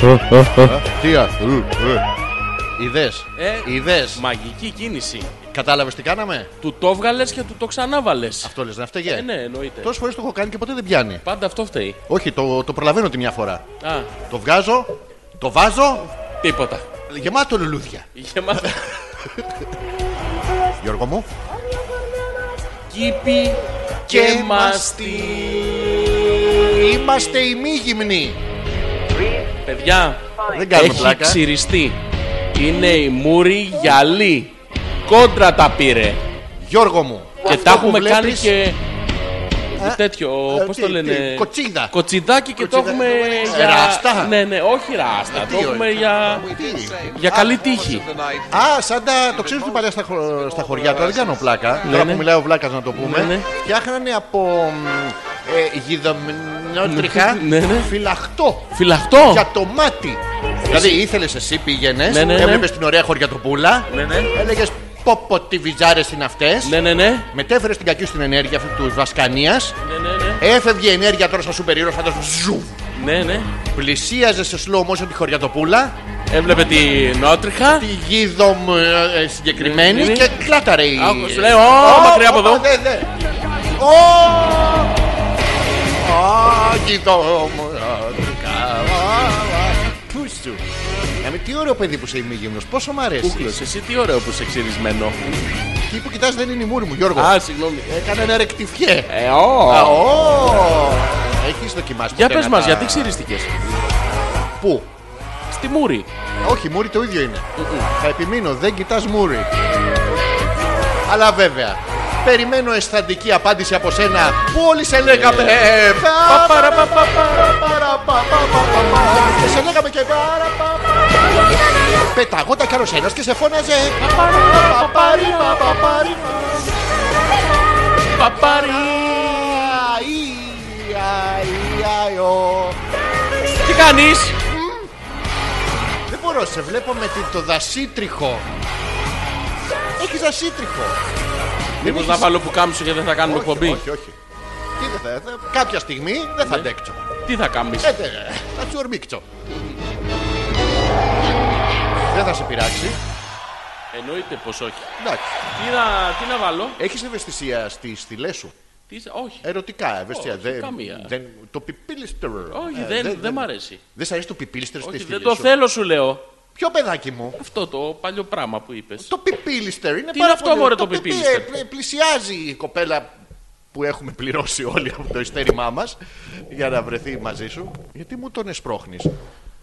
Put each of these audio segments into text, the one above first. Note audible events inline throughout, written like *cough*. Αστεία. ε. Ιδέες. Ε, Ιδέες. Μαγική κίνηση. Κατάλαβες τι κάναμε. Του το βγάλες και του το ξανάβαλες. Αυτό λες να Ε, φταίγε. ναι, εννοείται. Τόσες φορές το έχω κάνει και ποτέ δεν πιάνει. Πάντα αυτό φταίει. Όχι, το, το προλαβαίνω τη μια φορά. Α, Το βγάζω, το βάζω, τίποτα. γεμάτο λουλούδια. Γεμάτα. Γιώργο μου. Κύπη και μαστί. Είμαστε οι μη γυμνοί. Παιδιά, Δεν κάνουμε έχει πλάκα. ξυριστεί. Είναι η Μούρη γυαλί. Κόντρα τα πήρε. Γιώργο μου. Και αυτό τα που έχουμε κάνει βλέπεις- και. Α, τέτοιο, ε, πώς τι, το τι, λένε. κοτσίδα. Κοτσιδάκι και το Κοτσιδάκι, έχουμε. το έχουμε για... ράστα. Ε, Ναι, ναι, όχι ράστα. Τι Το έχουμε ωραία. για. Τι. για καλή τύχη. Α, σαν τα. Το ξέρεις την παλιά στα, χω- στα χωριά, τώρα δεν κάνω πλάκα. Τώρα ναι. που μιλάει ο Βλάκας να το πούμε. Ναι, ναι. Φτιάχνανε από μ, ε, γιδαμινότριχα Ναι, ναι. φυλαχτό Φυλαχτό! για το μάτι. Δηλαδή ήθελες εσύ πήγαινες, Ναι, ναι, ναι. έβλεπες την ωραία χωριατοπούλα, Ναι, ναι. έλεγες Πόπο, τι βυζάρε είναι αυτές. Ναι, ναι, ναι. Μετέφερε την κακή στην ενέργεια του Βασκανίας. Ναι, ναι, ναι. Έφευγε η ενέργεια τώρα σαν σούπερ ήρωα, φαντάζομαι. Ζου! ναι, ναι. Πλησίαζε σε slow motion τη χωριατοπούλα, Έβλεπε την νότριχα. τη γίδο ε, συγκεκριμένη Ναι, ναι. και κλάταρε η. Άκου, Σου λέει, Ω, Ω, μακριά από ω, εδώ. δε, δε. Ω! Α, γίδο μου, α, τρικα, α, α. Πού σου. Ε, με Τι ωραίο παιδί που είσαι ημίγυμνος, πόσο μ' αρέσει. Κούκλος, εσύ τι ωραίο που είσαι ξυρισμένο. Τι που κοιτάς δεν είναι η μούρη μου, Γιώργο. Α, συγγνώμη. Έκανε ένα ρεκτιφιέ. Ε, ω. Α, ω. Έχεις δοκιμάσει Για ποτέ πες να μας, τα- γιατί ξυρίστηκες. Πού. Στη Μούρη. Όχι, μούρι το ίδιο είναι. Θα επιμείνω, δεν κοιτάς μούρι. Αλλά βέβαια, περιμένω αισθαντική απάντηση από σένα που όλοι σε λέγαμε. ε, πα- παραπαπαπαπαπα. Και Ε, σε λέγαμε και παραπαπα. Πεταγόταν κι άλλος ένας και σε φώναζε. Παπαρι, Παπάρι. παπαρι, Τι κάνεις. Δεν μπορώ, σε βλέπω με τη- το δασίτριχο. Έχεις δασίτριχο. Μήπως να βάλω που κάμψω και δεν θα κάνουμε όχι, εκπομπή. Ναι. όχι, όχι. Τι δεν θα, θα- κάποια στιγμή δεν θα αντέξω. Τι θα κάνεις. Ε, τε- θα σου ορμίξω. Δεν θα σε πειράξει. Εννοείται πως όχι. Εντάξει. Τι να, τι να βάλω. Έχεις ευαισθησία στις θηλές σου. Τι, όχι. Ερωτικά ευαισθησία. Όχι, δεν, καμία. δεν, το πιπίλιστερ. Όχι, δεν, δεν μ' αρέσει. Ε, Δεν σ' αρέσει το πιπίλιστερ στις Όχι, θηλές δεν το σου. θέλω σου λέω. Ποιο παιδάκι μου. Αυτό το παλιό πράγμα που είπες. Το πιπίλιστερ είναι Τι πάρα είναι αυτό, πολύ- μωρέ, το πιπί- πιπίλιστερ? ε, πλη- Πλησιάζει η κοπέλα που έχουμε πληρώσει όλοι από το ειστέρημά μας για να βρεθεί μαζί σου. Γιατί μου τον εσπρώχνεις.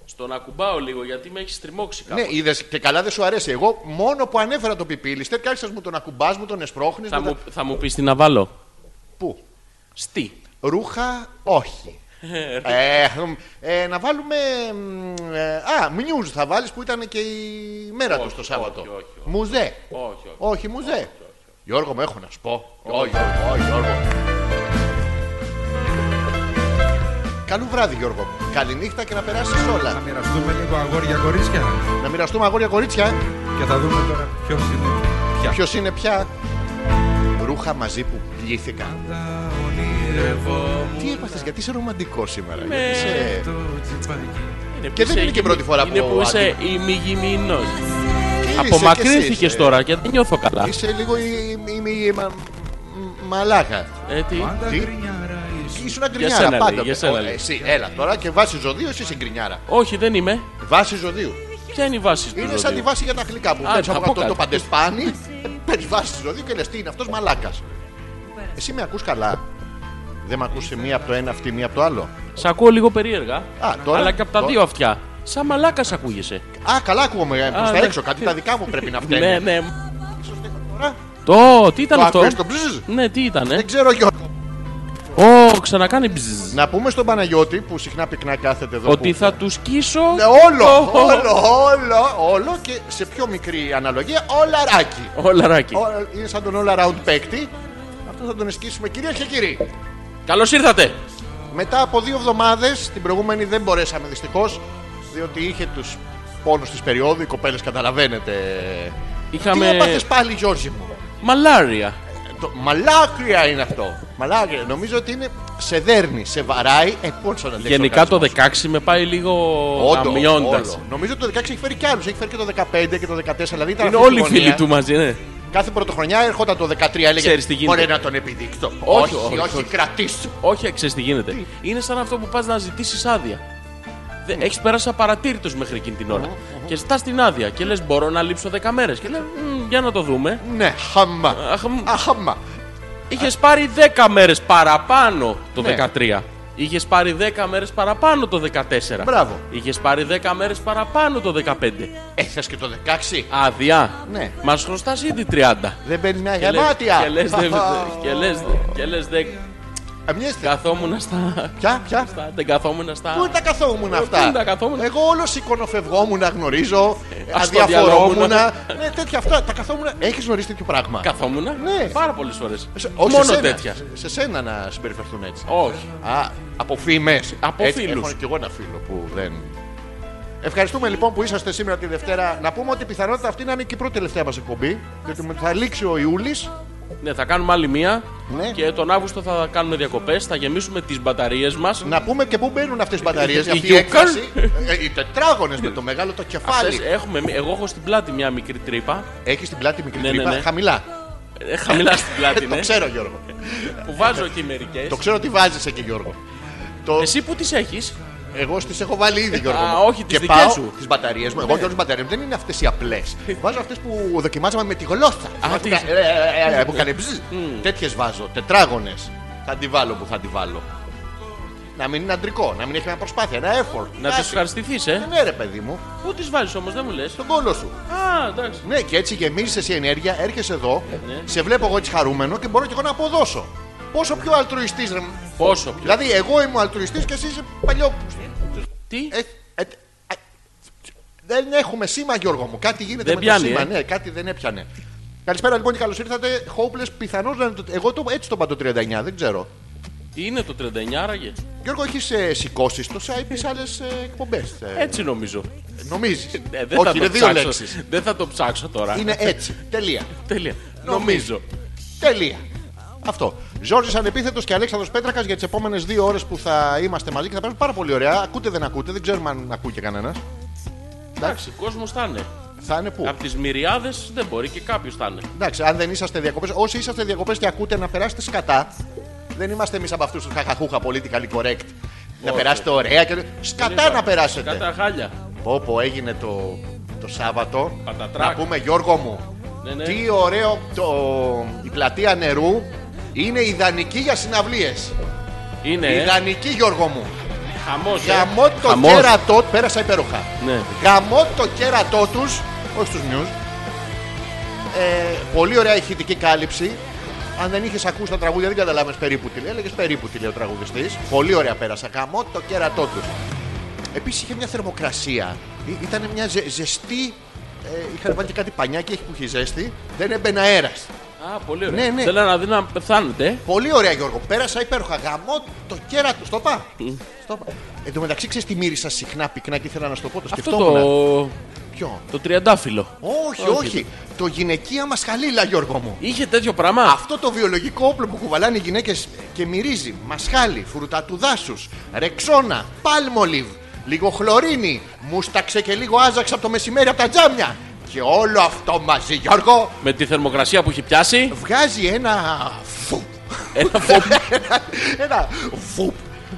Στον ακουμπάω λίγο γιατί με έχεις τριμώξει κάπου. Ναι, είδες και καλά δεν σου αρέσει. Εγώ μόνο που ανέφερα το πιπίλιστερ και άρχισες μου τον ακουμπάς, μου τον εσπρώχνεις. Θα, μου, θα μου πεις τι να βάλω. Πού? Στι. Ρούχα, όχι. ε, μ, ε, να βάλουμε. μ, ε, α, μνιούζ θα βάλεις που ήταν και η μέρα του Όχι, το Σάββατο. όχι, όχι, όχι. Μουζέ. Όχι, όχι. Όχι, μουζέ. Γιώργο, μου έχω να σου πω. Όχι. Όχι, Γιώργο, όχι, Γιώργο. Καλό βράδυ, Γιώργο. Καληνύχτα και να περάσεις όλα. μοιραστούμε λίγο αγόρια κορίτσια Να μοιραστούμε αγόρια κορίτσια. και θα δούμε τώρα ποιος είναι πια. Ποιος είναι πια. Ρούχα μαζί που πλήθηκα. Τα ονειρευόμουν Τι έπαθες, γιατί είσαι ρομαντικός σήμερα. Είμαι- Γιατί είσαι... το τσιπάκι. Είναι Και που δεν είσαι είναι και η πρώτη φορά Είναι που που είσαι αντί- ημιγυμινός. Είσαι και Απομακρύνθηκες εσύ, ε. τώρα και δεν νιώθω καλά. Είσαι λίγο η, η, η- η- μα- μ- μαλάκα. Ε, τι. Πάντα Τι? γκρινιάρα ήσουν. Ήσουν αγκρινιάρα σένα πάντα. λέει, για σένα Ω, λέει. εσύ, έλα τώρα και βάση ζωδίου, εσύ συγκρινιάρα. Όχι, δεν είμαι. Βάση ζωδίου. Ποια είναι η βάση του Είναι ζωδίου? σαν τη βάση για τα γλυκά που Α, παίρνεις θα από πω αυτό το κάτι. παντεσπάνι, παίρνεις βάση ζωδίου και λες τι είναι αυτός μαλάκας. Εσύ με ακούς καλά. Δεν με ακούσει μία από το ένα αυτή, μία από το άλλο. Σ' ακούω λίγο περίεργα. Α, τώρα, αλλά και από τα τώρα. δύο αυτιά. Σαν μαλάκα ακούγεσαι. Α, καλά ακούγομαι προ τα ναι. έξω. Κάτι τα δικά μου πρέπει να φταίνε. Ναι, ναι. Τώρα, Το, τι ήταν Το αυτό. ακούς το μπζζζ. Ναι, τι ήταν, ε. Δεν ξέρω, Γιώργο. Ω, ξανακάνει μπζζ. Να πούμε στον Παναγιώτη που συχνά πυκνά κάθεται εδώ. Ότι που- θα τους σκίσω. Ναι, Όλο, το- όλο, όλο, όλο και σε πιο μικρή αναλογία όλαράκι. Ο Λαράκη. Ο- Είναι σαν τον all around παίκτη. Αυτό θα τον εσκίσουμε κυρίες και κύριοι. Καλώς ήρθατε. Μετά από δύο εβδομάδες, την προηγούμενη δεν μπορέσαμε δυστυχώς, διότι είχε τους πόνους της περίοδου, οι κοπέλες καταλαβαίνετε. Τι Είχαμε έπαθες πάλι, Γιώργη μου. Ε, μαλάρια. Το... Μαλάκρια είναι αυτό. Μαλάκρια. Νομίζω ότι είναι. Σε δέρνει, σε βαράει. Ε, πώς να λέξω Γενικά το οργασμός. 16 με πάει λίγο Όντο, αμοιώντα. όλο. Νομίζω ότι το 16 έχει φέρει κι άλλους. Έχει φέρει και το 15 και το 14. Δηλαδή ήταν Είναι αυτή η όλοι οι γωνία. φίλοι του μαζί, ναι. Κάθε πρωτοχρονιά έρχονταν το 13. Έλεγε Ξέρεις τι γίνεται. Μπορεί να τον επιδείξω. Όχι, όχι, όχι, όχι. κρατήσου. Όχι, ξέρεις τι γίνεται. Είναι σαν αυτό που πας να ζητήσεις άδεια. Έχεις περάσει απαρατήρητος μέχρι εκείνη την ώρα. Και ζητάς την άδεια και λες: Μπορώ να λείψω 10 μέρες. Και λέει: «Μμ, Για να το δούμε. Ναι, χαμά. Αχ, μ, Αχαμά. Είχες πάρει 10 μέρες παραπάνω το Ναι. 13. Είχες πάρει 10 μέρες παραπάνω το 14. Μπράβο. Είχες πάρει 10 μέρες παραπάνω το 15. Ε, θες και το 16. Άδεια. Ναι. Μας χρωστάς ήδη 30. Δεν μπαίνει μια Και λες- γεμάτια. Και λες, *laughs* και λες, και λες, δεν Αμιέστε. καθόμουν στα. Πια, πια. στα- Δεν καθόμουν στα. Πού είναι τα καθόμουν αυτά. Ε, είναι τα καθόμουν. Εγώ όλο σηκωνοφευγόμουν, γνωρίζω, ας το αδιαφορόμουν. διαλόγουν. ναι, τέτοια αυτά. Τα καθόμουν. Έχεις γνωρίσει τέτοιο πράγμα. Καθόμουν Ναι. πάρα πολλές φορές. Σε- όχι σε Μόνο σένα. τέτοια. Σε- Σε σένα να συμπεριφερθούν έτσι. Όχι. Α, από φήμες. Από φίλους. Έχω και εγώ ένα φίλο που δεν. Ευχαριστούμε λοιπόν που είσαστε σήμερα τη Δευτέρα. Να πούμε ότι η πιθανότητα αυτή να είναι και η πρώτη τελευταία μας εκπομπή. Γιατί θα λήξει ο Ιούλης. Ναι, θα κάνουμε άλλη μία. Ναι. Και τον Αύγουστο θα κάνουμε διακοπές. Θα γεμίσουμε τις μπαταρίες μας. Να πούμε και πού μπαίνουν αυτές τις μπαταρίες. Οι Αυτή η Yukon. έκφραση. Ε, οι τετράγωνες με το μεγάλο το κεφάλι. Έχουμε, μία- εγώ έχω στην πλάτη μια μικρή τρύπα. Έχεις την πλάτη μικρή Ναι, ναι, τρύπα. ναι. Χαμηλά. Ε, χαμηλά στην πλάτη, *laughs* Το ναι. ξέρω Γιώργο. που βάζω εκεί μερικές. Το ξέρω τι βάζεις εκεί Γιώργο. Το... Εσύ που τις έχεις. Εγώ τι έχω βάλει ήδη, Γιώργο. Ε, Α, μου. όχι, τις και δικές πάω σου. Ναι. Τις μπαταρίες μου. Εγώ Γιώργος, τις μπαταρίες μου δεν είναι αυτές οι απλές. βάζω αυτές που δοκιμάζαμε με τη γλώσσα. Που τι- κα- ε, ε, ε, ε, Που έκανε μπζζ. Τέτοιες βάζω. Τετράγωνες. Θα τη βάλω που θα τη βάλω. Να μην είναι αντρικό, να μην έχει μια προσπάθεια, ένα effort. Να τις Κάτι. ευχαριστηθείς, Ε, ε. Ναι, ρε παιδί μου, Πού τις βάζεις όμως, δεν μου λες. στον κόλο σου. Α, εντάξει. Ναι, και έτσι γεμίζεις εσύ ενέργεια, έρχεσαι εδώ, Ναι. σε βλέπω εγώ έτσι χαρούμενο και μπορώ και εγώ να αποδώσω. Πόσο πιο αλτρουιστής, ρε. Πόσο πιο. Δηλαδή, εγώ είμαι αλτρουιστής και εσύ είσαι παλιό. Τι. Ε, ε, α, δεν έχουμε σήμα, Γιώργο μου. Κάτι γίνεται Δεν με πιάνει, το σήμα. ε. Ναι, κάτι δεν έπιανε. Καλησπέρα λοιπόν και καλώς ήρθατε. Hopeless πιθανώς να είναι το. Εγώ το, έτσι το πάντω 39, δεν ξέρω. Τι είναι το 39 άραγε. Γιώργο, έχεις ε, σηκώσει στο site τις άλλες εκπομπές. Ε, Έτσι νομίζω. Νομίζεις. Ε, δεν, Όχι, θα είναι το δύο ψάξω. λέξεις. δεν θα το ψάξω τώρα. Είναι έτσι. Τελεία. Τέλεια. Νομίζω. Νομίζω. Τελεία. Αυτό. Ζόρζη Ανεπίθετος και Αλέξανδρος Πέτρακας για τις επόμενες δύο ώρες που θα είμαστε μαζί και θα περάσουμε πάρα πολύ ωραία. Ακούτε δεν ακούτε, δεν ξέρουμε αν ακούει και κανένας. Εντάξει, κόσμος θα είναι. Θα είναι πού. Από τις μυριάδες δεν μπορεί και κάποιος θα είναι. Εντάξει, αν δεν είσαστε διακοπές, όσοι είσαστε διακοπές και ακούτε να περάσετε σκατά. Δεν είμαστε εμείς από αυτούς τους χαχαχούχα politically correct. Να Όχι. περάσετε ωραία και. Σκατά να περάσετε. Κατά χάλια. Πω πω έγινε το, το Σάββατο. Πατατράκ. Να πούμε Γιώργο μου. Ναι, ναι. Τι ωραίο το, η πλατεία νερού είναι ιδανική για συναυλίες. Είναι. ε. Ιδανική Γιώργο μου. Χαμός, ε. Γαμώ το Χαμός. κέρατό Πέρασα υπέροχα. Ναι. Γαμώ το κέρατό τους, όχι στους νιους. Ε, πολύ ωραία ηχητική κάλυψη. Αν δεν είχες ακούσει τα τραγούδια, δεν καταλάβαινες περίπου τι λέει. Έλεγες περίπου τι λέει ο τραγουδιστής. Πολύ ωραία πέρασα. Γαμώ το κέρατό τους. Επίσης είχε μια θερμοκρασία. Ήταν μια ζε- ζεστή. Ε, είχαν βάλει και κάτι πανιάκι έχει που είχε ζέστη. Δεν έμπαινε αέρας. Α, πολύ ωραία. Ναι, ναι. Θέλω να δει να πεθάνετε. ε. Πολύ ωραία, Γιώργο. Πέρασα υπέροχα. Γαμώ το κέρατο. Στο πα. Στο πα. Εν τω μεταξύ, ξέρεις τι μύρισα συχνά πυκνά και ήθελα να σου το πω. Το Αυτό σκεφτόμουν. το. Ποιο. Το τριαντάφυλλο. Όχι, όχι. Όχι. Το γυναικεία μας χαλίλα, Γιώργο μου. Είχε τέτοιο πράγμα. Αυτό το βιολογικό όπλο που κουβαλάνε οι γυναίκες και μυρίζει μασχάλι, φρούτα του δάσους, ρεξόνα, πάλμολιβ, λίγο χλωρίνη, μουσταξε και λίγο άζαξα από το μεσημέρι από τα τζάμια. Και όλο αυτό μαζί, Γιώργο, Με τη θερμοκρασία που έχει πιάσει. βγάζει ένα φουπ. Ένα φόβο. *laughs* ένα φουπ.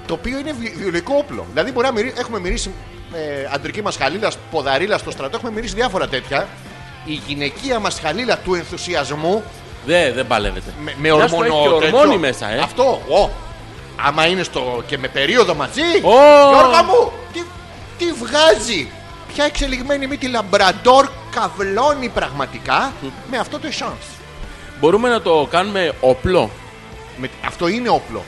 Το οποίο είναι βι- βιολογικό όπλο. Δηλαδή, μπορεί να μυρί... έχουμε μυρίσει ε, αντρική μας χαλίλα, ποδαρίλα στο στρατό, έχουμε μυρίσει διάφορα τέτοια. Η γυναικεία μας χαλίλα του ενθουσιασμού Δε, δεν παλεύεται. με, με Μια στο ορμόνο. έχει και τέτοιο. ορμόνι μέσα, ε. Αυτό. Ο. Άμα είναι στο και με περίοδο μαζί. Ω. Γιώργα μου, τι, τι βγάζει. Ποια εξελιγμένη μύτη λαμπραντόρ καυλώνει πραγματικά με αυτό το εσάνς. Μπορούμε να το κάνουμε όπλο. Με- Αυτό είναι όπλο.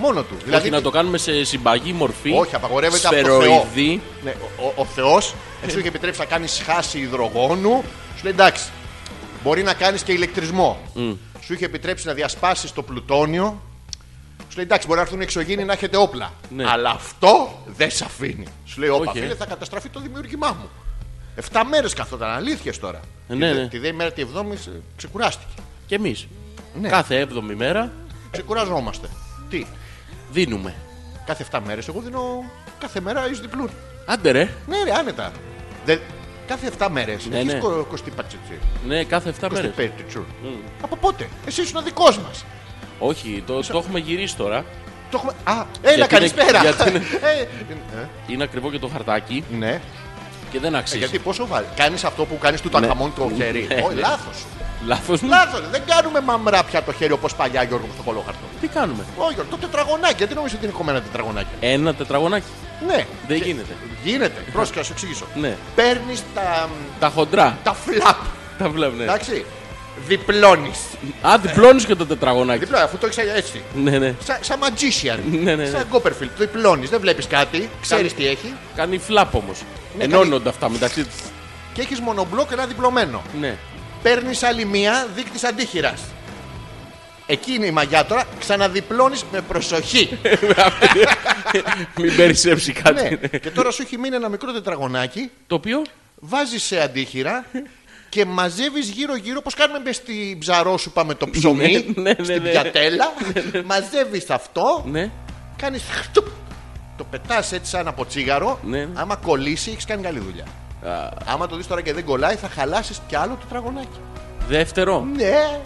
Μόνο του. όχι να το κάνουμε σε συμπαγή μορφή. Δηλαδή Όχι, απαγορεύεται από το Θεό. Σφαιροειδή. Ναι, ο, ο, ο Θεός έτσι έχει επιτρέψει να κάνεις χάση υδρογόνου. Σου λέει εντάξει, μπορεί να κάνεις και ηλεκτρισμό. Σου είχε επιτρέψει να διασπάσεις το πλουτόνιο. Σου λέει εντάξει, μπορεί να έρθουν οι εξωγήινοι να έχετε όπλα. Ναι. Αλλά αυτό δεν σε αφήνει. Σου λέει, όπα Όχι, ε. φίλε, θα καταστραφεί το δημιούργημά μου. Εφτά μέρες καθόταν, αλήθειες τώρα. τη, Ναι, δε- ναι. τη δε ημέρα τη εβδόμη ξεκουράστηκε. Και εμείς. Ναι. Κάθε έβδομη μέρα Ξεκουραζόμαστε. Τι, δίνουμε. κάθε 7 μέρες εγώ δίνω κάθε μέρα εις διπλούν. Άντε ρε. Ναι, ρε, άνετα. Δεν- Κάθε 7 μέρες. Ναι, Ναι, ναι. ναι. Κοστί πατσιτσί. Ναι, κάθε 7 μέρε. Κοστιπέτσιτσου. Από πότε. Εσύ ήσουν δικός μας. Όχι, το, το έχουμε γυρίσει τώρα. Το έχουμε... Α, έλα, Γιατί είναι- καλησπέρα. γιατί είναι- *laughs* Ε, ε, Είναι ακριβό και το χαρτάκι Ναι, και δεν Ε, αξίζει. γιατί πόσο βάλει. Κάνεις αυτό που κάνεις του ταγκαμόν το χέρι. Ναι, Όχι, ναι. λάθος. Λάθος μου. Λάθος. Δεν κάνουμε μαμρά πια το χέρι όπως παλιά Γιώργο στο κολόχαρτο. Τι κάνουμε. Όχι, Γιώργο, το τετραγωνάκι. Γιατί νομίζω ότι είναι κομμένα τετραγωνάκια. Ένα τετραγωνάκι. Ναι, Δεν γίνεται. γίνεται. Πρόσεχε, να σου εξηγήσω. Ναι. Παίρνεις τα, Τα χοντρά. τα φλαπ. Τα βλέπνε. Εντάξει. Διπλώνεις. Α, διπλώνεις και το τετραγωνάκι. Διπλώνεις, αφού το έχεις έτσι. Ναι, ναι. Σαν σαν magician. Ναι, ναι, ναι. Σαν Copperfield. Το διπλώνεις. Δεν βλέπεις κάτι. Ξέρεις Κάνει- τι έχει. Κάνει φλαπ όμως. Ναι, Ενώνονται αυτά μεταξύ τους. Και έχεις μονομπλοκ ένα διπλωμένο. Ναι. παίρνεις άλλη μία δείκτης αντίχειρας. Εκεί είναι η μαγιά τώρα, ξαναδιπλώνεις με προσοχή. Μην περισσέψει ναι. *laughs* κάτι. και τώρα σου έχει μείνει ένα μικρό τετραγωνάκι, Το οποίο. βάζεις σε αντίχειρα και μαζεύεις γύρω-γύρω, όπως κάνουμε με στην ψαρόσουπα με το ψωμί, *laughs* Ναι, ναι, ναι, στην *laughs* ναι. πιατέλα. μαζεύεις αυτό, Ναι. κάνεις το πετάς έτσι σαν από τσίγαρο. Ναι, ναι. Άμα κολλήσει, έχεις κάνει καλή δουλειά. Άμα το δεις τώρα και δεν κολλάει, θα χαλάσεις κι άλλο τετραγωνάκι. Δεύτερο. Ναι,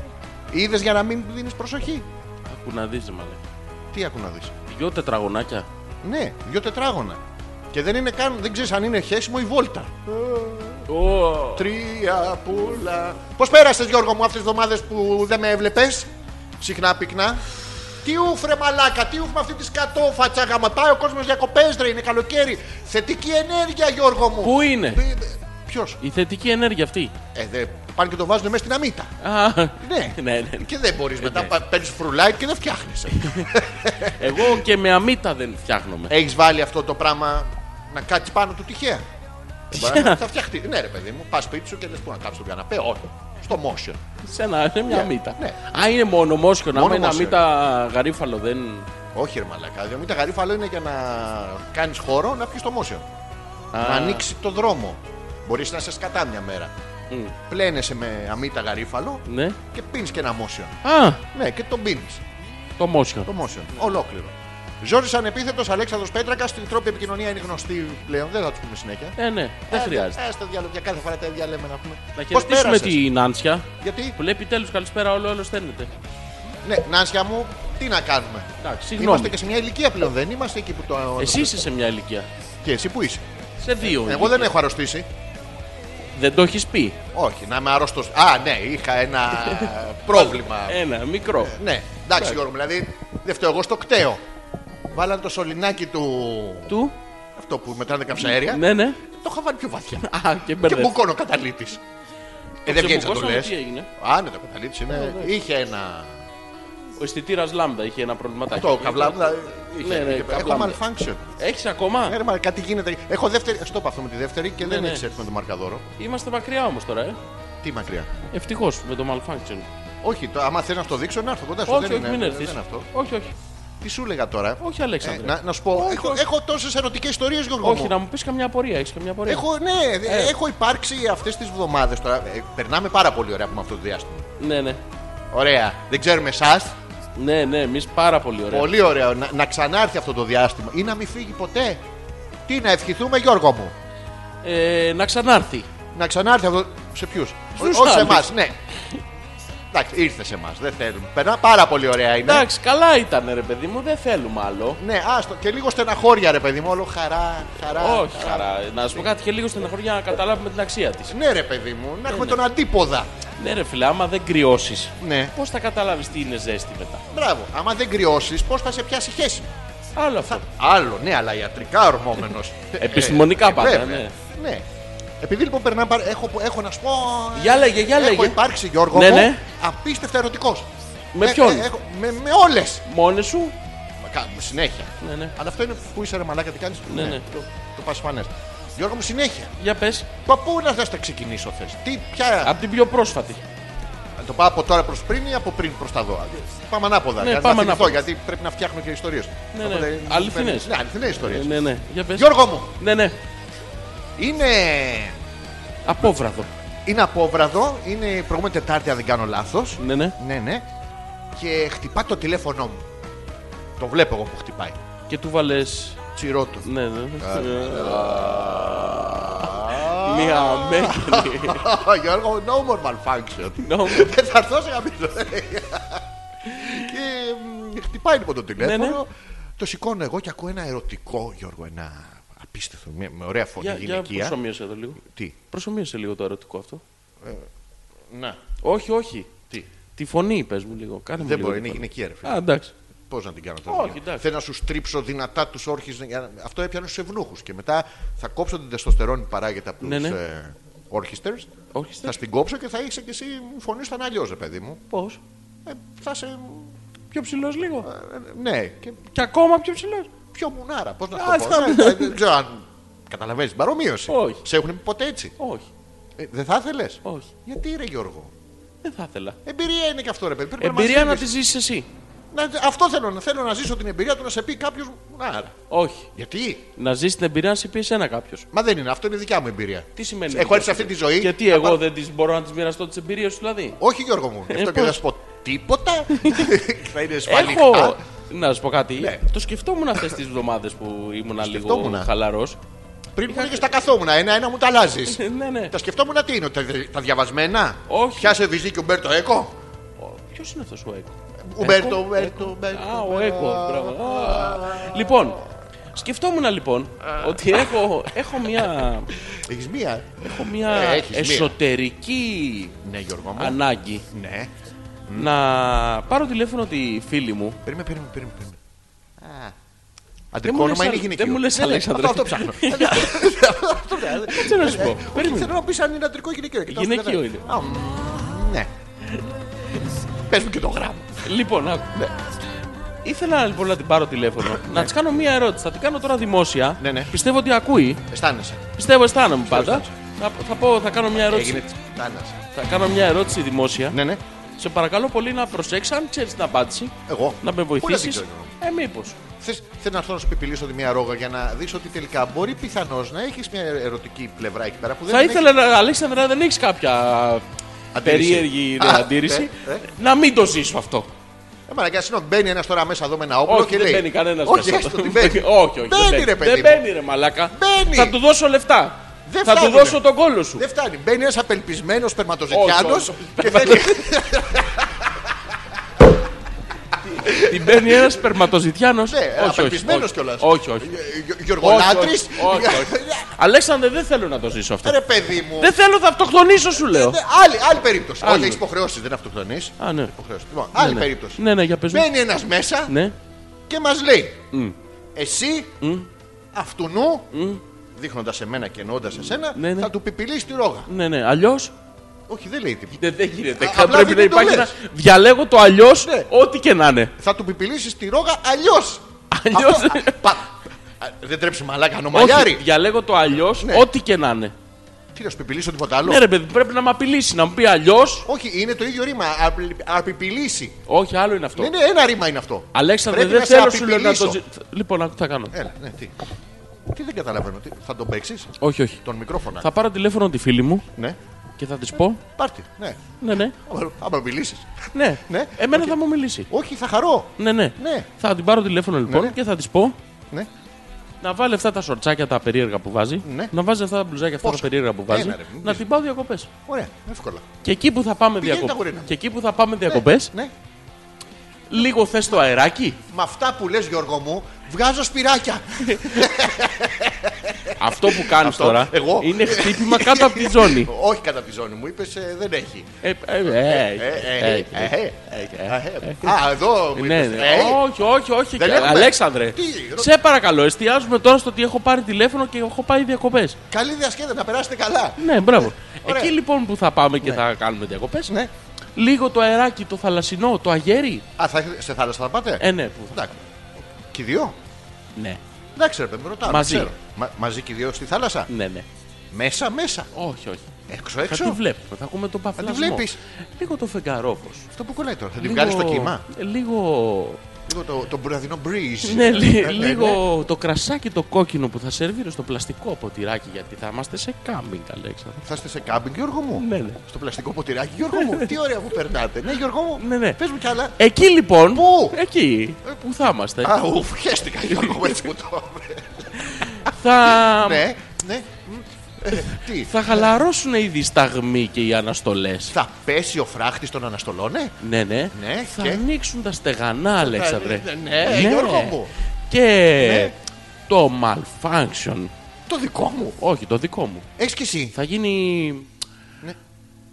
είδες για να μην δίνεις προσοχή. Ακού να δεις, μαλέ. Τι άκου να δεις. Δυο τετραγωνάκια. Ναι, δύο τετράγωνα. Και δεν είναι καν, δεν ξέρεις αν είναι χέσιμο ή βόλτα. Ω, Τρία πουλά. Πώς πέρασες, Γιώργο μου, αυτές τις εβδομάδες που δεν με έβλεπες. Συχνά πυκνά. Τι ούφ ρε μαλάκα, τι ούφ με αυτή τη σκατόφατσα γάμα. Πάει ο κόσμος διακοπέ, ρε, είναι καλοκαίρι. Θετική ενέργεια, Γιώργο μου. Πού είναι Ποιος. η θετική ενέργεια αυτή. Ε, δε, πάνε και το βάζουν μέσα στην αμύτα. Α, *laughs* Ναι. ναι, ναι. Και δεν μπορείς μετά, ναι. πα- παίρνεις φρουλάιτ και δεν φτιάχνει. Εγώ και με αμύτα δεν φτιάχνομαι. Έχεις βάλει αυτό το πράγμα να κάτσεις πάνω του τυχαία. Μπορεί, θα φτιαχτεί. Ναι, ρε παιδί μου, πας σπίτι σου και λες που να κάψει τον καναπέ. Όχι. Στο motion. Σε ένα, σε μια αμύτα. ναι. Α, είναι μόνο μόσχιο. Να Μόνο με ένα μόσχιο. αμύτα γαρίφαλο δεν. Όχι, ρε μαλακά. Διότι τα γαρίφαλο είναι για να κάνεις χώρο να πιεις το motion. Να ανοίξει το δρόμο. Μπορείς να σε σκατά μια μέρα. Μμ. Πλένεσαι με αμύτα γαρίφαλο Ναι. και πίνεις και ένα motion. Α, Ναι, και τον πίνεις. το μόσχιο. Το motion. Ναι. Ολόκληρο. Ζόρι ανεπίθετος Αλέξανδρος Πέτρακας. Στην τρόπη επικοινωνία είναι γνωστή πλέον. Δεν θα τους πούμε συνέχεια. Ε, ναι, δεν χρειάζεται. Α τα διάλογια, κάθε φορά τα ίδια λέμε να πούμε. Να ε, Πώς χαιρετήσουμε πέρασες? την Άντσια Γιατί, που λέει επιτέλους καλησπέρα όλο, όλος στέλνετε. ναι, Νάσια μου, τι να κάνουμε. Εντάξει, Είμαστε συγγνώμη. και σε μια ηλικία πλέον, δεν είμαστε εκεί που το. Εσύ είσαι σε μια ηλικία. Και εσύ που είσαι. Σε δύο. Ε, Εγώ δεν ηλικίες. έχω αρρωστήσει. Δεν το έχεις πει. Όχι, να είμαι αρρώστο. Α, ναι, είχα *laughs* ένα πρόβλημα. Ένα μικρό. ναι, ε. εντάξει, Γιώργο, μου, δηλαδή δεν φταίω εγώ στο κταίο. Βάλαν το σωληνάκι του. Του. Αυτό που μετράνε τα καυσαέρια. Ναι, ναι. Το είχα βάλει πιο βαθιά. Α, και Ε. και μπερδεύτηκα. μπουκώνω καταλήτης. Ε, δεν βγαίνει να το Ξεμπουκώσαμε, λες. Τι έγινε. Ε, Α, ναι, το καταλήτης είναι. Είχε ένα. Ο αισθητήρας λάμδα είχε ένα προβληματάκι. Το καβλάμδα. Ναι, ναι, ε, Έχω καβλάμδα. malfunction. Έχεις ακόμα. Ναι, ρε, μα κάτι γίνεται. Έχω δεύτερη. Ας το είπα αυτό με τη δεύτερη και δεν ναι. έχει έρθει με το μαρκαδόρο. Είμαστε μακριά όμως τώρα, ε. Τι μακριά. Ευτυχώς με το malfunction. Όχι, το, άμα θες να στο δείξω, να έρθω κοντά σου. όχι, δεν όχι, είναι, μην δεν έρθει. είναι αυτό. Ε, Όχι, όχι. Τι σου έλεγα τώρα. Όχι, Αλέξανδρε. να, να σου πω, έχω, όχι. έχω τόσες ερωτικές ιστορίες, Γιώργο. Όχι, μου. να μου πεις καμιά απορία. Έχεις καμιά απορία. Έχω, ναι, δε- Ε. έχω υπάρξει αυτές τις εβδομάδες τώρα. Ε, περνάμε πάρα πολύ ωραία που με αυτό το διάστημα. Ναι, ναι. Ωραία. Δεν ξέρουμε εσάς. Ναι, ναι, εμείς πάρα πολύ ωραία. Πολύ ωραίο. Να, να ξανάρθει αυτό το διάστημα ή να μην φύγει ποτέ. Τι να ευχηθούμε, Γιώργο μου. Ε, να ξανάρθει. Να ξανάρθει αυτό. Σε ποιους. Στους Όχι σε άλλους. εμάς, ναι. Εντάξει, ήρθε σε εμάς. Δεν θέλουμε. Περνά πάρα πολύ ωραία είναι. Εντάξει, καλά ήταν ρε παιδί μου, δεν θέλουμε άλλο. Ναι, άστο. Και λίγο στεναχώρια, ρε παιδί μου. Όλο χαρά, χαρά. Όχι, χαρά. Να σου πω κάτι και λίγο στεναχωριά να καταλάβουμε την αξία της. Ναι, ρε παιδί μου, να Ε, έχουμε τον αντίποδα. Ναι, ρε φίλε, άμα δεν κρυώσεις, Ναι. πώς θα καταλάβεις τι είναι ζέστη μετά. Μπράβο. Άμα δεν κρυώσεις, πώς θα σε πιάσει χέση. Άλλο αυτό. Άλλο, ναι, αλλά ιατρικά ορμόμενος. *laughs* Επιστημονικά πάντα, ναι. ναι. Επειδή λοιπόν περνάμε, πάρα- έχω, έχω να σου πω. Για λέγε, για Έχω λέγε. υπάρξει Γιώργο Ναι, μου, ναι. απίστευτα ερωτικός. Με ποιον? με με όλες. Μόνη σου. Συνέχεια. Ναι, ναι. Αλλά αυτό είναι που είσαι ρε μαλάκα, τι κάνεις. Ναι, ναι. Το, το πασφανέ. Γιώργο μου, συνέχεια. Για πες. Πα πού να θες να ξεκινήσω θες. Τι, ποια. Από την πιο πρόσφατη. Να το πάω από τώρα προς πριν ή από πριν προς τα δω. Πάμε ανάποδα. Ναι, για να πάμε θυμηθώ, ανάποδα. Γιατί πρέπει να φτιάχνω και ιστορίες. Ναι, ναι. Αληθινές. Ναι, αληθινές ιστορίες. Ε, ναι, ναι. Για πες. Γιώργο μου, Ναι, ναι. είναι, Απόβραδο. είναι απόβραδο. Είναι προηγούμενη Τετάρτη, αν δεν κάνω λάθος. Ναι, ναι. Ναι, ναι. και χτυπά το τηλέφωνό μου. Το βλέπω εγώ που χτυπάει. Και του βάλες. Τσιρό του. Ναι, ναι. Μια *laughs* *laughs* μέγεθη. Γιώργο, no more malfunction. Νόμο. Δεν θα έρθω σε γαμίζω. και μ, χτυπάει λοιπόν το τηλέφωνο. Ναι, ναι. Το σηκώνω εγώ και ακούω ένα ερωτικό, Γιώργο, ένα απίστευτο, μια, με ωραία φωνή Για, για γυναικεία. προσωμείωσε το λίγο. Τι, Προσωμείωσε λίγο το ερωτικό αυτό. να, Όχι, όχι. τι. Τη φωνή πες μου λίγο. Κάνε μου λοιπόν. Δεν μπορεί, λίγο τη είναι φωνή. γυναικεία ρε φίλε. Α, εντάξει. Πώς να την κάνω Όχι, τώρα. εντάξει. Θέλω να σου στρίψω δυνατά τους όρχες. Αυτό έπιανε στους ευνούχους. Και μετά θα κόψω την τεστοστερόνη που παράγεται από τους Ναι, ναι. όρχιστερ. Όχι, Θα στην κόψω και θα έχεις και εσύ φωνή σαν αλλιώ, ρε παιδί μου. πώς. Ε, θα σε. Πιο ψηλός λίγο. ε, ναι, και Και ακόμα πιο ψηλός. πιο μουνάρα. Πώς να Α, το πω. θα- ναι, θα- Δεν ξέρω αν καταλαβαίνεις την παρομοίωση. Όχι. Σε έχουν πει ποτέ έτσι. Όχι, Ε, δεν θα ήθελες. όχι. Γιατί ρε Γιώργο. Δεν θα ήθελα. Εμπειρία είναι και αυτό, ρε παιδί. Πρέπει μας Εμπειρία να τη στείλεις. ζήσεις εσύ. Να- Αυτό θέλω, να- θέλω να ζήσω την εμπειρία του να σε πει κάποιος. Μουνάρα. Όχι. Γιατί. Να ζήσεις την εμπειρία να σε πει εσένα κάποιος. Μα δεν είναι, αυτό είναι δικιά μου εμπειρία. Τι σημαίνει Έχω δικιά έρθει σε σου αυτή τη ζωή. Γιατί να εγώ πάρω- δεν τις μπορώ να τις μοιραστώ τις εμπειρίες σου, δηλαδή. Όχι, Γιώργο μου, γι' αυτό και πώς? δεν σου πω *laughs* τίποτα. Θα είναι σφαλικά. Έχω. Να σου πω κάτι. Ναι. Το σκεφτόμουν αυτές τις εβδομάδες που ήμουν λίγο σκεφτόμουν. χαλαρός. Πριν που και στα καθόμουν, ένα-ένα μου τα *laughs* αλλάζεις. ναι, ναι. τα σκεφτόμουν τι είναι, τα, τα διαβασμένα. Όχι. Πιάσε βυζί και Ουμπέρτο Έκο. Ποιος είναι αυτός ο Έκο. Ουμπέρτο, Ουμπέρτο, Ουμπέρτο. Α, ο Έκο. μπράβο. Α. Λοιπόν, σκεφτόμουν λοιπόν ότι έχω, έχω μια, Έχεις μία. ε. έχω μια Ε, έχεις μία. εσωτερική Ναι, Γιώργο μου. ανάγκη Ναι. να πάρω τηλέφωνο τη φίλη μου. Περίμενε, περίμενε, περίμενε. περίμενε. Α. Δεν Αντρικό μου λες, όνομα είναι Αλε- γυναικείο. δεν μου λες, Ναι, ναι, Αλέξανδρε. Αυτό αυτό *laughs* ψάχνω. Αυτό ψάχνω. Ξέρω να σου πω. Όχι, Περίμενε. Θέλω να πεις αν είναι αντρικό ή γυναικείο. Κοιτάω στο Γυναικείο καθένα. Α, μ, Ναι. Πες μου και το γράμμα. Λοιπόν, άκου. Ήθελα λοιπόν να την πάρω τηλέφωνο. να της κάνω μία ερώτηση. Θα την κάνω τώρα δημόσια. Ναι, ναι. Πιστεύω ότι ακούει. Αισθάνεσαι. Πιστεύω, αισθάνομαι πάντα. Θα, θα, πω, θα κάνω μια ερώτηση. Έγινε Αισθάνεσαι. Θα κάνω μια ερώτηση δημόσια. Ναι, ναι. Σε παρακαλώ πολύ να προσέξεις αν ξέρεις την απάντηση. Εγώ. Να με Πού την βοηθήσει. ξέρω εγώ. Ε, μήπως. Θες, θες να έρθω να σου επιπηλήσω τη μία ρόγα για να δεις ότι τελικά μπορεί πιθανώς να έχεις μια ερωτική πλευρά εκεί πέρα που δεν Θα την ήθελα, να, Αλέξανδρα, αν δεν έχεις κάποια Αντίρρηση. περίεργη ναι, Α, αντίρρηση, ε, ε. να μην το ζήσω αυτό. Ε, μαλακιά, συγγνώμη, μπαίνει ένας τώρα μέσα εδώ με ένα όπλο Όχι, και δεν λέει. μπαίνει κανένας Όχι, μέσα. έστω ότι μπαίνει. *laughs* όχι, όχι. δεν Μπαίνει, ρε παιδί. Δεν μου. μπαίνει, ρε μαλάκα. Μπαίνει. Θα του δώσω λεφτά. Δεν θα του φτάνουνε. δώσω τον κόλο σου. Δεν φτάνει. Μπαίνει ένας απελπισμένος σπερματοζητιάνο Όχι, όχι. και *laughs* θέλει. Την παίρνει ένας σπερματοζητιάνο. Ναι, Ε, απελπισμένο κιόλας. Όχι, όχι. Γεωργολάτρης. Όχι, όχι, όχι. *laughs* Αλέξανδρε, δεν θέλω να το ζήσω αυτό. Ε, Ρε παιδί μου. Δεν θέλω, θα αυτοκτονήσω, σου λέω. Ναι, Άλλη, άλλη περίπτωση. Άλλο. Όχι, έχεις υποχρεώσεις, δεν αυτοκτονείς. Α, ναι. Λοιπόν, άλλη Ναι, ναι. περίπτωση. Ναι, ναι, για πες μου. Μπαίνει ένας μέσα Ναι. και μας λέει. Εσύ αυτού νου, δείχνοντας εμένα και εννοώντας εσένα, Ναι, ναι. θα του πιπηλήσει τη ρόγα. Ναι, ναι, αλλιώς. Όχι, δεν λέει τίποτα. Δεν, δεν γίνεται. Α, Ε, απλά πρέπει μην να το υπάρχει ένα. λες. Διαλέγω το αλλιώς, Ναι. ό,τι και να είναι. Θα του πιπηλήσεις τη ρόγα αλλιώς. Αλλιώς. Δεν τρέψει μαλάκα, Όχι, νομαλιάρι. διαλέγω το αλλιώς, Ναι. ό,τι και να είναι. Τι να σου πιπηλήσω τίποτα άλλο. Ναι, ρε παιδί, πρέπει να με απειλήσει, να μου πει αλλιώς. Όχι, είναι το ίδιο ρήμα. Απ- Απειλήσει. Όχι, άλλο είναι αυτό. Ναι, ναι, ένα ρήμα είναι αυτό. Αλέξανδρε, Πρέπει δεν να σε θέλω σου λέω να απειλήσω. το ζη- Λοιπόν, άκου τι θα κάνω. Έλα, ναι, τι. Τι δεν καταλαβαίνω, τι, θα τον παίξεις, Όχι, όχι. τον μικρόφωνα. Θα πάρω τηλέφωνο τη φίλη μου Ναι, και θα της πω. πάρτι, ναι. Ναι, ναι. Άμα- Άμα μιλήσεις. Ναι, Ναι, εμένα οκ. θα μου μιλήσει. Όχι, θα χαρώ. Ναι, ναι. Ναι. Θα την πάρω τηλέφωνο λοιπόν Ναι, ναι. και θα της πω Ναι. να βάλει αυτά τα σορτσάκια τα περίεργα που βάζει. Ναι. Να βάζει αυτά τα μπλουζάκια αυτά Πόσο? τα περίεργα που βάζει. Ένα, ρε, μην να πεις. την πάω διακοπές. Ωραία, εύκολα. Και εκεί που θα πάμε Πηγαίνει τα Ναι. διακοπέ. γουρίνα. Και εκεί που θα πάμε διακοπές, Ναι. λίγο θες το αεράκι. Με αυτά που λες Γιώργο μου, βγάζω *laughs* σπυράκια. Αυτό που κάνεις Αυτό, τώρα εγώ. είναι χτύπημα κάτω από τη ζώνη. Όχι κατά τη ζώνη μου, είπες δεν έχει. Ε, ε, ε, Ε, ε, ε, ε, ε, ε, ε, ε. Α, εδώ μου Ναι, είπες, ναι. ε, Όχι, όχι, όχι. Δεν κα- έχουμε. Αλέξανδρε, Τι, ρω- σε παρακαλώ, εστιάζουμε τώρα στο ότι έχω πάρει τηλέφωνο και έχω πάει διακοπές. Καλή διασκέδα, να περάσετε καλά. Ναι, μπράβο. Ωραία. Εκεί λοιπόν που θα πάμε και θα κάνουμε διακοπές, Ναι. λίγο το αεράκι, το θαλασσινό, το αγέρι. Α, θα, σε θάλασσα θα πάτε. Ε, ναι, που θα. Εντάξει. Και οι δύο. Ναι, Εντάξει, ρε παιδί μου, ρωτάω. Μαζί. δεν ξέρω. Μα- μαζί και οι δύο στη θάλασσα. ναι, ναι. Μέσα, μέσα. Όχι, όχι. Έξω, Θα έξω. τη βλέπουμε, θα ακούμε τον παφλασμό. βλέπεις. Λίγο το φεγγαρόβο. Αυτό που κολλάει τώρα. Θα την βγάλεις στο κύμα. Λίγο Λίγο το, το βραδινό breeze. Ναι, λι- Ε, λίγο το κρασάκι το κόκκινο που θα σερβίρω στο πλαστικό ποτηράκι γιατί θα είμαστε σε κάμπινγκ, Αλέξανδρο. Θα είστε σε κάμπινγκ, Γιώργο μου. Ναι, ναι. Στο πλαστικό ποτηράκι, Γιώργο μου. Τι ωραία που περνάτε. Ναι, Γιώργο μου. Ναι, ναι. Πες μου κι άλλα. Εκεί λοιπόν. Πού? Εκεί ε, που θα είμαστε. Α, ουφ, χαίστηκα, Γιώργο μου, έτσι που το είπε. Θα, Ναι, ναι. Ε, Τι. θα χαλαρώσουν οι δισταγμοί και οι αναστολές. Θα πέσει ο φράχτης των αναστολών, ε. Ναι, ναι. Ναι, θα και? ανοίξουν τα στεγανά, Αλέξανδρε. ναι, ναι, Γιώργο μου. Και Ναι. το malfunction. Το δικό μου. Όχι, το δικό μου. Έχεις κι εσύ. Θα γίνει Ναι.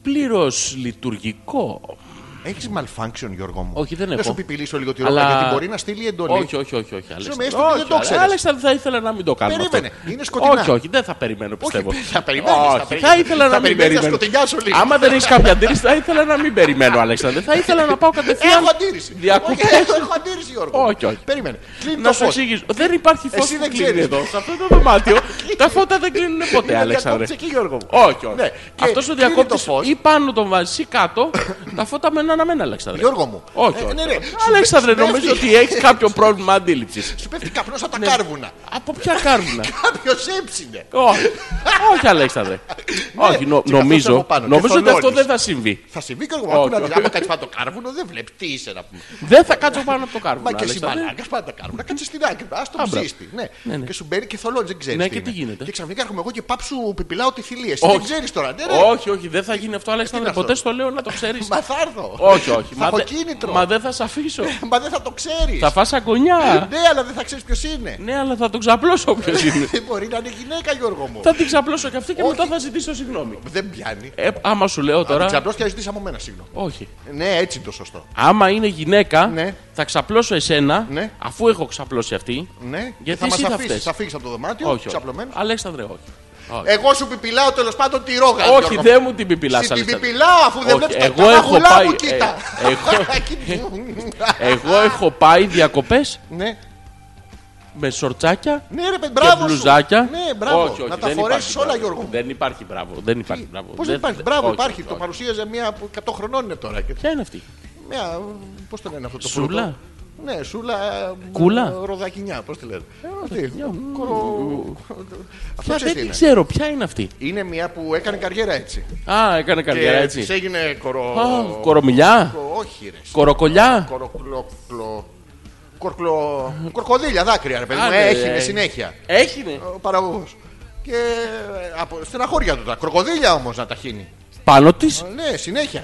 πλήρως λειτουργικό. Έχεις malfunction, Γιώργο μου. Όχι, δεν Να έχω. σου πιπηλήσω λίγο τη ρόμπα, Αλλά- γιατί μπορεί να στείλει εντολή. Όχι, όχι, όχι, όχι. Αλέξανδρε. έστω ότι δεν Όχι, το αλλά- ξέρες. Αλέξανδρε, θα ήθελα να μην το κάνω. Περίμενε, αυτό. είναι σκοτεινά. Όχι, όχι, δεν θα περιμένω, πιστεύω. Όχι, θα περιμένεις, θα Όχι, περιμένεις. θα ήθελα Θα να μην περιμένεις να περιμένω. σκοτεινιάσω λίγο. Άμα δεν έχεις κάποια αντίρρηση, θα ήθελα να μην περιμένω, Αλέξανδρε. Θα ήθελα να πάω κατευθείαν. Ε, Έχω αντίρρηση. Διακοπές. Όχι, Έχω έχω αντίρρηση, Γιώργο. μου. Όχι, όχι. Περίμενε. Κλείνει Να το σου φως. εξηγήσω. Δεν υπάρχει φως Εσύ που δεν κλείνει ξέρεις. εδώ. Σε αυτό το *laughs* δωμάτιο τα φώτα δεν κλείνουν ποτέ, Είναι Αλέξανδρε. διακόπτης εκεί, Γιώργο μου. Όχι, όχι. Ναι. Και Αυτός ο κλείνει διακόπτη το φως. ή πάνω τον βάζει ή κάτω, τα φώτα μένουν αναμένα, Αλέξανδρε. Γιώργο μου. Όχι, Ε, όχι. ναι, ναι. Αλέξανδρε, Συμπέφτει. νομίζω ότι έχει κάποιο πρόβλημα *laughs* αντίληψης. Σου πέφτει καπνός Ναι. από τα κάρβουνα. *laughs* Από ποια κάρβουνα. Κάποιος έψινε. Όχι, όχι Αλέξανδρε. Ναι, Όχι, νο- και καθώς από νομίζω, πάνω και νομίζω ότι αυτό θολώνεις. δεν θα συμβεί. Θα συμβεί και εγώ. Όχι, Ακούω να δεις, όχι. Άμα κάτσεις πάνω το κάρβουνο, δεν βλέπεις τι είσαι να πούμε. Δεν θα κάτσω πάνω από το κάρβουνα. Μα και εσύ Αλέξανδρε. μαλάκα πάντα κάνουμε. Να κάτσε στην άκρη. Ας τον Α, μπράβο. ψήστη. Ναι. ναι. Και σου μπαίνει και θολώνεις, δεν ξέρεις. Ναι, και τι γίνεται. Και ξαφνικά έρχομαι εγώ και πάψου πιπιλάω τη θηλία. Εσύ Όχι. δεν ξέρεις τώρα. Ναι, ρε. Όχι, όχι, δεν θα γίνει αυτό, Αλέξανδρε. αυτό? Ποτέ στο λέω να το ξέρεις. Μα θα έρθω. Όχι, όχι. Θα Μα, έχω δε- κίνητρο. μα δεν θα σε αφήσω. Μα δεν θα το ξέρεις. θα φας αγκονιά. Ναι, αλλά δεν θα ξέρεις ποιος είναι. ναι, αλλά θα τον ξαπλώσω όποιο είναι. Δεν μπορεί να είναι γυναίκα, Γιώργο μου. θα την ξαπλώσω και αυτή και Ναι. Όχι. μετά θα ζητήσω συγγνώμη. Δεν πιάνει. Ε, άμα σου λέω Τώρα... τώρα. Ξαπλώ και να ζητήσει από μένα, συγγνώμη. Όχι. Ναι, έτσι είναι το σωστό. Άμα είναι γυναίκα, Ναι. θα ξαπλώσω εσένα, Ναι. αφού έχω ξαπλώσει αυτή. Ναι, και Γιατί θα εσύ μας θα αφήσεις. φταίς. Θα φύγεις από το δωμάτιο, όχι. όχι. ξαπλωμένος. Αλέξανδρε, όχι. όχι. Εγώ σου πιπιλάω τέλος πάντων τη ρόγα. Όχι, Γιώργο. δεν μου την πιπηλάς, Συ- Την Αλέξανδρε. πιπιλάω αφού δεν Όχι, βλέπεις τα εγώ έχω καβαγουλά μου, πάει, κοίτα. ε, *laughs* εγώ. Εγώ έχω πάει διακοπές ναι. με σορτσάκια Ναι, ρε παιδί, μπράβο. και σου. μπλουζάκια. Ναι, μπράβο. Όχι, όχι, να τα δεν φορέσεις υπάρχει όλα, μπράβο. Γιώργο. μου. Δεν υπάρχει μπράβο. Δεν υπάρχει μπράβο. Πώς δεν υπάρχει, μπράβο, όχι, υπάρχει. όχι, το όχι. παρουσίαζε μία από 100 χρονών είναι τώρα. Και- Ποια είναι αυτή. Μία, πώς το λένε αυτό το Σούλα? φρούτο? Ναι, σούλα. μ, Κούλα? Ε, Ροδακινιά, πώς τη λένε. Αυτή. μ. Κορο- Αυτό Ποια ξέρεις τι δεν την είναι. ξέρω, ποια είναι αυτή. Είναι μία που έκανε καριέρα έτσι. Α, έκανε καριέρα Και έτσι. της έγινε κορο. Α, κορομιλιά, κορο- Όχι, ρε. κοροκολιά. Κοροκλοκλο. Κορκλο... Κορκοδίλια, δάκρυα, ρε παιδί μου. Άντε, Έχει ε. συνέχεια. Έχινε. Ο παραγωγός. Και ε, από στεναχώρια του τα. Κροκοδίλια όμως να τα χύνει. Πάνω της. Ε, Ναι, συνέχεια.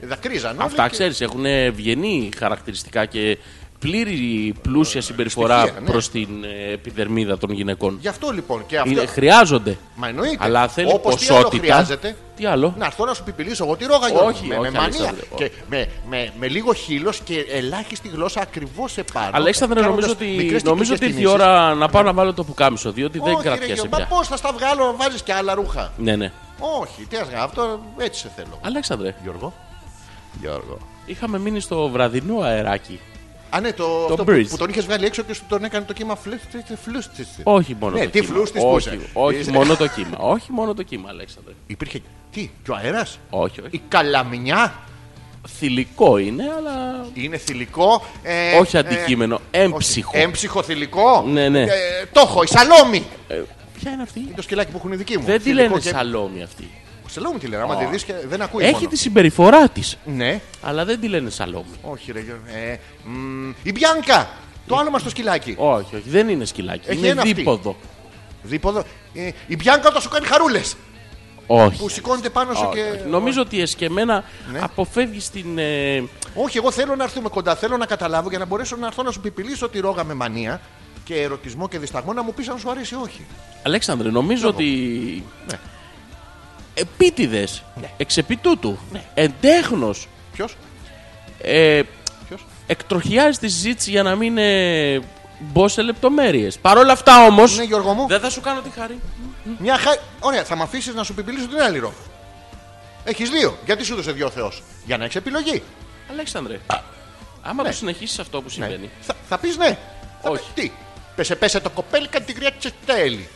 Ε, Δακρύζαν. όλοι Αυτά και- ξέρεις, έχουν ευγενή χαρακτηριστικά και πλήρη πλούσια συμπεριφορά στοιχεία, ναι. προς την ε, επιδερμίδα των γυναικών. Γι' αυτό λοιπόν και αυτό. Είναι- Χρειάζονται. Μα εννοείται. Αλλά θέλει Όπως τι άλλο ποσότητα. χρειάζεται. Τι άλλο. Να έρθω να σου πιπηλήσω εγώ τη ρόγα Γιώργο. Όχι, με, όχι, με μανία. Αλέξανδρε, Και όχι. με, με, με λίγο χείλος και ελάχιστη γλώσσα ακριβώς επάνω. Αλέξανδρε, κάνοντας νομίζω ότι, μικρές νομίζω ότι τυπικές ήρθε η κινήσεις. ώρα να πάω να βάλω το πουκάμισο, διότι δεν Όχι, ρε, Γιώργο, κρατιέσαι Μα πια. πώς θα στα βγάλω, βάζεις και άλλα ρούχα. Ναι, ναι. Όχι, τι ας κάνω, αυτό έτσι σε θέλω. Αλέξανδρε, Γιώργο. Γιώργο. είχαμε μείνει στο βραδινό αεράκι. Α, ναι, το, αυτό που, bridge. που τον είχες βγάλει έξω και σου τον έκανε το κύμα φλούστισε. φλούστισε. Όχι μόνο ναι, το τι κύμα. φλούστης που όχι, είσαι. όχι Είσαι- μόνο το κύμα. Όχι μόνο το κύμα, Αλέξανδρε. Υπήρχε. Τι, και ο αέρας. Όχι, Η όχι. καλαμιά Θηλυκό είναι, αλλά. είναι θηλυκό. ε, όχι ε, αντικείμενο, έμψυχο. όχι. Έμψυχο θηλυκό. Ναι, ναι. Ε, το έχω, η σαλόμη. Είναι Ε, ποια είναι αυτή. το σκυλάκι που έχουν οι δικοί μου. Δεν τη Θηλυκό λένε και- σαλόμη αυτή. Σαλόμη τη λένε, άμα τη δεις και δεν ακούει. Έχει μόνο. τη συμπεριφορά της, Ναι, αλλά δεν τη λένε σαλόμη. όχι, ρε. Γιώργο. Ε, μ, η Μπιάνκα. Ε. Το άλλο μας το σκυλάκι. Όχι, όχι, δεν είναι σκυλάκι. Έχει είναι ένα αυτή. δίποδο. Δίποδο. Ε, η Μπιάνκα όταν σου κάνει χαρούλες Όχι. Που σηκώνεται πάνω σου όχι, και. όχι. Νομίζω ότι εσκεμένα Ναι. αποφεύγεις την. ε, Όχι, εγώ θέλω να έρθουμε κοντά. Θέλω να καταλάβω για να μπορέσω να έρθω να σου πιπηλήσω τη ρόγα με μανία και ερωτισμό και δισταγμό να μου πεις αν σου αρέσει ή όχι. Αλέξανδρε, νομίζω Μπράβο. ότι. Ναι. Επίτηδες. Ναι. Εξ επί τούτου. Εντέχνο. Ποιος, Ε, ποιος. εκτροχιάζει τη συζήτηση για να μην ε, μπω σε λεπτομέρειες. Παρ' όλα αυτά όμως. Ναι, Γιώργο μου, Δεν θα σου κάνω τη χάρη. μια χα... Ωραία, θα με αφήσεις να σου πιπηλήσω την άλλη ρόγα. Έχεις δύο. Γιατί σου έδωσε δύο ο Θεός. Για να έχεις επιλογή. Αλέξανδρε, άμα Ναι. το συνεχίσεις αυτό που συμβαίνει. Θα, θα πεις ναι. Θα Όχι. πεις τι. Πέσε, πέσε το κοπέλι κατά τη γριά τσετέλη.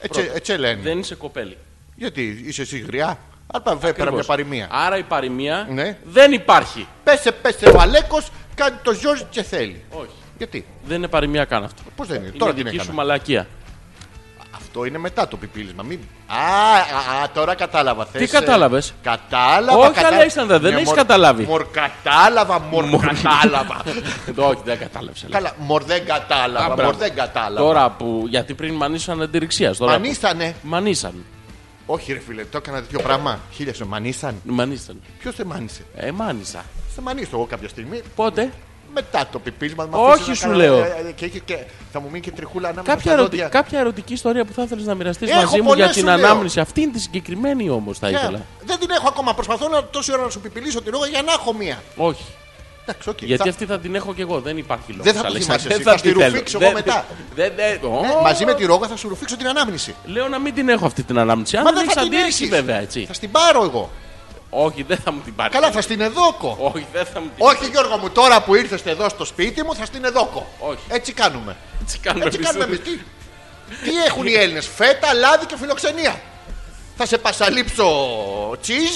Έτσι, έτσι λένε. Δεν είσαι κοπέλη. Γιατί είσαι εσύ γριά. Αλλά πάμε πέρα μια Ακριβώς. παροιμία. Άρα η παροιμία Ναι. δεν υπάρχει. Πέσε, πέσε, βαλέκο, Κάνει το Γιώργη και θέλει. Όχι. Γιατί, Δεν είναι παροιμία καν αυτό. πώς δεν είναι, Είναι Ε, τώρα την δική έκανα. σου μαλακία. Αυτό είναι μετά το πιπίλισμα. Μην... Α, α, α, τώρα κατάλαβα. Θες, ε, κατάλαβες? Κατάλαβα. Ναι, Όχι, Αλέξανδρε, δεν έχεις μορ- καταλάβει. Μορ κατάλαβα, μορ Μορ- κατάλαβα. *laughs* Όχι, δεν κατάλαβες. Καλά, μορ δεν Α, κατάλαβα, μπράβο. μορ δεν κατάλαβα. Τώρα που. Γιατί πριν μανίσαν αντιρρηξίας. Τώρα... που- Μανίσανε. Μανίσαν. Όχι, ρε φίλε, το έκανα τέτοιο πράγμα. Χίλια σε μανίσαν. Μανίσαν. Ποιος σε μάνισε. Ε, μάνισα. Σε μανίσω εγώ κάποια στιγμή. Πότε. Μετά το πιπίλισμα. με Όχι, αφήσεις να σου κάνω- λέω. ε, ε, Και, είχε και, θα μου μείνει και τριχούλα ανάμεσα Κάποια, στα ερωτι... δόντια. κάποια ερωτική ιστορία που θα ήθελες να μοιραστείς Έχω μαζί μου πολλές, για σου την λέω. ανάμνηση. Αυτή είναι τη συγκεκριμένη όμως θα Ναι, ήθελα. Δεν την έχω ακόμα. Προσπαθώ να τόση ώρα να σου πιπιλίσω την ρόγα για να έχω μία. Όχι. Εντάξει, οκ. Γιατί θα- αυτή θα την έχω και εγώ. Δεν υπάρχει λόγος. Δεν θα τη θυμάσαι εσύ, θα τη ρουφήξω εγώ μετά. Ναι, μαζί με τη ρόγα θα σου ρουφήξω την ανάμνηση. Λέω να μην την έχω αυτή την ανάμνηση. Αν Μα δεν δεν έχεις θα την αντίρρηση, έχεις. βέβαια έτσι. Θα στην πάρω εγώ. Όχι, δεν θα μου την πάρεις. Καλά, θα στην εδώκω. Όχι, δεν θα μου την Όχι, Γιώργο μου, τώρα που ήρθες εδώ στο σπίτι μου, θα στην εδώκω. Όχι. Έτσι κάνουμε. Έτσι κάνουμε Έτσι εμείς. κάνουμε εμείς. Ε, Τι, τι έχουν οι Έλληνες, φέτα, λάδι και φιλοξενία. Θα σε πασαλείψω τσιζ,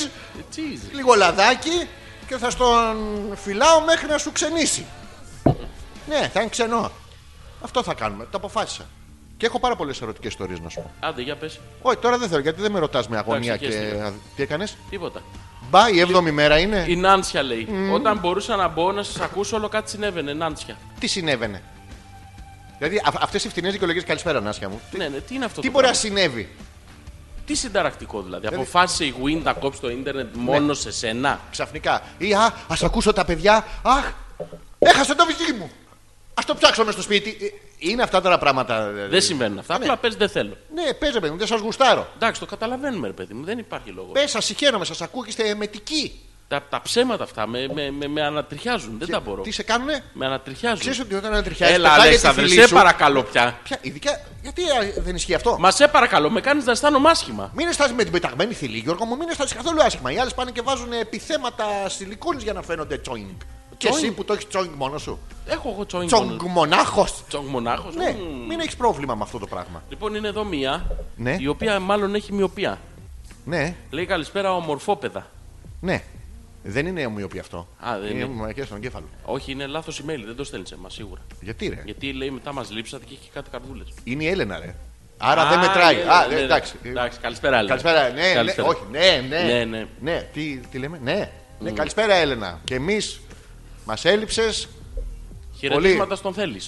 Τσίζ. λίγο λαδάκι και θα στον φυλάω μέχρι να σου ξενήσει. Ναι, θα είναι ξενό. Αυτό θα κάνουμε. Το αποφάσισα. Και έχω πάρα πολλές ερωτικές ιστορίες να σου πω. Άντε, για πες. Όχι, τώρα δεν θέλω γιατί δεν με ρωτάς με αγωνία Εντάξει, ναι. και. χαίρεστε. Τι έκανες. Τίποτα. Μπα, η έβδομη μέρα είναι. Η Νάνσια λέει. Όταν μπορούσα να μπω να σας ακούσω, όλο κάτι συνέβαινε. Νάνσια. Τι συνέβαινε. Δηλαδή αυτές οι φθηνέ δικαιολογίες καλησπέρα, Νάσια μου. Ναι, ναι, τι είναι αυτό Τι το μπορεί να πράγμα? συνέβη. Τι συνταρακτικό δηλαδή. Αποφάσισε η Win να κόψει το ίντερνετ Ναι. μόνο σε σένα. ξαφνικά. Ή α, ας ακούσω τα παιδιά. Αχ, έχασα το βυζί μου. Ας το ψάξω μες στο σπίτι. Ε, Είναι αυτά τώρα πράγματα. Δεν συμβαίνουν αυτά. Ναι. Απλά πες δεν θέλω. Ναι, πες ρε παιδί μου, δεν σας γουστάρω. Εντάξει, το καταλαβαίνουμε, ρε παιδί μου. Δεν υπάρχει λόγος. Πες, σας συγχαίρομαι, σας ακούω και είστε εμετικοί. Τα, τα ψέματα αυτά με, με, με, με ανατριχιάζουν. Δεν τα μπορώ. Τι σε κάνουνε. Με ανατριχιάζουν. Ξέρεις ότι όταν ανατριχιάζει. Έλα, Αλέξανδρε, σε παρακαλώ πια. Ποια, ειδικά, γιατί α, δεν ισχύει αυτό. Μα σε παρακαλώ, με κάνεις να αισθάνομαι άσχημα. Μην αισθάνεσαι με την πεταγμένη θηλή, Γιώργο μου, μην αισθάνεσαι καθόλου άσχημα. Οι άλλες πάνε και βάζουν επιθέματα σιλικόνη για να φαίνονται τσόινγκ. Και εσύ Τσόινγκ. που το έχεις τσόινγκ μόνος σου. Έχω εγώ τσόινγκ. Τσόινγκ μόνο- μονάχος. Τσόινγκ μονάχος. Ναι, μην έχεις πρόβλημα με αυτό το πράγμα. Λοιπόν, είναι εδώ μία Ναι. η οποία μάλλον έχει μοιοπία. Ναι, Λέει καλησπέρα, ομορφόπεδα. Ναι. Δεν είναι ομοιοπή αυτό. Α, δεν είναι. είναι. μοναχές στον εγκέφαλο. Όχι, είναι λάθος email, δεν το στέλνεις σε εμάς σίγουρα. Γιατί ρε. Γιατί λέει μετά μας λείψατε και έχει κάτι καρδούλες. Είναι η Έλενα, ρε. Άρα δεν μετράει. Α, ναι, εντάξει. Εντάξει, καλησπέρα, Έλενα. Καλησπέρα, ναι, ναι, Καλησπέρα. όχι, ναι, ναι. Ναι, ναι. Mm. Τι, τι λέμε, ναι. ναι. Καλησπέρα, Έλενα. Και εμείς μας έλειψες. Χαιρετίσματα Πολύ. στον θέλεις.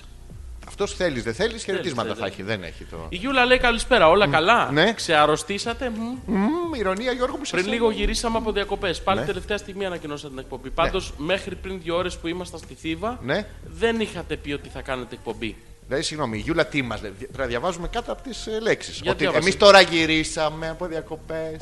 Αυτό θέλει, δεν θέλεις, χαιρετίσματα θέλεις, θα έχει. Δεν έχει το. Η Γιούλα λέει καλησπέρα, όλα καλά. Ναι. Ξεαρρωστήσατε. μμ. Μμμ, ηρωνία, Γιώργο μου, σε Πριν θέλω. λίγο γυρίσαμε από διακοπές. Πάλι Ναι. τελευταία στιγμή ανακοινώσατε την εκπομπή. Πάντως, Πάντω, μέχρι πριν δύο ώρες που ήμασταν στη Θήβα, Ναι. δεν είχατε πει ότι θα κάνετε εκπομπή. Δηλαδή, συγγνώμη, η Γιούλα τι μας λέει. Πρέπει να διαβάζουμε κάτω από τις λέξεις. Για Ότι διάβασε. εμείς τώρα γυρίσαμε από διακοπές.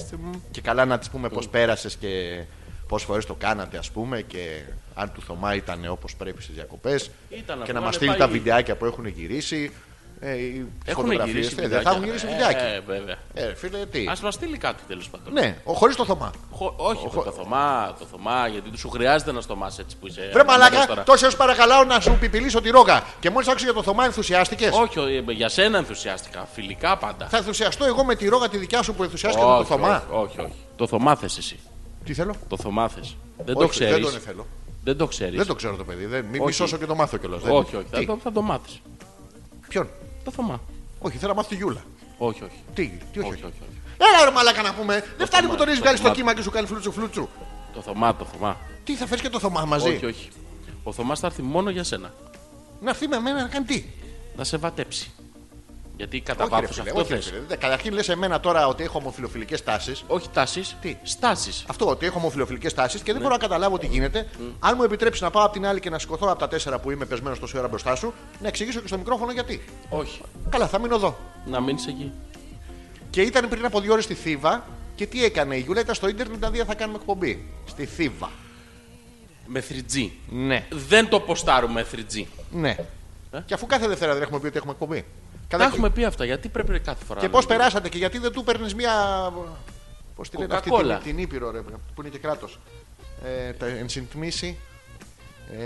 Και καλά να της πούμε πώ πέρασες και πόσες φορές το κάνατε, ας πούμε. Και αν του Θωμά ήταν όπως πρέπει στις διακοπές. Ήταν Και να αυτό, μας είναι στείλει πάει. τα βιντεάκια που έχουν γυρίσει. Ε, οι Έχουν φωτογραφίες, γυρίσει ε, Δεν θα έχουν γυρίσει βιντεάκι. Ε, βέβαια. Ε, ρε φίλε, τι. Ας μας στείλει κάτι τέλος πάντων. Ναι, χωρίς το Θωμά. Χω- όχι, με το Θωμά, το Θωμά, γιατί σου χρειάζεται να στομάς έτσι που είσαι. Βρε αναμένοντας μαλάκα, Ε, ναι, τώρα. τόσο έως παρακαλάω να σου πιπηλήσω τη ρόγα. Και μόλις άκουσα για το Θωμά, ενθουσιάστηκες. Όχι, ε, για σένα ενθουσιάστηκα. Φιλικά πάντα. Θα ενθουσιαστώ εγώ με τη ρόγα τη δικιά σου που ενθουσιάστηκε με όχι, το Θωμά. όχι, όχι, όχι. Το Θωμά θες εσύ. Τι θέλω. Το Θωμά θες. Δεν το Όχι, ξέρει. Δεν τον θέλω. Δεν το ξέρεις. Δεν το ξέρω το παιδί. Δεν... Μην Όχι. μισώσω και το μάθω κιόλας. Όχι, όχι. Θα το, θα το μάθεις. Ποιον. Το Θωμά. Όχι, θέλω να μάθω τη Γιούλα. Όχι, όχι. Τι, τι όχι. όχι, όχι, όχι. Έλα ρε μαλάκα να πούμε. δεν φτάνει που Θωμά, τον έχει το βγάλεις στο Θωμά. κύμα και σου κάνει φλούτσου φλούτσου. Το Θωμά, το Θωμά. Τι θα φέρεις και το Θωμά μαζί. Όχι, όχι. Ο Θωμάς θα έρθει μόνο για σένα. Να έρθει με μένα να κάνει τι. Να σε βατέψει. Γιατί κατά Όχι, ρε βάθος φίλε, αυτό όχι, ρε θες. φίλε. Δεν- Καταρχήν λες εμένα τώρα ότι έχω ομοφιλοφιλικές τάσεις. Όχι τάσεις. Τι? Στάσεις. Αυτό ότι έχω ομοφιλοφιλικές τάσεις και δεν Ναι. μπορώ να καταλάβω τι γίνεται. Mm. Αν μου επιτρέψεις να πάω από την άλλη και να σηκωθώ από τα τέσσερα που είμαι πεσμένος τόση ώρα μπροστά σου, να εξηγήσω και στο μικρόφωνο γιατί. Όχι. Καλά, θα μείνω εδώ. Να μείνεις εκεί. Και ήταν πριν από δύο ώρες στη Θήβα και τι έκανε η Γιούλα, ήταν στο ίντερνετ να δει αν θα κάνουμε εκπομπή. Στη Θήβα. Με 3G. Ναι. Δεν το ποστάρουμε 3G. Ναι. Ε? Και αφού κάθε Δευτέρα δεν έχουμε πει ότι έχουμε εκπομπή. Τα Κατά έχουμε πει αυτά. Γιατί πρέπει κάθε φορά. Και να πώς λέμε. περάσατε και γιατί δεν του παίρνεις μία. Πώς τη λένε αυτή την, Coca-Cola. την Ήπειρο, ρε, που είναι και κράτος. Ε, τα εν συντμήσει. Ε,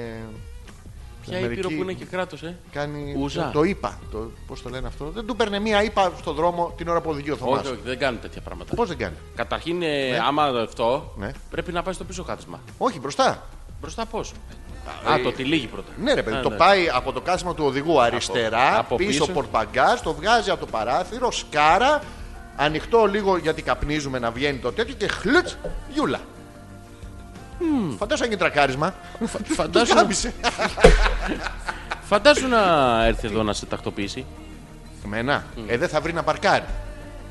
Ποια Αμερική ήπειρο που είναι και κράτος, ε. Κάνει Ούζα. το είπα. Το, πώς το λένε αυτό. Δεν του παίρνει μία είπα στον δρόμο την ώρα που οδηγεί ο Θωμάς. Όχι, όχι, δεν κάνουν τέτοια πράγματα. Πώς δεν κάνει. Καταρχήν, ε, άμα αυτό, Ναι. πρέπει να πάει στο πίσω κάθισμα. Όχι, μπροστά. Μπροστά πώς. Α, το τυλίγει πρώτα. Ε, Ναι, ρε παιδί, Α, το ναι. πάει από το κάσμα του οδηγού αριστερά, από πίσω, πίσω. πορτμπαγκάζ, το βγάζει από το παράθυρο, σκάρα, ανοιχτό λίγο γιατί καπνίζουμε να βγαίνει το τέτοιο και χλουτ, γιούλα. Mm. Φαντάσου αν είναι τρακάρισμα. *laughs* Φαντάσου, Κάμπησε. φαντάσου να έρθει εδώ να σε τακτοποιήσει. Εμένα, ε, δεν θα βρει να παρκάρει.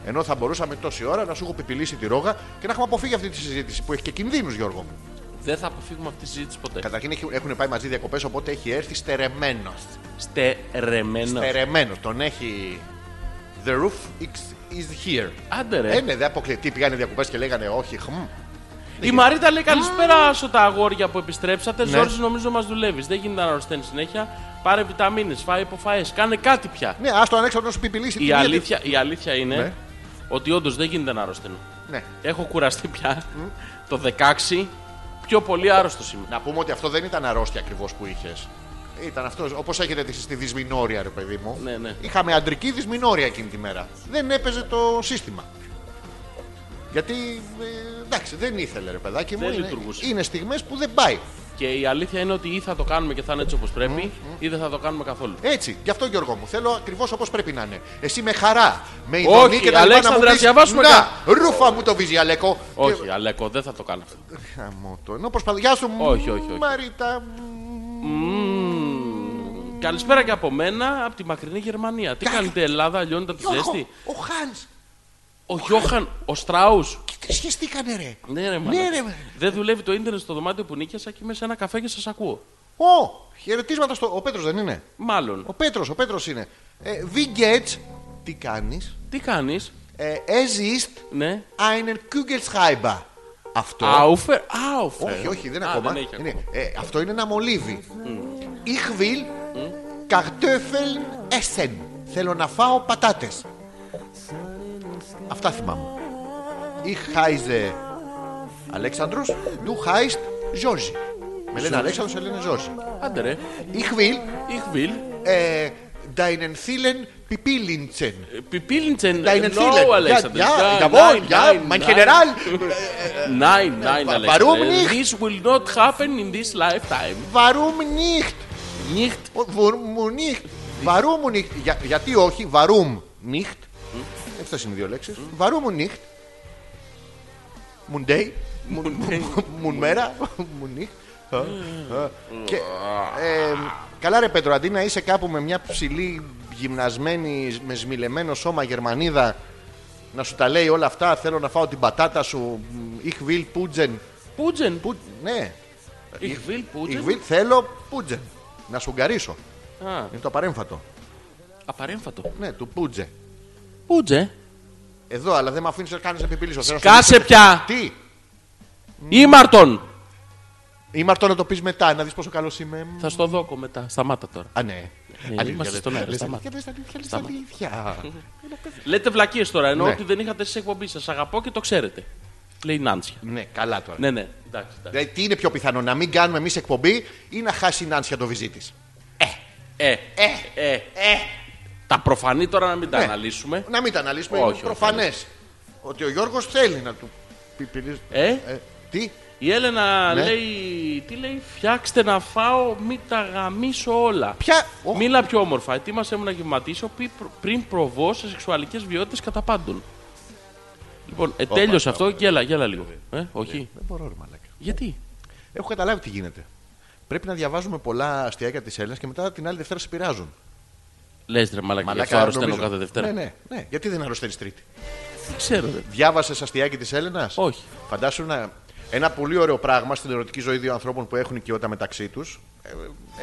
Ενώ θα μπορούσαμε τόση ώρα να σου έχω πιπιλήσει τη ρόγα και να έχουμε αποφύγει αυτή τη συζήτηση που έχει και κινδύνους, Γιώργο μου. Δεν θα αποφύγουμε αυτή τη συζήτηση ποτέ. Καταρχήν έχουν πάει μαζί διακοπές, οπότε έχει έρθει στερεμένος. Στερεμένος. Στερεμένος. Τον έχει. The roof is- is here. Άντε ρε. Ε, ναι, δεν αποκλειστεί. Πήγανε διακοπές και λέγανε όχι. Χμ. Η Μαρίτα λέει καλησπέρα άσο τα αγόρια που επιστρέψατε. ε, Ναι. Ναι. νομίζω μας δουλεύεις. Δεν γίνεται να αρρωσταίνεις συνέχεια. Πάρε βιταμίνες, φάει υποφαίε. Κάνε κάτι πια. Ναι, άστο ανέξω να σου πιπιλήσει Η την ίδια τη- αλήθεια, η αλήθεια είναι Ναι. ότι όντως δεν γίνεται να αρρωσταίνω. Ναι. Έχω κουραστεί πια. Το 16 πιο πολύ άρρωστος είμαι. Να πούμε ότι αυτό δεν ήταν αρρώστια ακριβώς που είχες. Ήταν αυτό, όπως έχετε τη- στη δυσμηνόρια, ρε παιδί μου. Ναι, ναι. Είχαμε αντρική δυσμηνόρια εκείνη τη μέρα. Δεν έπαιζε το σύστημα. Γιατί ε, εντάξει, δεν ήθελε, ρε παιδάκι μου. Δεν είναι λειτουργούσε. είναι στιγμές που δεν πάει. Και η αλήθεια είναι ότι ή θα το κάνουμε και θα είναι έτσι όπως πρέπει, ή δεν θα το κάνουμε καθόλου. Έτσι, γι' αυτό Γιώργο μου. Θέλω ακριβώς όπως πρέπει να είναι. Εσύ με χαρά, με Όχι, ειδονή και τα λοιπά να μου Αλέξανδρα, πεις, διαβάσουμε Να, κα- ρούφα μου το βυζιαλέκο. Όχι, Αλέκο, δεν θα το κάνω αυτό. Χαμό το. Ενώ προσπαθώ. Γεια σου, Όχι, όχι, όχι. Μαρίτα. Μμμ. Καλησπέρα και από μένα, από τη μακρινή Γερμανία. Τι Κα- κάνετε, Ελλάδα, λιώνετε από τη Γιώργο, ζέστη. ο Χάν. Ο Γιώχαν, ο Στράους. Τι σχεστήκανε, ρε. Ναι, ρε, Ναι, μάνα. ρε. μα. Δεν δουλεύει το ίντερνετ στο δωμάτιο που νίκιασα και είμαι σε ένα καφέ και σας ακούω. Ω, χαιρετίσματα στο. Ο Πέτρος δεν είναι. Μάλλον. Ο Πέτρος, ο Πέτρος είναι. Ε, wie geht's? Τι κάνεις. Τι κάνεις, Ε, es ist ναι. einen Kugelschreiber. Αυτό. Άουφερ, άουφερ. Όχι, όχι, δεν Ε. Α, ακόμα. έχει ακόμα. Mm. Είναι- ε, αυτό είναι ένα μολύβι. Ich will Kartoffeln essen. Θέλω να φάω πατάτες. Αυτά θυμάμαι. Ich heiße Αλέξανδρος, du heißt Ζόρζι. Με λένε Αλέξανδρος, σε λένε Ζόρζι. Άντε ρε. Ich will Ich will. ε, deinen Thielen Pipilinchen. Πipilingen. Deinen No, Thielen. Alexander. Ja, ja, Nein, jawohl, nein, ja, nein, mein nein. General. *laughs* Nein, nein, Wa- Alexander. warum nicht? This will not happen in this lifetime. Warum nicht? Nicht. Βουρμου νύχτ. Βαρούμου νύχτ. Για- γιατί όχι, βαρούμ νύχτ. Αυτέ είναι οι δύο λέξεις. Βαρούμου νύχτ. Μουντέι. Μουν μέρα. Μουν νύχτ. Α, α. Και, ε, Καλά ρε Πέτρο, αντί να είσαι κάπου με μια ψηλή γυμνασμένη με σμιλεμένο σώμα Γερμανίδα να σου τα λέει όλα αυτά, θέλω να φάω την πατάτα σου, ich will Putzen. Πούτζεν. Που- Ναι, Ich will ich Πούτζεν. will, θέλω Putzen. Να σου γκαρίσω. Α, Είναι το απαρέμφατο. απαρέμφατο. Ναι, του Πούτζε. Πούτζε. Εδώ, αλλά δεν με αφήνεις να κάνεις επιπίληση. Θέλω να σου Κάσε δείξω- πια. Τι! Ήμαρτον. Είμαι αυτό να το πεις μετά, να δεις πόσο καλός είμαι. Θα στο δώκω μετά. Σταμάτα τώρα. Α, ναι. είμαστε στον αέρα, Λες σταμάτα. αλήθεια, λες αλήθεια, λες Σταμάτα. αλήθεια. Λέτε βλακίες τώρα, ενώ Ναι. ότι δεν είχατε στι εκπομπή σας. Αγαπώ και το ξέρετε. Λέει η Νάντσια. Ναι, καλά τώρα. Ναι, ναι, εντάξει. εντάξει. Δηλαδή, τι είναι πιο πιθανό, να μην κάνουμε εμείς εκπομπή ή να χάσει η Νάνσια το βυζί της. Ε, ε, ε, ε. Τα προφανή τώρα να μην τα Ναι. αναλύσουμε. Να μην τα αναλύσουμε, Όχι, είναι όχι, προφανές. Ότι ο Γιώργος θέλει να του πει. πει- Ε, Ε, τι, η Έλενα Ναι. λέει, τι λέει, φτιάξτε να φάω, μην τα γαμίσω όλα. ποια. Ω, Μίλα πιο όμορφα, ετοίμασέ μου να γευματίσω πι- προ- πριν προβώ σε σεξουαλικές βιότητες κατά πάντων. Λοιπόν, ε, τέλειωσε αυτό, γέλα, γέλα λίγο. Ε, όχι. Δεν μπορώ, ρε μαλάκα. Γιατί. Έχω καταλάβει τι γίνεται. Πρέπει να διαβάζουμε πολλά αστιακά τη Έλληνα και μετά την άλλη Δευτέρα σε πειράζουν. Λες ρε μαλάκα, γι' αυτό Μαλάκα, αρρωσταίνω νομίζω. κάθε Δευτέρα. Ναι, ναι, ναι. Γιατί δεν αρρωσταίνεις Τρίτη. Δεν ξέρω, ρε. Διάβασε αστιάκι της Έλενας. Όχι. Φαντάσου να. Ένα πολύ ωραίο πράγμα στην ερωτική ζωή δύο ανθρώπων που έχουν οικειότητα μεταξύ τους.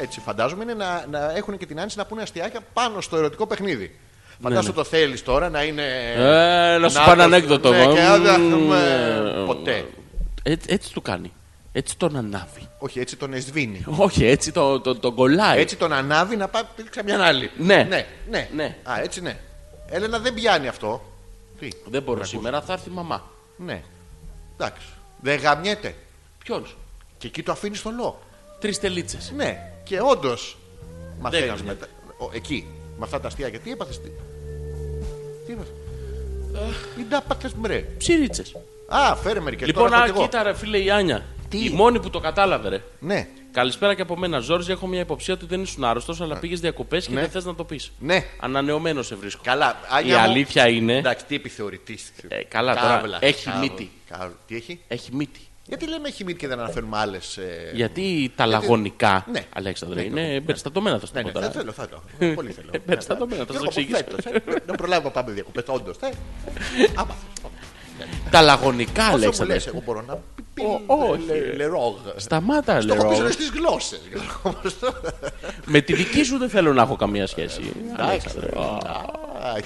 έτσι φαντάζομαι είναι να, να έχουν και την άνεση να πούνε αστιάκια πάνω στο ερωτικό παιχνίδι. Φαντάσου το θέλεις τώρα να είναι. Ναι, Ε, να σου πάνε το- ανέκδοτο. Ναι, και, άντε, Μμμ, ε, ποτέ. Έτσι, έτσι του κάνει. Έτσι τον ανάβει. Όχι, έτσι τον εσβήνει. Όχι, έτσι τον το, το κολλάει. Έτσι τον ανάβει να πάει πήξα μια άλλη. Ναι. ναι, ναι. Ναι. Α, έτσι ναι. Έλενα δεν πιάνει αυτό. Τι. Δεν μπορώ σήμερα, θα έρθει η μαμά. Ναι. Εντάξει. Δεν γαμιέται. Ποιον. Και εκεί το αφήνεις στο λό. Τρεις τελίτσες. Ναι. Και όντως. Μαθαίνεις γαμιέται. μετά. Ο, εκεί. Με αυτά τα αστεία. Και τι έπαθες. Τι, τι έπαθες. Τι ντάπατε μπρε. Ψηρίτσε. Α, φέρε μερικές Λοιπόν, τώρα α, θα κι εγώ. κοίτα, ρε φίλε η Άνια. Τι? Η μόνη που το κατάλαβε, ρε. Ναι. Καλησπέρα και από μένα, Ζόρζι. Έχω μια υποψία ότι δεν ήσουν άρρωστος, αλλά πήγες διακοπές και Ναι. δεν θες να το πεις. Ναι. Ανανεωμένος σε βρίσκω. Καλά. Η Άνια μου- αλήθεια είναι. Εντάξει, τι επιθεωρητής. Ε, καλά, τώρα. Έχει μύτη. Τι έχει. Έχει μύτη. Γιατί λέμε έχει μύτη και δεν αναφέρουμε ε, άλλε. Γιατί τα λαγωνικά, Ναι. Αλέξανδρε, Ναι, είναι περιστατωμένα θα σου Ναι, ναι, πω τώρα. δεν θέλω, θα *laughs* το. Πολύ θέλω. Ε, πες τα δεδομένα, θα σας Γιώργο, εξηγήσω. φέτος, ε, Να προλάβω να πάμε διακοπές, όντως. *laughs* Άμα Τα λαγωνικά, Όσο μου Αλέξανδρε. λες, ε. εγώ μπορώ να πι- πι- Ω, όχι. λε- λερόγ. Σταμάτα, Το έχω πει λέω. στις γλώσσες. Με τη δική σου δεν θέλω να έχω καμία σχέση. Ε, Αλέξανδρε. Α,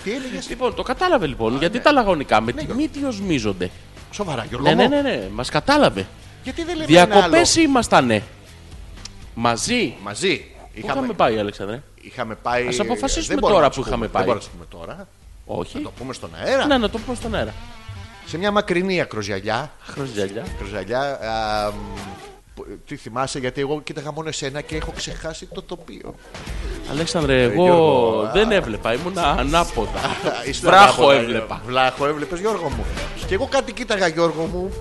Τι έλεγες, Λοιπόν, το κατάλαβε λοιπόν. ναι. Γιατί τα λαγωνικά με τη Γιώργο. μύτη οσμίζονται. σοβαρά Γιώργο Ναι, ναι, μου. ναι, ναι. Μας κατάλαβε. Γιατί δεν λέμε ένα άλλο. Διακοπέ ήμασταν. ε. Μαζί. Μαζί. Πού είχαμε πάει, Αλέξανδρε. είχαμε πάει- Ας αποφασίσουμε δεν μπορώ τώρα να το που πούμε, είχαμε πάει. Δεν μπορώ να το πούμε τώρα. Να Όχι. το πούμε στον αέρα. Ναι, να το πούμε στον αέρα. Σε μια μακρινή ακροζιαλιά. Χρωστιαλιά. Ακροζιαλιά. α, μ, που- Τι θυμάσαι, γιατί εγώ κοίταγα μόνο εσένα και έχω ξεχάσει το τοπίο. Αλέξανδρε, εγώ Ε, Γιώργο, δεν έβλεπα. Ήμουν *laughs* ανάποδα. Ήσουν Βράχο ανάποδα, έβλεπα. Γιώργο. Βράχο έβλεπες, Γιώργο μου. Και εγώ κάτι κοίταγα, Γιώργο μου.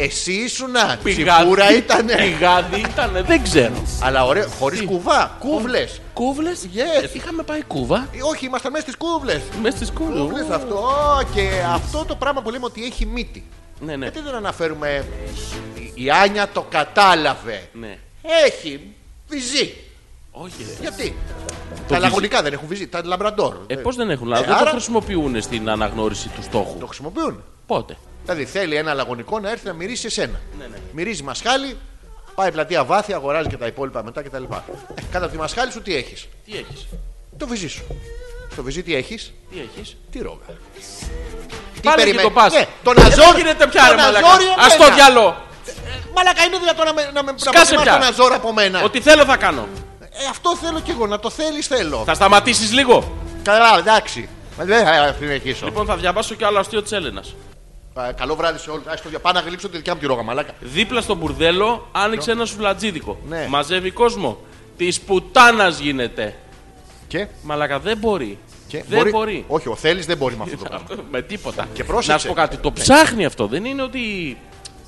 Εσύ ήσουνα. Πηγάδι. Τσιπούρα ήταν. Πηγάδι ήταν, δεν ξέρω. Αλλά ωραίο, χωρίς Τι. κουβά. Κούβλες. Κούβλες. Yes. Είχαμε πάει κούβα. Όχι, ήμασταν μέσα στις κούβλες. Μέσα στις κούβλε. Κούβλες αυτό. Και αυτό το πράγμα που λέμε ότι έχει μύτη. Ναι, ναι. Γιατί δεν αναφέρουμε. Η- Η Άνια το κατάλαβε. Ναι. Έχει βυζί. Όχι, ρε. Γιατί. βυζί. τα λαγωνικά δεν έχουν βυζί. Τα λαμπραντόρ. Ε, Δεν- πώς δεν έχουν Ε, λάδι, δεν το άρα- χρησιμοποιούν στην αναγνώριση του στόχου. Το χρησιμοποιούν. Πότε. Δηλαδή θέλει ένα λαγωνικό να έρθει να μυρίσει εσένα. Μυρίζει μασχάλη, πάει πλατεία βάθη, αγοράζει και τα υπόλοιπα μετά κτλ. Ε, Κάτω από τη μασχάλη σου τι έχεις. Τι έχεις. Το βυζί σου. Στο βυζί τι έχεις. Τι έχεις. Τη ρόγα. Τι Πάλι εκεί το πας. Ναι, τον Δεν Αζόρ. γίνεται πια ρε τον μαλακά. Αζόρ ή Ας το εμένα. διαλό. Μαλακά είναι δυνατόν να με, να με να Σκάσε προτιμάς πια. τον Αζόρ από μένα. Ό,τι θέλω θα κάνω. Ε, αυτό θέλω κι εγώ, να το θέλεις θέλω. Θα σταματήσεις λίγο. Καλά, εντάξει. Μα Δεν θα συνεχίσω. Λοιπόν, θα διαβάσω και άλλο αστείο της Έλενας. Ε, Καλό βράδυ σε όλους. Άστο για πάνω να γλύψω τη δικιά μου τη ρόγα, μαλάκα. Δίπλα στο μπουρδέλο άνοιξε ένα σουβλατζίδικο. Ναι. Μαζεύει κόσμο. Της πουτάνας γίνεται. Και, Μαλακα δεν μπορεί. και δεν μπορεί. Όχι, ο θέλεις δεν μπορεί με *laughs* αυτό το πράγμα. Με τίποτα. Και πρόσεξε. Ναι. Να σου πω κάτι. Το ψάχνει αυτό. Δεν είναι ότι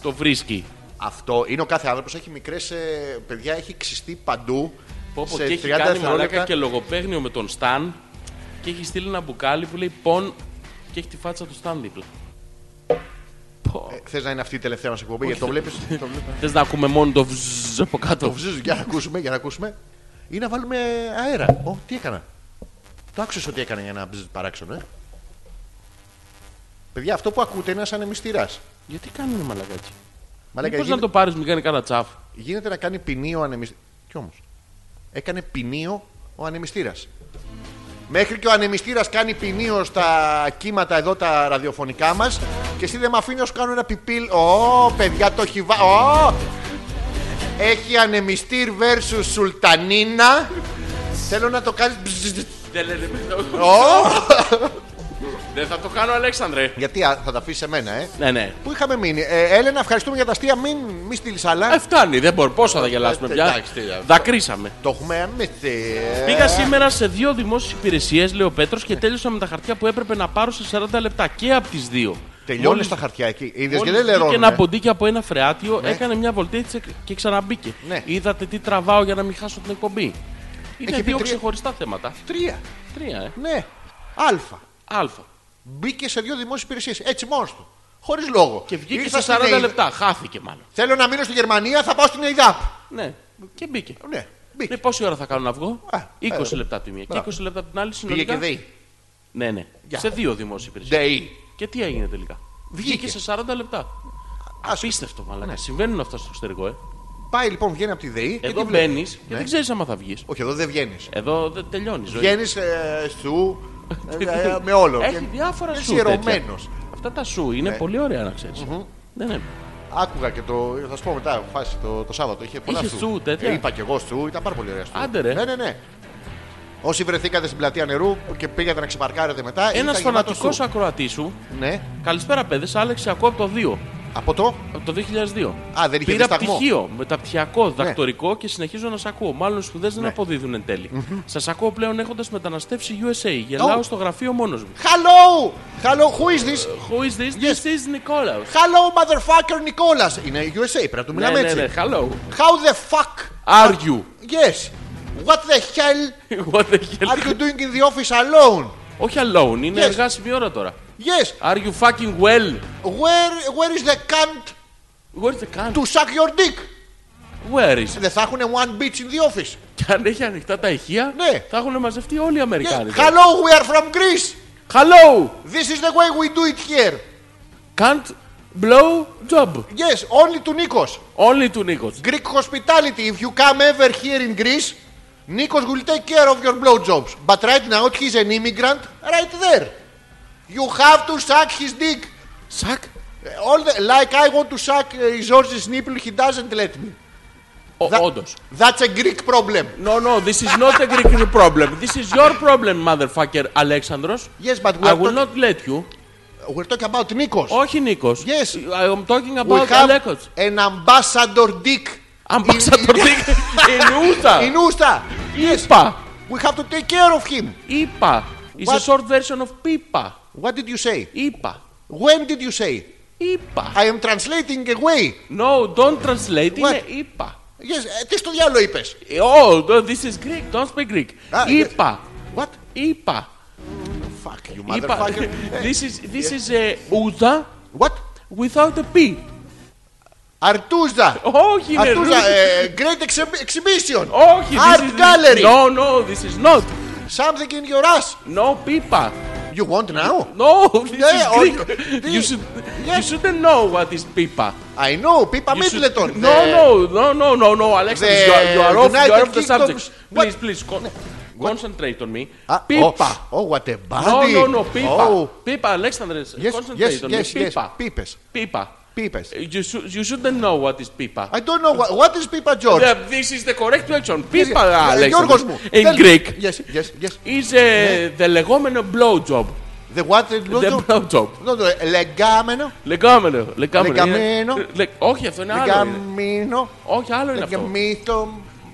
το βρίσκει. Αυτό είναι ο κάθε άνθρωπος. Έχει μικρές. Ε, παιδιά, έχει ξυστεί παντού. Πω, πω, σε και έχει 30 κάνει μαλάκα δευτερόλεπτα. και λογοπαίγνιο με τον Σταν και έχει στείλει ένα μπουκάλι που λέει πον και έχει τη φάτσα του Σταν δίπλα. Πω. Θε Ε, να είναι αυτή η τελευταία μας εκπομπή, γιατί το βλέπεις. Θες να ακούμε μόνο *laughs* το βζζζ από το κάτω. βζζζ, για να ακούσουμε, για να ακούσουμε. Ή να βάλουμε αέρα. Ω, τι έκανα. Το άκουσες ότι έκανα για να μπζζ παράξενο, ε. Παιδιά, αυτό που ακούτε είναι σαν εμιστήρας. Γιατί κάνουν μαλακά έτσι. Μαλάκα, Μήπως γίνεται, να το πάρεις μην κάνει κανένα τσάφ. γίνεται να κάνει ποινίο ο ανεμιστήρα. Κι όμως. Έκανε ποινίο ο ανεμιστήρας. Μέχρι και ο ανεμιστήρας κάνει ποινίο στα κύματα εδώ τα ραδιοφωνικά μας και εσύ δεν με αφήνεις να σου κάνω ένα πιπίλ. Ω, παιδιά, το έχει βά- Ω! Έχει ανεμιστήρ versus σουλτανίνα. Θέλω να το κάνεις. Δεν λένε ναι, Δεν θα το κάνω Αλέξανδρε. Γιατί α, θα τα αφήσεις εμένα, ε. Ναι, ναι. Πού είχαμε μείνει. Ε, Έλενα, ευχαριστούμε για τα αστεία. Μην μη στείλεις Ε, άλλα. φτάνει, δεν μπορούμε. Πόσα θα γελάσουμε Ε, πια. εντάξει, τι να- Δακρύσαμε. Το έχουμε αμύθει. Πήγα σήμερα σε δύο δημόσιες υπηρεσίες, λέει ο Πέτρος, και τέλειωσα με τα χαρτιά που έπρεπε να πάρω σε 40 λεπτά και από τις δύο. Τελειώνεις Μόλις- τα χαρτιά εκεί. Είδες και Μόλις δεν βγήκε λερώνουν. ένα ποντίκι από ένα φρεάτιο, έκανε μια βολτίτσα και ξαναμπήκε. Ναι. Είδατε τι τραβάω για να μην χάσω την εκπομπή. Είναι Έχει πει δύο τρία- ξεχωριστά θέματα. Τρία. Τρία, ε. Ναι. Αλφα. Α. Μπήκε σε δύο δημόσιες υπηρεσίες. Έτσι μόνος του. Χωρίς λόγο. Και βγήκε Ήρθα σε 40 στην ΕΙΔΑ. λεπτά. Χάθηκε μάλλον. Θέλω να μείνω στη Γερμανία, θα πάω στην ΕΙΔΑΠ. Ναι. Και μπήκε. Ναι. Μπήκε. Ναι, πόση ώρα θα κάνω να βγω. Α, 20 ε, λεπτά από τη μία και μπράβο. 20 λεπτά από την άλλη Πήγε και συνολικά. ΔΕΗ. Ναι, ναι. Γεια. Σε δύο δημόσιες υπηρεσίες. ΔΕΗ. Και τι έγινε τελικά. Βγήκε. Βγήκε σε 40 λεπτά. Απίστευτο, μαλάκα. Συμβαίνουν αυτά στο εξωτερικό, ε. Πάει λοιπόν, βγαίνει από τη ΔΕΗ. και Εδώ τι Ναι. βλέπεις. μπαίνεις και δεν ξέρεις άμα θα βγεις. Όχι, εδώ δεν βγαίνεις. Εδώ δεν τελειώνει η ζωή. Βγαίνεις σου. ε, με όλο. Έχει διάφορα Είσαι σου. τέτοια. ιερωμένος. Αυτά τα σου είναι πολύ ωραία να ξέρεις. Ναι, Ε, ναι. Άκουγα και το. Θα σου πω μετά, φάση το, το Σάββατο. Είχε πολλά Είχε σου, τέτοια. Ε, είπα και εγώ σου, ήταν πάρα πολύ ωραία σου. Άντε, ρε. Ναι, ναι, ναι. Όσοι βρεθήκατε στην πλατεία νερού και πήγατε να ξεπαρκάρετε μετά. Ένας ήταν γεμάτο φανατικός σου. ακροατής σου. Ναι, Καλησπέρα, παιδες. Άλεξε, ακούω από το 2. από το. Από το 2002. Α, δεν είχε Πήρα δισταγμό. Ναι. πτυχίο, μεταπτυχιακό, δακτορικό και συνεχίζω να σα ακούω. Μάλλον οι σπουδές δεν αποδίδουν εν τέλει. Σας ακούω πλέον έχοντας μεταναστεύσει USA. Γελάω Oh. στο γραφείο μόνος μου. Hello! Hello, who is this? Who is this? This is Nikolaus. Hello, motherfucker Nicolas. Είναι USA, πρέπει να του μιλάμε ναι, έτσι. ναι, hello. How the fuck Are you? Yes. What the hell *laughs* What the hell? are you doing in the office alone? Όχι alone, είναι Yes. εργάσιμη ώρα τώρα. Yes. Are you fucking well? Where, where is the cunt Where is the cunt? to suck your dick? Where is? Δεν θα έχουν one bitch in the office. Και αν έχει ανοιχτά τα ηχεία, Ναι. θα έχουν μαζευτεί όλοι οι Yes. Αμερικάνοι. Ναι, Hello, we are from Greece. Hello! This is the way we do it here. Can't blow job. Yes, only to Nikos. Only to Nikos. Greek hospitality. If you come ever here in Greece, Nikos will take care of your blowjobs. But right now he's an immigrant right there. You have to suck his dick. Σακ. All the, like I want to suck uh, George's nipple, he doesn't let me. That- Όντως. That's a Greek problem. No, no, this is not a Greek problem. This is your problem, motherfucker, Alexandros. Yes, but we I are will talk- not let you. We're talking about Nikos. Όχι, Νίκος. Yes. I am talking we about have Alekos. an ambassador dick Ambassador Dick *laughs* in Utah. in Usta. Είπα. We have to take care of him. Είπα. It's a What? short version of Pipa. What did you say? Είπα. When did you say? Είπα. I am translating away. No, don't translate. Είναι What? είπα. Yes, ε, τι στο διάλογο είπε. Oh, no, this is Greek. Don't speak Greek. Ah, yes. Είπα. What? Είπα. Fuck you, Είπα. motherfucker. Ε, *laughs* This is, this is a Uta What? without a P. Αρτούζα. Όχι, είναι Αρτούζα. Ρου- ε, Great exhi- exhibition. Όχι, this Art is- gallery. No, no, this is not. Something in your ass. No, Pipa. You want now? No, this Yeah, is or- Greek. this- You should, you Ναι, Yes. shouldn't know what is Pipa. I know. Πίπα You should- Μίτλετον. Ε, No, no, no, no, no, no, Alexander, Ναι. the you are, you are off, you are United off the Kingdom's- subject. What? Ναι. Please, please, con- concentrate on me. Pipa. Πίπα. Oh, what a No, body. no, no, Pipa. Oh. Pipa, Alexander, Yes, yes, concentrate on yes, me. yes. Pipa. Πίπες. Pipa. Πίπες. You, shou- you shouldn't know what is Pipa. I don't know. What, what is Πίπα George? Yeah, this is the correct reaction. Pipa, Yes, Alexander. Γιώργος μου. In Tell me. Greek Yes, yes, yes. Ναι. is ε, the λεγόμενο blowjob. The what? No, The no. blowjob. No, no, Λεγκάμενο. Λεγόμενο. Λεγόμενο. Λεγαμένο. Είναι- λε- Όχι, αυτό είναι άλλο. είναι. Λεγκαμίνο. Όχι, άλλο είναι αυτό. Λεγκαμίτο.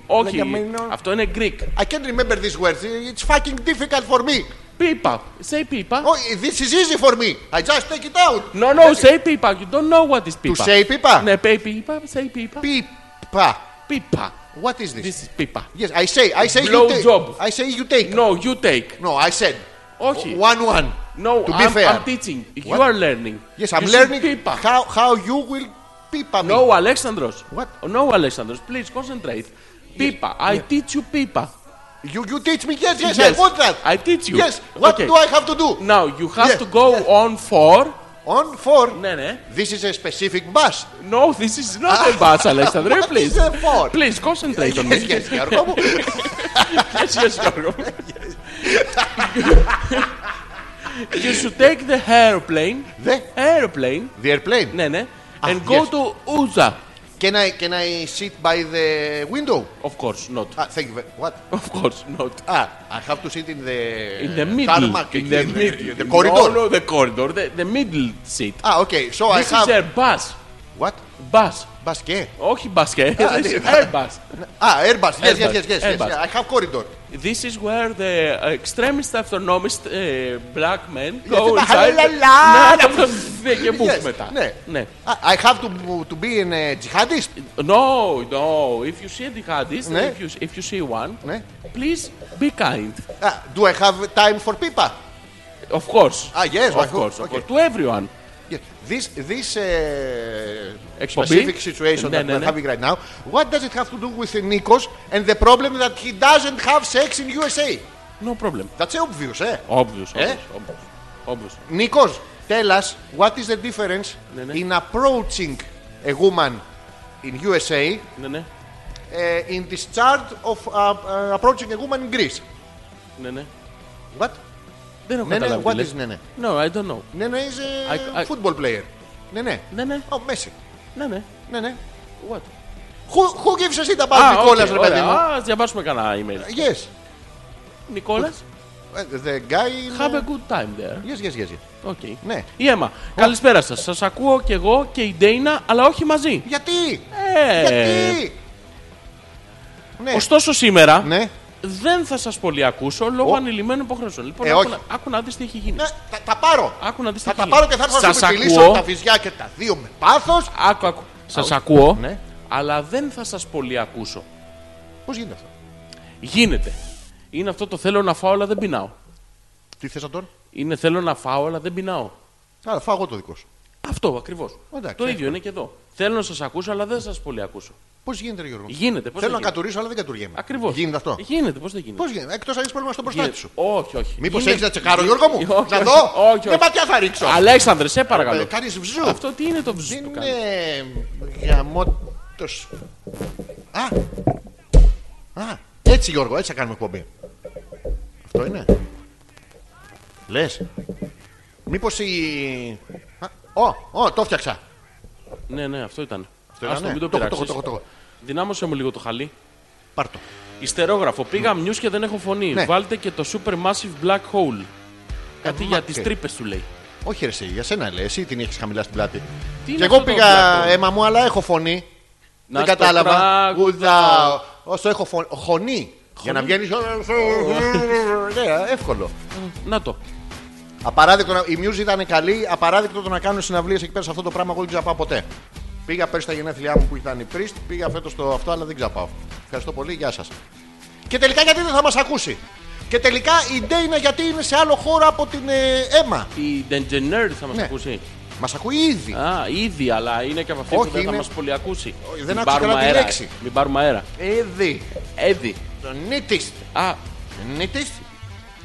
Όχι, Λεγκαμίνο. αυτό είναι Greek. I can't remember these words. It's fucking difficult for me. Pipa. Say pipa. Oh, this is easy for me. I just take it out. No, no, say pipa. You don't know what is pipa. To Ναι. say pipa? Ναι, pay pipa, say pipa. Pipa. Pipa. What is this? This is pipa. Yes, I say. I say Blow you take. job. I say you take. No, you take. No, I said. Όχι. One one. No, To be I'm, fair. I'm teaching. You are learning. Yes, I'm you should learning Pipa. how how you will pipa me. No, Alexandros. What? No, Alexandros. Please concentrate. Pipa. I teach you pipa. You you teach me. Yes, yes, Yes, I want that. I teach you. Yes. What Okay. do I have to do? Now you have Yes, to go on for. On four. Ναι, ναι. This is a specific bus. No, this is *laughs* not a bus, Alexandre. What Please. is a for? Please concentrate on me. Yes, yes, Γιώργο μου. *laughs* yes, yes, Γιώργο. *laughs* you should take the airplane. The- airplane. The airplane. Ναι, ναι. Ah, and go yes. to Uza. Can I can I sit by the window? Of course not. Ah, thank you. very- What? Of course not. Ah, I have to sit in the In the middle. tarmac, in the middle. the, corridor. No, no, the corridor. The, the middle seat. Ah, okay. So This I have is a bus. what? Bus. Bus care. Όχι μπασκέ. Ah, This is yeah. Airbus. Ah, Airbus. Yes, Airbus, yes, yes, yes, yes. Airbus. yeah, I have corridor. This is where the extremist autonomist uh, black men Yes, go la, inside. la, la, Ναι, αυτό ναι, και μπουκ Yes, μετά. ναι. Ναι. Ah, I have to to be in a jihadist. No, no. If you see a jihadist, Ναι. if, you, if you see one, Ναι. please be kind. Ah, do I have time for pipa? Of course. Ah, yes, of of course. course, Of okay. course. To everyone. Yes. This this uh, Εκπομπή. specific situation Ναι, that ναι, we're ναι. having right now. What does it have to do with Nikos and the problem that he doesn't have sex in USA? No problem. That's obvious, eh? Obvious, Ε? obvious, obvious. obvious. Nikos, tell us what is the difference Ναι, ναι. in approaching a woman in USA Ναι, ναι. uh, in this chart of uh, uh, approaching a woman in Greece. Ναι, ναι. What? Δεν έχω Ναι, ναι, καταλάβει. what τι λες. is ναι, ναι. No, I don't know. Nene is a I- I- football player. Nene. Ναι, ναι. Oh, Messi. Ναι, ναι. Nene. What? Who, who gives a shit about Α, Nicolas, οκ, ρε παιδί ωραία. μου. Α, ας διαβάσουμε κανένα email. Yes. Νικόλας, Uh, The guy... in- have a good time there. Yes, yes, yes. yes. Okay. Ναι. Η Έμα, καλησπέρα σας. Σας ακούω κι εγώ και η Ντέινα, αλλά όχι μαζί. Γιατί. Ε, Γιατί. Ναι. Ωστόσο σήμερα Ναι. δεν θα σας πολύ ακούσω λόγω Ο. ανηλυμένων υποχρεώσεων. Λοιπόν, Ε, άκου, όχι. να, άκου να δεις τι έχει γίνει. Ναι, τα, τα πάρω. Άκου να δεις τι Θα έχει τα γίνει. πάρω και θα έρθω να Σας σου μιλήσω ακούω. τα βυζιά και τα δύο με πάθος. Άκου, άκου. Σας ακούω, Ναι. αλλά δεν θα σας πολύ ακούσω. Πώς γίνεται αυτό. Γίνεται. Είναι αυτό το θέλω να φάω, αλλά δεν πεινάω. Τι θες να τον. Είναι θέλω να φάω, αλλά δεν πεινάω. Άρα φάω εγώ το δικό σου. Αυτό ακριβώς. Εντάξει, Το ίδιο εύκολο. είναι και εδώ. Θέλω να σας ακούσω, αλλά δεν σας πολύ ακούσω. Πώς γίνεται, ρε Γιώργο. Γίνεται. Πώς Θέλω θα να κατουρίσω, αλλά δεν κατουργέμαι. Ακριβώς. Γίνεται αυτό. Γίνεται, πώς δεν γίνεται. Πώς γίνεται. Εκτός αν έχεις πρόβλημα στον Γίνεται. προστάτη σου. Όχι, όχι. Μήπως Γίνεται- έχεις να τσεκάρω, Γιώργο μου. Όχι, Να όχι. δω. Όχι, Με όχι. ματιά θα ρίξω. Ε, Αλέξανδρε, σε παρακαλώ. Κάνει βζου. Αυτό τι είναι το βζζ Δεν που κάνει. είναι γαμότος. Α! Α! Έτσι Γιώργο, έτσι θα κάνουμε εκπομπή. Αυτό είναι. Λες. Μήπως η... Α, Ω, ω, το φτιάξα. Ναι, ναι, αυτό ήταν. Αυτό ήταν, Ας το ναι. μην το Το έχω, το έχω, πειράξεις. το έχω, το Δυνάμωσε μου λίγο το χαλί. Πάρ' το. Ιστερόγραφο. Πήγα μιου και δεν έχω φωνή. Ναι. Ε, Βάλτε και το Super Massive Black Hole. Κάτι μα για και. τι τρύπες του λέει. Όχι ρε εσύ, για σένα λέει, εσύ την έχεις χαμηλά στην πλάτη. είναι και εγώ αυτό το πήγα πλάτο? αίμα μου, αλλά έχω φωνή. Να Δεν στο κατάλαβα. τραγουδάω. Γουδάω. Όσο έχω φωνή. Χωνή. Για να βγαίνεις... Ναι, εύκολο. Να το. Απαράδεκτο να... Η Muse ήταν καλή. Απαράδεκτο το να κάνουν συναυλίες εκεί πέρα σε αυτό το πράγμα. Εγώ δεν ξαπάω ποτέ. Πήγα πέρσι στα γενέθλιά μου που ήταν η Priest. Πήγα φέτος το αυτό, αλλά δεν ξαπάω. Ευχαριστώ πολύ. Γεια σας. Και τελικά γιατί δεν θα μας ακούσει. Και τελικά η Ντέινα γιατί είναι σε άλλο χώρο από την ε, αίμα. Η Dengener θα μας Ναι. ακούσει. Μας ακούει ήδη. Α, ήδη, αλλά είναι και από αυτή Όχι, που δεν είναι- θα μα πολύ ακούσει. δεν Μην άκουσα πάρουμε καλά τη αέρα, λέξη. ε. Μην πάρουμε αέρα. Ήδη. Έδι. Το νίτη. Α, Νίτη.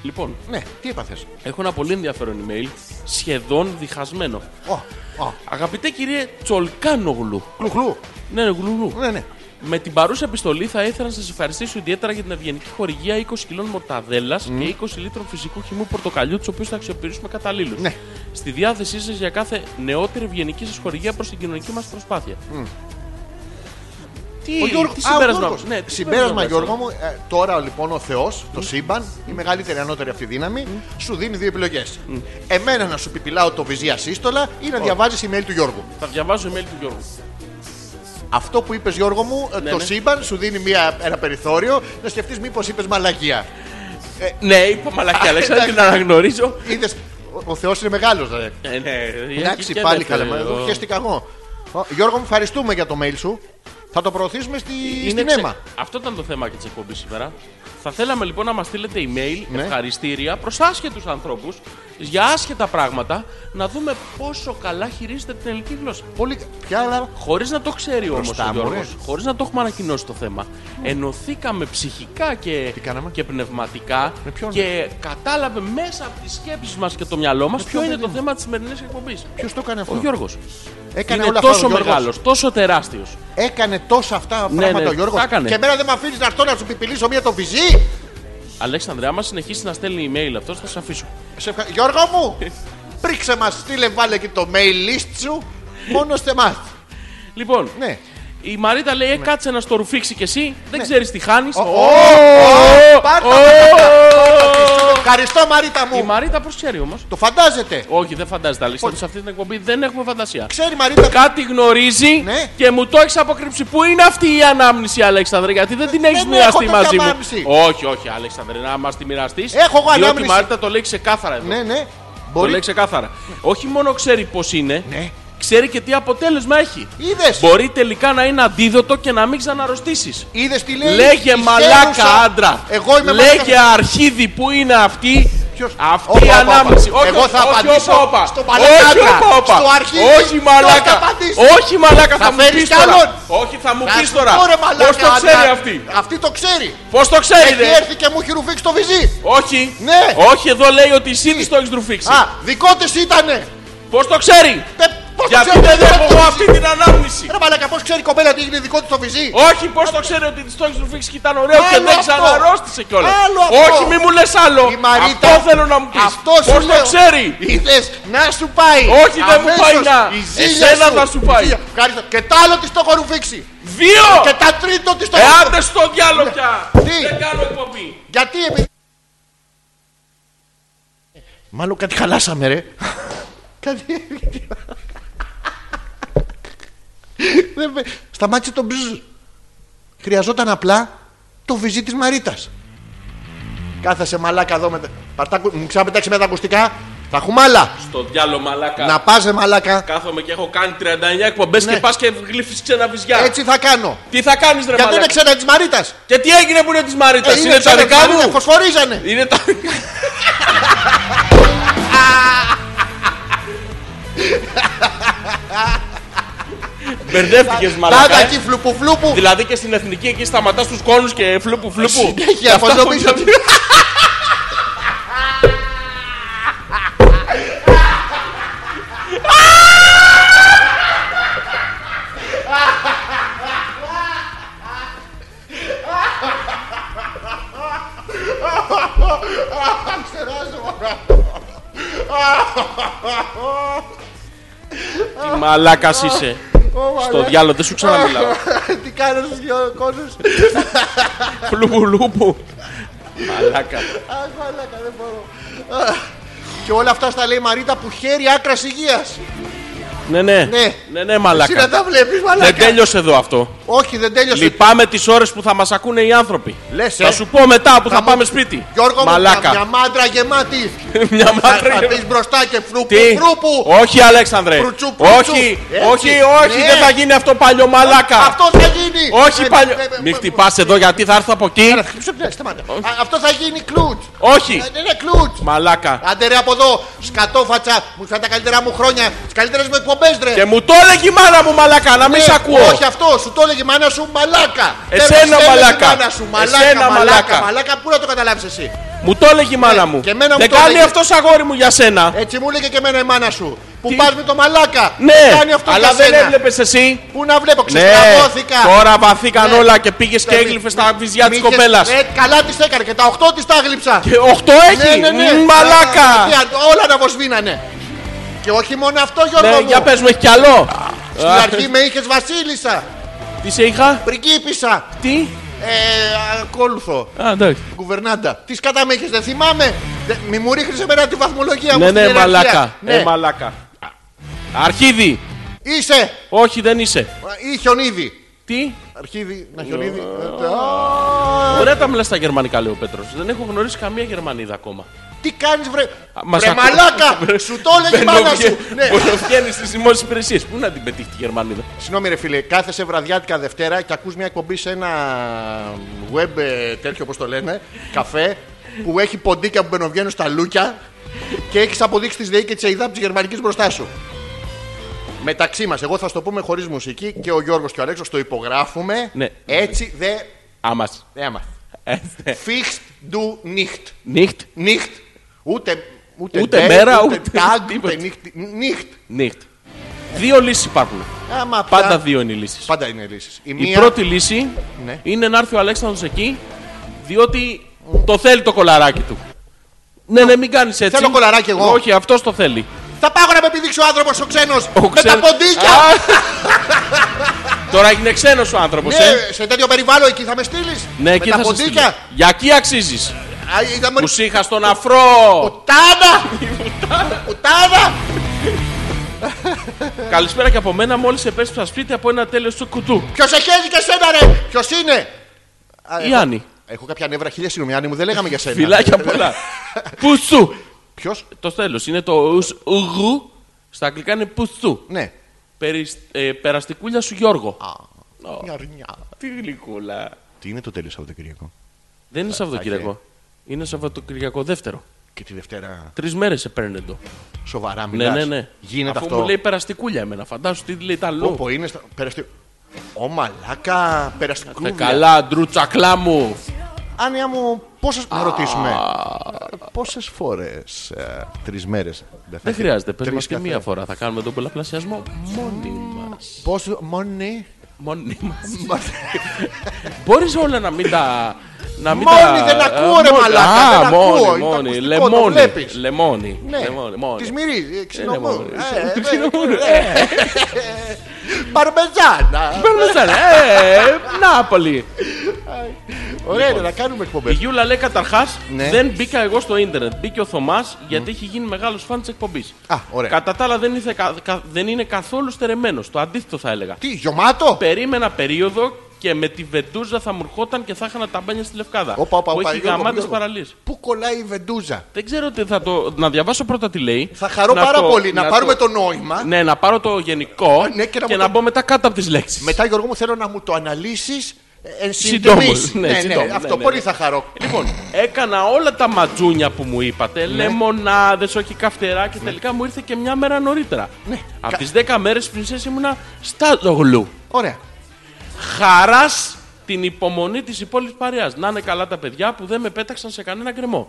λοιπόν, Ναι, τι έπαθες. έχω ένα πολύ ενδιαφέρον email. Σχεδόν διχασμένο. Ω, ω. Αγαπητέ κυρίε Τσολκάνογλου. Κλουχλού. Ναι, ναι, γλουγλου. Ναι, ναι. Με την παρούσα επιστολή θα ήθελα να σας ευχαριστήσω ιδιαίτερα για την ευγενική χορηγία 20 κιλών μορταδέλα και 20 λίτρων φυσικού χυμού πορτοκαλιού, τους οποίους θα αξιοποιήσουμε καταλήλω. Ναι. Στη διάθεσή σας για κάθε νεότερη ευγενική σας χορηγία προς την κοινωνική μας προσπάθεια. Τι, Ο Γιώργο, τι α, ο συμπέρασμα, Γιώργος. ναι, τι συμπέρασμα βγάζει. Γιώργο μου, ε, τώρα λοιπόν ο Θεός, το σύμπαν, η μεγαλύτερη ανώτερη αυτή δύναμη, σου δίνει δύο επιλογές. Εμένα να σου πιπιλάω το βυζία σύστολα ή να διαβάζεις email του Γιώργου. Θα διαβάζω email του Γιώργου. Αυτό που είπες Γιώργο μου, ε, Ναι, το ναι. σύμπαν σου δίνει μια, ένα περιθώριο να σκεφτείς μήπως είπες μαλακία. Ναι, είπα μαλακή, Αλέξανδρα, την εντάξει. αναγνωρίζω. Είδες, ο Θεός είναι μεγάλος, ρε. Ε, ναι, Εντάξει, και πάλι δεύτερο. καλά. μα Εγώ χαίστηκα εγώ. Ω, Γιώργο μου, ευχαριστούμε για το mail σου. Θα το προωθήσουμε στη, στην ξε- αίμα. Αυτό ήταν το θέμα και της εκπομπής σήμερα. Θα θέλαμε λοιπόν να μας στείλετε email, Ναι. ευχαριστήρια προς άσχετους ανθρώπους για άσχετα πράγματα να δούμε πόσο καλά χειρίζεται την ελληνική γλώσσα. Πολύ. Ποια Χωρίς να το ξέρει όμως ο Μπροστά μου, Γιώργο, ρε. χωρίς να το έχουμε ανακοινώσει το θέμα, ενωθήκαμε ψυχικά και, Τι κάναμε? και πνευματικά Με ποιον? και κατάλαβε μέσα από τις σκέψεις μας και το μυαλό μας ποιο ποιον είναι το παιδί? θέμα της σημερινής εκπομπής. Ποιος το έκανε αυτό. Ο Γιώργος. Έκανε Είναι όλα αυτά τόσο ο Γιώργος. μεγάλος, τόσο τεράστιος. Έκανε τόσα αυτά πράγματα ναι, ο Γιώργος. τα έκανε. Και εμένα δεν με αφήνεις να έρθω να σου πιπηλήσω μία το βυζί. Αλέξανδρε, άμα συνεχίσει να στέλνει email αυτό, θα σε αφήσω. Σε ευχα- Γιώργο *laughs* μου, πρίξε μας, στείλε, βάλε και το mail list σου. Μόνος σε εμάς. Λοιπόν, Ναι. η Μαρίτα λέει: «Ε, Κάτσε να στο ρουφήξει κι εσύ. Δεν ξέρεις τι χάνεις. Πάρ' τα Ευχαριστώ, Μαρίτα Η μου. Μαρίτα πώς ξέρει όμως. Το φαντάζεται. Όχι, δεν φαντάζεται. Αλέξανδρο, σε αυτή την εκπομπή δεν έχουμε φαντασία. Ξέρει, Μαρίτα. Κάτι γνωρίζει Ναι. και μου το έχεις αποκρύψει. Πού είναι αυτή η ανάμνηση, Αλέξανδρε, γιατί δεν την έχει Ε, δεν μοιραστεί έχω μαζί τέτοια μου. ανάμνηση. Όχι, όχι, Αλέξανδρε, να μας τη μοιραστείς. Έχω εγώ Διότι η ανάμνηση. Μαρίτα το λέει ξεκάθαρα εδώ. Ναι, ναι. Το λέει Μπορεί. ξεκάθαρα. Όχι μόνο ξέρει πώς είναι, Ναι. ξέρει και τι αποτέλεσμα έχει. Είδες. Μπορεί τελικά να είναι αντίδοτο και να μην ξαναρρωστήσει. Είδες τι λέει. Λέγε Ε, η μαλάκα χέρουσα. άντρα. Εγώ είμαι Λέγε μαλάκα. αρχίδι που είναι αυτή. Ποιος? Όπα, Αυτή η όπα, ανάμνηση. όπα. Όχι, Εγώ θα όχι, όχι, απαντήσω όπα. στο μαλάκα Όχι, άντρα. όπα, όπα. Στο αρχίδι. Όχι Τότε μαλάκα. θα απαντήσεις. Όχι μαλάκα Θα θα μου φέρεις πεις κι τώρα. άλλον. Όχι θα μου Να πεις σου τώρα. πω, ρε Πώς μαλάκα, το ξέρει άντρα. αυτή. Αυτή το ξέρει. Πώς το ξέρει Έχει ρε. έρθει και μου έχει ρουφήξει το βυζί. Όχι. Ναι. Όχι εδώ λέει ότι εσύ της το έχεις ρουφήξει. Α, δικό της ήτανε. Πώς το ξέρει. Τε, πώς το Γιατί ξέρω, δεν ξέρω έχω το εγώ βυζί. αυτή την ανάμνηση. Ρε μαλάκα, πώς ξέρει η κοπέλα ότι έγινε δικό της το βυζί. Όχι, πώς το ξέρει ότι της το έχεις ρουφήξει και ήταν ωραίο και Άλλο δεν αυτό. ξαναρρώστησε κιόλας. Άλλο αυτό. Όχι, μη μου λες άλλο. Η Μαρίτα. Αυτό θέλω να μου πεις. Αυτό Πώ σου το λέω. ξέρει. Είδες, να σου πάει. Όχι, δεν μου Αμέσως πάει να. η ζήλια Εσένα θα σου πάει. Η ζήλια. Ευχαριστώ. Και τ' άλλο της το έχω ρουφήξει. Δύο! Ε, Και τα τρίτο της το έχω Εάντε στο διάλογο πια! Τι? Δεν κάνω εκπομπή. Γιατί επει... Μάλλον κάτι χαλάσαμε ρε. κάτι... Δεν με- Σταμάτησε το μπζζ. Χρειαζόταν απλά το βυζί της Μαρίτας. Κάθασε μαλάκα εδώ με... τα- Παρτάκου... Μου ξαναπετάξει με τα ακουστικά. Θα έχουμε άλλα. Στο διάλο μαλάκα. Να πάζε μαλάκα. Κάθομαι και έχω κάνει 39 εκπομπέ Ναι. και πας και γλύφεις ξεναβυζιά. Έτσι θα κάνω. Τι θα κάνεις, ρε Γιατί Ε, μαλάκα. είναι ξένα της Μαρίτας. Και τι έγινε που είναι της Ε, Μαρίτα, είναι, τα ξένα της δικά Μαρίτας, μου. Φωσφορίζανε. Είναι τα δικά Μπερδεύτηκε Τάτα μαλακά. εκεί φλουπου φλουπου. Δηλαδή και στην εθνική εκεί σταματάς τους κόνους και φλούπου φλούπου. Συνέχεια, Αυτά πως που νομίζω ότι. Τι μαλάκας είσαι. Στο διάλογο δεν σου ξαναμιλάω. Τι κάνω στου δυο κόσμους. Φλούπου λούπου. Μαλάκα. Αχ, μαλάκα, δεν μπορώ. Αχ. Και όλα αυτά στα λέει η Μαρίτα που χαίρει άκρας υγείας. Ναι, ναι. Ναι. Ναι, ναι, Εσύ να μαλάκα. τα βλέπεις, Δεν μαλάκα. τέλειωσε εδώ αυτό. Όχι, δεν τέλειωσε. Λυπάμαι τις ώρες που θα μας ακούνε οι άνθρωποι. Λες, ε. Θα σου πω μετά που θα, μου- πάμε σπίτι. Γιώργο μου, μια- μια Μαλάκα. μάντρα γεμάτη. *laughs* Μια Θα θα μάτρα. πεις μπροστά και φρούπου, Τι. φρούπου. Όχι, Αλέξανδρε. Φρουτσού, φρουτσού. Όχι, Έτσι. όχι, όχι. Ναι. Δεν θα γίνει αυτό παλιό μαλάκα. Αυτό θα γίνει. Όχι Ε, παλιό. ε, ε, Μην ε, χτυπά εδώ γιατί θα έρθω από εκεί. Άρα, χτύπησε, ναι, σταμάτα. Α, Αυτό θα γίνει κλουτ. Όχι. Ε, Ναι, ναι, κλουτ. Μαλάκα. Άντε ρε από εδώ, σκατόφατσα, μου στα τα καλύτερα μου χρόνια, τις καλύτερες μου εκπομπές ρε. Και μου το έλεγε η μάνα μου μαλάκα να μην Ναι, σ' ακούω. Όχι αυτό, σου το έλεγε η μάνα σου μαλάκα. Εσένα, Τέλος, τέλος, μαλάκα. η Μάνα σου, μαλάκα, Εσένα, μαλάκα, μαλάκα. μαλάκα. πού να το καταλάβεις εσύ. Μου το έλεγε η μάνα Ναι, μου. και εμένα μου Δεν το κάνει έλεγε. αυτός αγόρι μου για σένα. Έτσι μου έλεγε και εμένα η μάνα σου. Που Τι? πας με το μαλάκα. Ναι, Κάνει αυτό αλλά για δεν σένα. έβλεπες εσύ. Πού να βλέπω, Ναι, ξεστραβώθηκα. τώρα βαθήκαν Ναι. όλα και πήγες και Μη- έγλυφε τα βυζιά της μη είχες- κοπέλας. Ε, καλά τις έκανε και τα 8 τη τα έγλειψα. Και οχτώ Ναι, έχει! Μ, Α, Μαλάκα! τι, Ε, Όλα να βοσβήνανε. Και όχι μόνο αυτό, Γιώργο Ναι, μου. για πες μου, έχει κι άλλο! Στην Α, αρχή με είχες Βασίλισσα, Τι σε είχα, πριγκίπισσα, τι? ε, ακόλουθο, Α, εντάξει. κουβερνάντα. Τι κατά με είχες, δεν θυμάμαι. Δε- μη μου ρίχνεις εμένα τη βαθμολογία μου. Ναι, στην ναι, ιεραρχία. μαλάκα. Ναι. Ε, μαλάκα. Αρχίδι! Είσαι ε, Όχι, δεν είσαι. ή χιονίδι. Τι? Αρχίδι, να χιονίδι. Ε, Ωραία τα μιλά στα γερμανικά, λέει ο Πέτρος. Δεν έχω γνωρίσει καμία Γερμανίδα ακόμα. Τι κάνεις βρε. μας Βρε ακού- μαλάκα, σου το έλεγε η μάνα σου. Ναι. βγαίνει στι δημόσιες υπηρεσίες. Πού να την πετύχει τη Γερμανίδα. Συγγνώμη ρε φίλε, κάθεσαι βραδιάτικα Δευτέρα και ακούς μια εκπομπή σε ένα web ε, τέτοιο όπως το λένε, καφέ, που έχει ποντίκια που μπαινοβγαίνουν στα λούκια και έχεις αποδείξει τη ΔΕΗ και τη ΕΙΔΑ από τη Γερμανική μπροστά σου. Μεταξύ μας, εγώ θα στο πούμε χωρίς μουσική και ο Γιώργος και ο Αλέξος το υπογράφουμε. Ναι. Έτσι δε... Άμας. ε, ναι. Έμα. Fixed du nicht. Νύχτ. Nicht. Ούτε, ούτε, Ούτε δε, μέρα, ούτε ούτε tag, τίποτα. ούτε nicht. Nicht. Νύχτ. Δύο λύσεις υπάρχουν. Άμα πια- Πάντα δύο είναι οι λύσεις. Πάντα είναι λύσεις. Η, Η μία- πρώτη λύση Ναι. είναι να έρθει ο Αλέξανδρος εκεί, διότι το θέλει το κολαράκι του. Ναι, ναι, μην κάνεις έτσι. Θέλω κολαράκι εγώ. Όχι, αυτός το θέλει. Θα πάω να με επιδείξει ο άνθρωπος ο ξένος με ξένος- τα ποντίκια! Α! Τώρα έγινε ξένος ο άνθρωπος. Ε. Ναι, σε τέτοιο περιβάλλον εκεί θα με στείλεις. Ναι, με εκεί τα θα σε ποντίκια. στείλω. Για εκεί αξίζεις. Α, είδα μόλις. Που σ' είχα στον αφρό. Πουτάνα! Πουτάνα! Καλησπέρα και από μένα. Μόλις επέστρεψα σπίτι από ένα τέλειος του κουτού. Ποιος έχει και σένα, ρε! Ποιος είναι! Α, Η έχω- Άννη. Έχω κάποια νεύρα χίλια συγγνώμη, Άννη μου, δεν λέγαμε για σένα. Φιλάκια *laughs* πολλά. Πουστού. Ποιος? Το τέλος είναι το ουσ- ουγου. Στα αγγλικά είναι πουστού. Ναι. Περισ- ε, περαστικούλια σου Γιώργο. Μια αρνιά. Τι γλυκούλα. Τι είναι το τέλειος Σαββατοκύριακο. Δεν είναι Σαββατοκύριακο. Είναι Σαββατοκυριακό δεύτερο. Και τη Δευτέρα Τρεις μέρες παίρνει το. σοβαρά Ναι, μιλάς. ναι, ναι. Γίνεται Αφού αυτό. μου λέει περαστικούλια εμένα. Φαντάσου τι λέει τα Ε, Πω, λόγια. πω, είναι στα... Περαστι... Ω μαλάκα, Τε περαστικούλια. καλά, ντρούτσακλά μου. Άνια μου, πόσες... Να ρωτήσουμε. Πόσες φορές, ε, τρεις μέρες. Δεν χρειάζεται. Πες Τρεις μας και καθένα. μία φορά. Θα κάνουμε τον πολλαπλασιασμό μόνοι μας. Πόσο, μόνοι. Μόνοι μας. Μπορείς όλα να μην τα. Να μην Μόνοι τα- δεν ε, ακούω, ρε μόνοι. μαλάκα, Α, δεν μόνοι, ακούω, είναι μόνοι. ακουστικό, το Λεμόνι. βλέπεις. Λεμόνι. Ναι, λεμόνι, μόνοι. τις μυρίζει, ε, Ε, λεμόνι. ξινομούρ. Ε, ε, Ξινομούρ, ε, ε, Παρμεζάνα. Παρμεζάνα, ε, Νάπολη. Ωραία είναι να κάνουμε Η εκπομπές. Γιούλα λέει καταρχάς: Ναι. Δεν μπήκα εγώ στο ίντερνετ. Μπήκε ο Θωμάς γιατί έχει γίνει μεγάλος φαν της εκπομπής. Α, ωραία. Κατά τα άλλα δεν, ήθε- κα- κα- δεν είναι καθόλου στερεμένος. Το αντίθετο θα έλεγα. Τι, γεμάτο. Περίμενα περίοδο και με τη βεντούζα θα μου ερχόταν και θα είχανα τα μπάνια στη λευκάδα. Όπα, όπα, που όπα, έχει Γιώργο, γαμάτε Γιώργο. παραλίες. Πού κολλάει η βεντούζα. Δεν ξέρω τι θα το. Να διαβάσω πρώτα τι λέει. Θα χαρώ πάρα το- πολύ να, πάρουμε το- το νόημα. Ναι, να πάρω το γενικό ναι, και να και μου να, το- μπω μετά κάτω από τις λέξεις. Μετά, Γιώργο μου, θέλω να μου το αναλύσεις εν Συντόμως, συντομής. ναι, ναι, συντόμως, ναι, αυτό ναι, πολύ ναι. θα χαρώ. Λοιπόν, έκανα όλα τα ματζούνια που μου Ναι. είπατε, λεμονάδες, όχι καυτερά και τελικά μου ήρθε και μια μέρα νωρίτερα. Ναι. Από Κα- τις 10 μέρε πριν ήμουνα στα Ζογλού. Ωραία. Χαράς την υπομονή της υπόλοιπης παρέας. Να είναι καλά τα παιδιά που δεν με πέταξαν σε κανένα γκρεμό.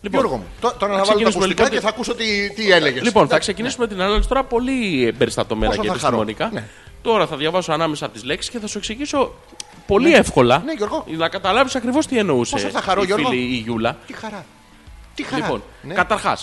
Λοιπόν, Γιώργο μου, τω- τώρα να να βάλω τα ξεκινήσουμε ακουστικά λοιπόν και τη- θα ακούσω τι, τι έλεγες. Λοιπόν, θα ξεκινήσουμε την ανάλυση τώρα πολύ ε, περιστατωμένα Όσο και ναι. θα χαρώ. επιστημονικά. Ναι. Τώρα θα διαβάσω ανάμεσα από τις λέξεις και θα σου εξηγήσω πολύ εύκολα Ναι, Γιώργο. να καταλάβεις ακριβώς τι εννοούσε Πόσο θα χαρώ, η Γιώργο. φίλη η Γιούλα. Τι χαρά. Τι χαρά. Λοιπόν, Ναι. καταρχάς,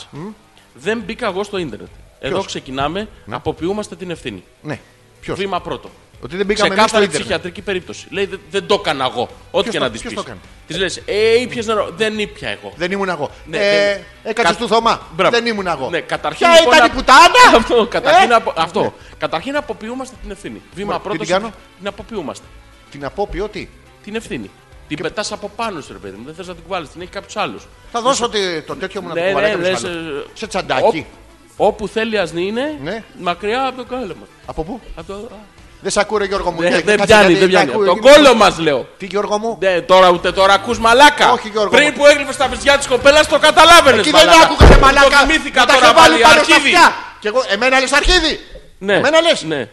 δεν μπήκα εγώ στο ίντερνετ. Εδώ ξεκινάμε, αποποιούμαστε την ευθύνη. Ναι. Ποιος. Βήμα πρώτο. Ότι δεν μπήκαμε εμείς στο Ξεκάθαρη Ιντερνετ. ψυχιατρική περίπτωση. Λέει «Δε- δεν το έκανα εγώ. Ό,τι Ποιος και το- να τη ποιος πει. το έκανε? Της λες, Ε, ήπια νερό. Δεν ήπια εγώ. Δεν ήμουν εγώ. Ναι, ε, δεν- Έκατσε Κα- του Θωμά. Μπράβο. Δεν ήμουν εγώ. Ναι, καταρχήν. Ποια λοιπόν, ήταν η α- πουτάνα! *laughs* Αυτό. Καταρχήν, Ε? απο- αυτό. καταρχήν αποποιούμαστε την ευθύνη. Βήμα Ωραία, πρώτο. τι την κάνω? Την αποποιούμαστε. Την απόπειρο τι. Την ευθύνη. Την και... πετάς από πάνω σου, ρε παιδί μου. Δεν θες να την κουβάλεις. Την έχει κάποιος άλλος. Θα δώσω τη- το τέτοιο μου να το Ναι, κουβαλάει ναι, κάποιος λες, άλλος. ε, Σε τσαντάκι. Όπου θέλει ας είναι, Ναι. μακριά από το κόλεμα. Από πού? Από το- Δεν σ' ακούρε Γιώργο μου. Δεν- Κάτσε, Ναι, Δεν κάτσε, πιάνει, γιατί δεν τα πιάνει. Από ακούει τον εκείνος. κόλλο μα λέω. Τι Γιώργο μου. Ναι, τώρα ούτε τώρα ακούς μαλάκα. Όχι, Γιώργο Πριν μου. που έγλυφες τα βυζιά της κοπέλας το καταλάβαινες. Εκεί δεν άκουγα ρε μαλάκα. Το θυμήθηκα Μου τα τώρα είχα βάλει πάλι πάνω στα αρχίδι. αυτιά. Κι εγώ, εμένα λες αρχίδι. Ναι. Εμένα λες. Ναι.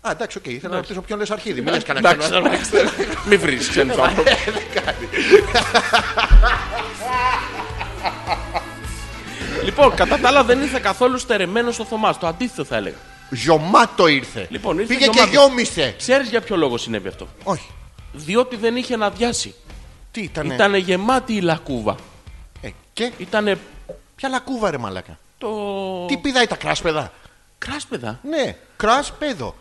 Α, εντάξει, οκ, ήθελα να ρωτήσω ποιον λες αρχίδι. Μην λες κανένα Εντάξει, ξένο. εντάξει. *laughs* Μη βρεις Ε, ξένου άνθρωπου. Λοιπόν, κατά τα άλλα δεν ήρθε καθόλου στερεμένος ο Θωμάς. Το αντίθετο θα έλεγα. Ζωμάτο ήρθε. Λοιπόν, ήρθε Πήγε και ζωμάτο. γιόμισε. Ξέρεις για ποιο λόγο συνέβη αυτό. Όχι. Διότι δεν είχε να διάσει. Τι ήτανε. Ήτανε γεμάτη η λακκούβα. Ε, και Ήτανε ποια λακκούβα ρε μαλάκα. το. Τι πηδάει τα κράσπεδα. Κράσπεδα. Ναι, κρας παιδό.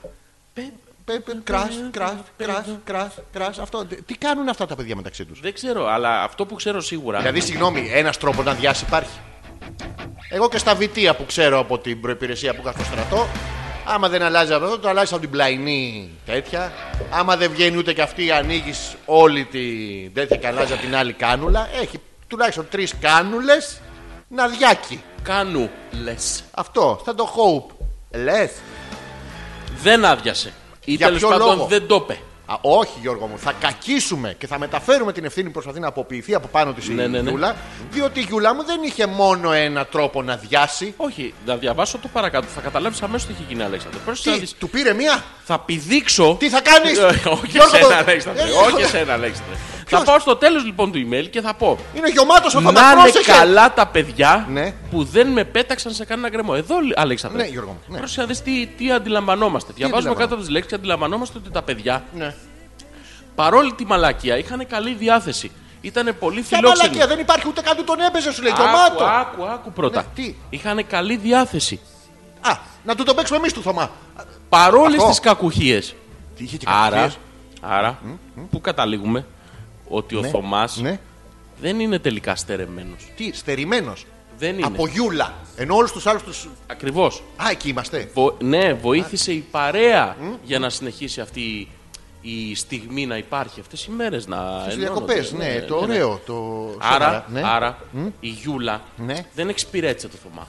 Πε- Πε- πε- Κρας, κρας, κρας, κρας, κρας. Αυτό. Τι κάνουν αυτά τα παιδιά μεταξύ τους. Δεν ξέρω, αλλά αυτό που ξέρω σίγουρα. Δηλαδή, συγγνώμη, ένας τρόπος να διάσει υπάρχει. Εγώ και στα βιτία που ξέρω από την προπηρεσία που είχα στο στρατό, άμα δεν αλλάζει από αυτό, το αλλάζει από την πλαϊνή τέτοια. Άμα δεν βγαίνει ούτε και αυτή, ανοίγεις όλη την τέτοια και αλλάζει από την άλλη κάνουλα. Έχει τουλάχιστον τρεις κάνουλες να διάκι. Κάνου λε. Αυτό, θα το hope. Λες. Δεν άδειασε. Ή Για τέλος ποιο λόγο? πάντων δεν το είπε. Όχι, Γιώργο μου, θα κακίσουμε και θα μεταφέρουμε την ευθύνη που προσπαθεί να αποποιηθεί από πάνω της Ναι, ναι, ναι. Γιούλα. Διότι η Γιούλα μου δεν είχε μόνο ένα τρόπο να διάσει. Όχι, να διαβάσω το παρακάτω. Θα καταλάβεις αμέσως τι έχει γίνει, Αλέξανδρο. Πρόσεχε να Τι, δεις. του πήρε μία. Θα πηδήξω. Τι θα κάνεις? Ε, Όχι Γιώργο, εσένα, το- Αλέξανδρε. Ε, Όχι εσένα, Αλέξανδρε. Θα πάω στο τέλος λοιπόν του email και θα πω. Είναι γεμάτο ο Να Θωμάς, είναι πρόσεχε. καλά τα παιδιά Ναι. που δεν με πέταξαν σε κανένα γκρεμό. Εδώ, Αλέξανδρε. Ναι, Γιώργο μου, ναι. Πρόσεχε να δεις τι, τι αντιλαμβανόμαστε. Διαβάζουμε αντιλαμβανόμαστε? κάτω από τις λέξεις και αντιλαμβανόμαστε ότι τα παιδιά Ναι. παρόλη τη μαλακία είχαν καλή διάθεση. Ήταν πολύ Ποια φιλόξενοι. μαλακία δεν υπάρχει ούτε καν του τον έπαιζε, σου λέει. Άκου, Γεμάτο. άκου, άκου πρώτα. Ναι, τι? Είχαν καλή διάθεση. Α, να του το παίξουμε εμείς του Θωμά. Παρόλες Αυτό. τις κακουχίες. Τι είχε και Άρα, άρα πού καταλήγουμε ότι ο Θωμάς Ναι. δεν είναι τελικά στερεμένος. Τι, στερημένος. Δεν είναι. Από Γιούλα. Ενώ όλους τους άλλους τους. Ακριβώς. Α, εκεί είμαστε. Ναι, βοήθησε η παρέα για να συνεχίσει αυτή η στιγμή να υπάρχει αυτές οι μέρες. Στι διακοπές. Ναι, το ωραίο. Το... Άρα, σοβαρά, ναι. άρα η Γιούλα Ναι. δεν εξυπηρέτησε το Θωμά.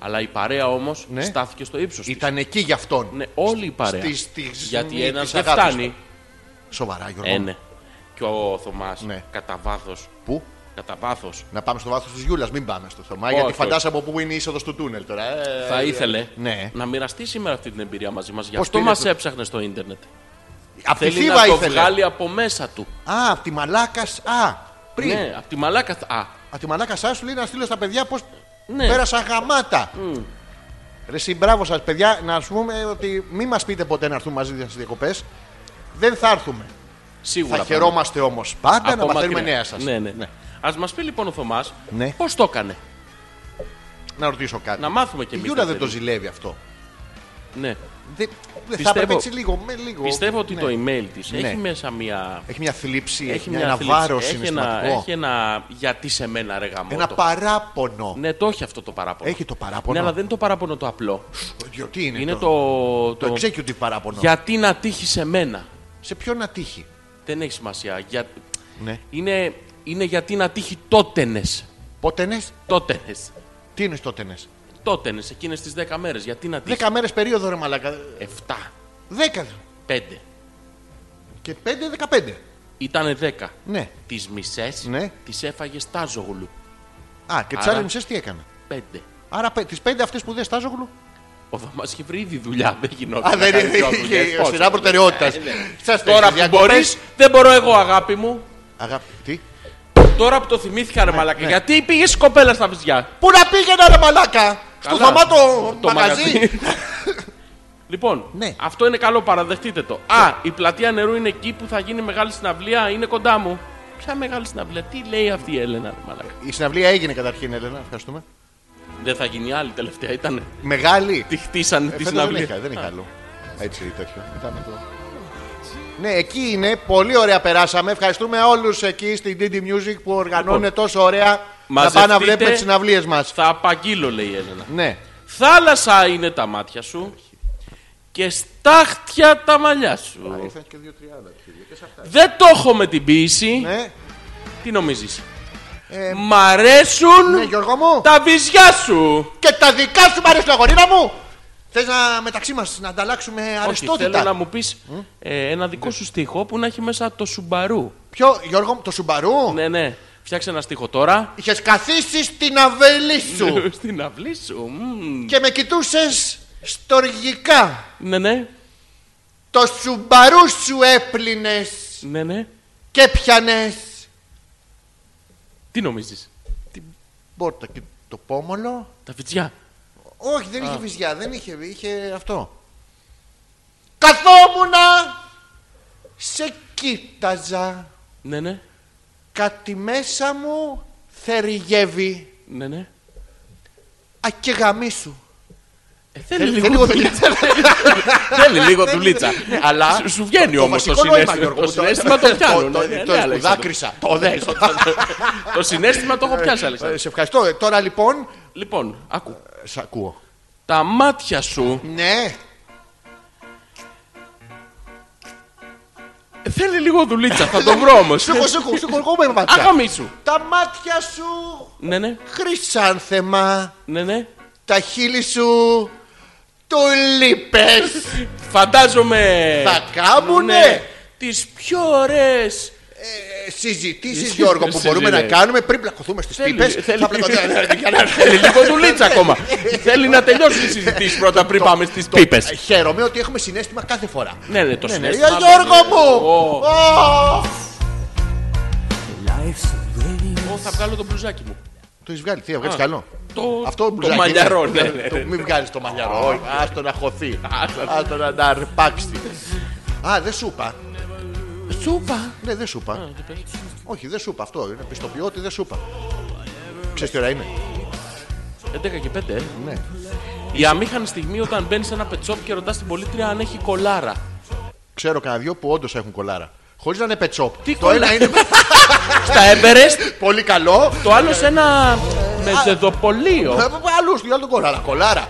Αλλά η παρέα όμως Ναι. στάθηκε στο ύψος. Ήταν εκεί για αυτόν. Ναι, όλη η παρέα. Στη- στη στιγμή Γιατί της ένα δεν αγάπης φτάνει. Σοβαρά, Γιώργο. Ε, ναι. Και ο Θωμάς Ναι. κατά βάθος. Πού? Κατά βάθος. Να πάμε στο βάθος της Γιούλας, μην πάμε στο Θωμά. Όχι, γιατί όχι. φαντάσαι από πού είναι η είσοδος του τούνελ τώρα. Ε, θα ήθελε ναι. να μοιραστεί σήμερα αυτή την εμπειρία μαζί μας. Γι' Πώς αυτό πήρε μα το- έψαχνε στο ίντερνετ. Απ' τη Θέλει Θήβα να το ήθελε. βγάλει από μέσα του. Α, απ' τη μαλάκας. Α, πριν. Ναι, από τη μαλάκας. θα- Α, Α, τη μαλάκας σα σου λέει να στείλω στα παιδιά πώς Ναι. πέρασα γαμάτα. Ρε συ, μπράβο σας, παιδιά, να σου πούμε ότι μην μας πείτε ποτέ να έρθουμε μαζί στι διακοπές. Δεν θα έρθουμε. σίγουρα. θα πάμε. χαιρόμαστε όμως πάντα Από να μαθαίνουμε μακριά. νέα σας. Ναι, ναι. ναι. Ας μας πει λοιπόν ο Θωμάς Ναι. πώς το έκανε. Να ρωτήσω κάτι. Να μάθουμε κι Η εμείς. Γιούρα δεν το ζηλεύει αυτό. Ναι. Δεν, δεν θα Πιστεύω- έπρεπε έτσι λίγο, με λίγο. Πιστεύω ότι Ναι. το email της Ναι. έχει μέσα μια. Έχει μια θλίψη, έχει, Έχει μια, μια ένα θλίψη. βάρος έχει ένα, συναισθηματικό. έχει ένα. Γιατί σε μένα, ρε γαμότο. Ένα παράπονο. Ναι, το έχει αυτό το παράπονο. Έχει το παράπονο. Ναι, Ναι, αλλά δεν είναι το παράπονο το απλό. Διότι είναι, Είναι το. το executive παράπονο. Γιατί να τύχει σε μένα. Σε ποιον να τύχει. δεν έχει σημασία. Για... Ναι. Είναι, είναι γιατί να τύχει τότενες. Πότε Τότενες. Τι είναι τότενες. Τότενες, εκείνες τις 10 μέρες. Γιατί να τύχει. Δέκα μέρες περίοδο ρε μαλάκα. 7, Δέκα. 5. Και πέντε, δεκαπέντε. Ήτανε 10. Ναι. Τις μισές Ναι. τις έφαγε Στάζογλου. Α, και τις Άρα- άλλε μισές τι έκανε. 5. Άρα τις πέντε αυτές που δεν στάζογλου. Ο Θωμάς είχε βρει ήδη δουλειά. Δεν γινόταν. Α, να δεν κάνει είναι. δυο δουλειές. είχε Πώς Σειρά θα- προτεραιότητας. Ε, ναι. Τώρα που μπορείς, δεν μπορώ εγώ, αγάπη μου. Αγάπη, τι. Τώρα που το θυμήθηκα, ρε Ναι, Μαλάκα. Γιατί πήγες κοπέλα στα βυζιά. Πού να πήγαινα ρε μαλάκα. Στο Καλά. θωμάτο μαγαζί. *laughs* λοιπόν, Ναι. αυτό είναι καλό, παραδεχτείτε το. Α, η πλατεία νερού είναι εκεί που θα γίνει μεγάλη συναυλία, είναι κοντά μου. Ποια μεγάλη συναυλία, τι λέει αυτή η Έλενα, ρε μαλάκα. Η συναυλία έγινε καταρχήν, Έλενα. Ευχαριστούμε. Δεν θα γίνει άλλη τελευταία, ήταν. Μεγάλη. Τη χτίσανε Ε, τη φέτος δεν συναυλία. είχα, δεν είχα άλλο. Έτσι τέτοιο. Ήταν αυτό. Ναι, εκεί είναι. Πολύ ωραία περάσαμε. Ευχαριστούμε όλους εκεί στην DD Music που οργανώνουν τόσο ωραία να Λοιπόν, μαζευτείτε. πάνε να βλέπουμε τις συναυλίες μας. Θα απαγγείλω, λέει η Έλενα. Ναι. Θάλασσα είναι τα μάτια σου και στάχτια τα μαλλιά σου. Δεν το έχω με την ποίηση. Ναι. Τι νομίζεις. Ε, Μ' αρέσουν ναι, Γιώργο μου. τα βυζιά σου. Και τα δικά σου μ' αρέσουν, αγορίνα μου. Θες να μεταξύ μας να ανταλλάξουμε Όχι, θέλω να αριστότητα. μου πεις ε, ένα Ναι. δικό σου στίχο που να έχει μέσα το σουμπαρού. Ποιο, Γιώργο μου, το σουμπαρού. Ναι, ναι. Φτιάξε ένα στίχο τώρα. Είχες καθίσει στην αβέλη *laughs* σου Στην αυλή σου. μμμ. και με κοιτούσες στοργικά. Ναι, ναι. Το σουμπαρού σου έπλυνες Ναι, ναι. και πιανε. Τι νομίζεις. Μπόρτα και το πόμολο. Τα βυζιά. Όχι, δεν είχε βυζιά, δεν είχε, είχε αυτό. Καθόμουνα, σε κοίταζα. Ναι, ναι. Κάτι μέσα μου θεριγεύει. Ναι, ναι. Ακεγαμί σου. Ε, θέλει λίγο λίγο δουλίτσα. *laughs* Θέλει λίγο Θέλει- δουλίτσα. ναι, αλλά Σου- σου βγαίνει το όμως το βασικό νόημα, συνέστημα. Γιώργο, Το το- συνέστημα το το- πιάνω. το- ναι, το- ναι, το Αλέξανδρε. σπουδάκρισα. Το δέχεσαι. *laughs* Το συνέστημα το έχω πιάσει, Ε, Αλέξανδρε. σε ευχαριστώ. Ε, Τώρα λοιπόν. Λοιπόν, άκου. ε, Σ' ακούω. Τα μάτια σου Ναι. Ε, θέλει λίγο δουλίτσα. Θα το βρω όμως. Σου έχω, σου έχω, σου έχω εγώ με μάτια. Αγαμί σου. Τα μάτια σου Ναι, ναι, χρυσάνθεμα. ναι, ναι. Τα χείλη σου τουλίπες. Φαντάζομαι. Θα κάνουνε. ναι. Τις πιο ωραίες. Ε, Συζητήσεις Γιώργο που μπορούμε να Συζητήσεις. κάνουμε πριν πλακωθούμε στις πίπες. θέλει, ε, Ναι. Θα *laughs* πλακωθούμε. θέλει λίγο δουλίτσα ακόμα. θέλει να τελειώσει η συζήτηση πρώτα πριν πάμε στις πίπες. Ε, Χαίρομαι ότι έχουμε συνέστημα κάθε φορά. Ναι, ναι, το Ναι, συνέστημα. Γιώργο μου! Ω, Ωφ! ω, θα βγάλω το μπλουζάκι μου. Το έχεις βγάλει, τι έβγαλες καλό. Το, Αυτό το μπλουζάκι, μαλλιαρό, ναι. ναι. ναι, Το- ναι. Μην βγάλεις το μαλλιαρό. όχι, Άστο να χωθεί. Άστο να- να αρπάξει. Α, δεν σου είπα. Σούπα. Ναι, δεν σου είπα. Όχι, δεν σου είπα αυτό. Είναι πιστοποιώ ότι δεν σου είπα. Ξέρεις τι ώρα είναι. 11 και 5, ε. Ναι. Η αμήχανη στιγμή όταν μπαίνεις σε ένα πετσόπ και ρωτάς την πολίτρια αν έχει κολάρα. Ξέρω κανένα δυο που όντως έχουν κολάρα. Χωρίς να είναι πετσόπ. Τι το ένα κολλά- είναι Στα Everest, πολύ καλό. Ε, το άλλο σε ένα μεζεδοπολείο. Αλλού του άλλου κολάρα. Κολάρα.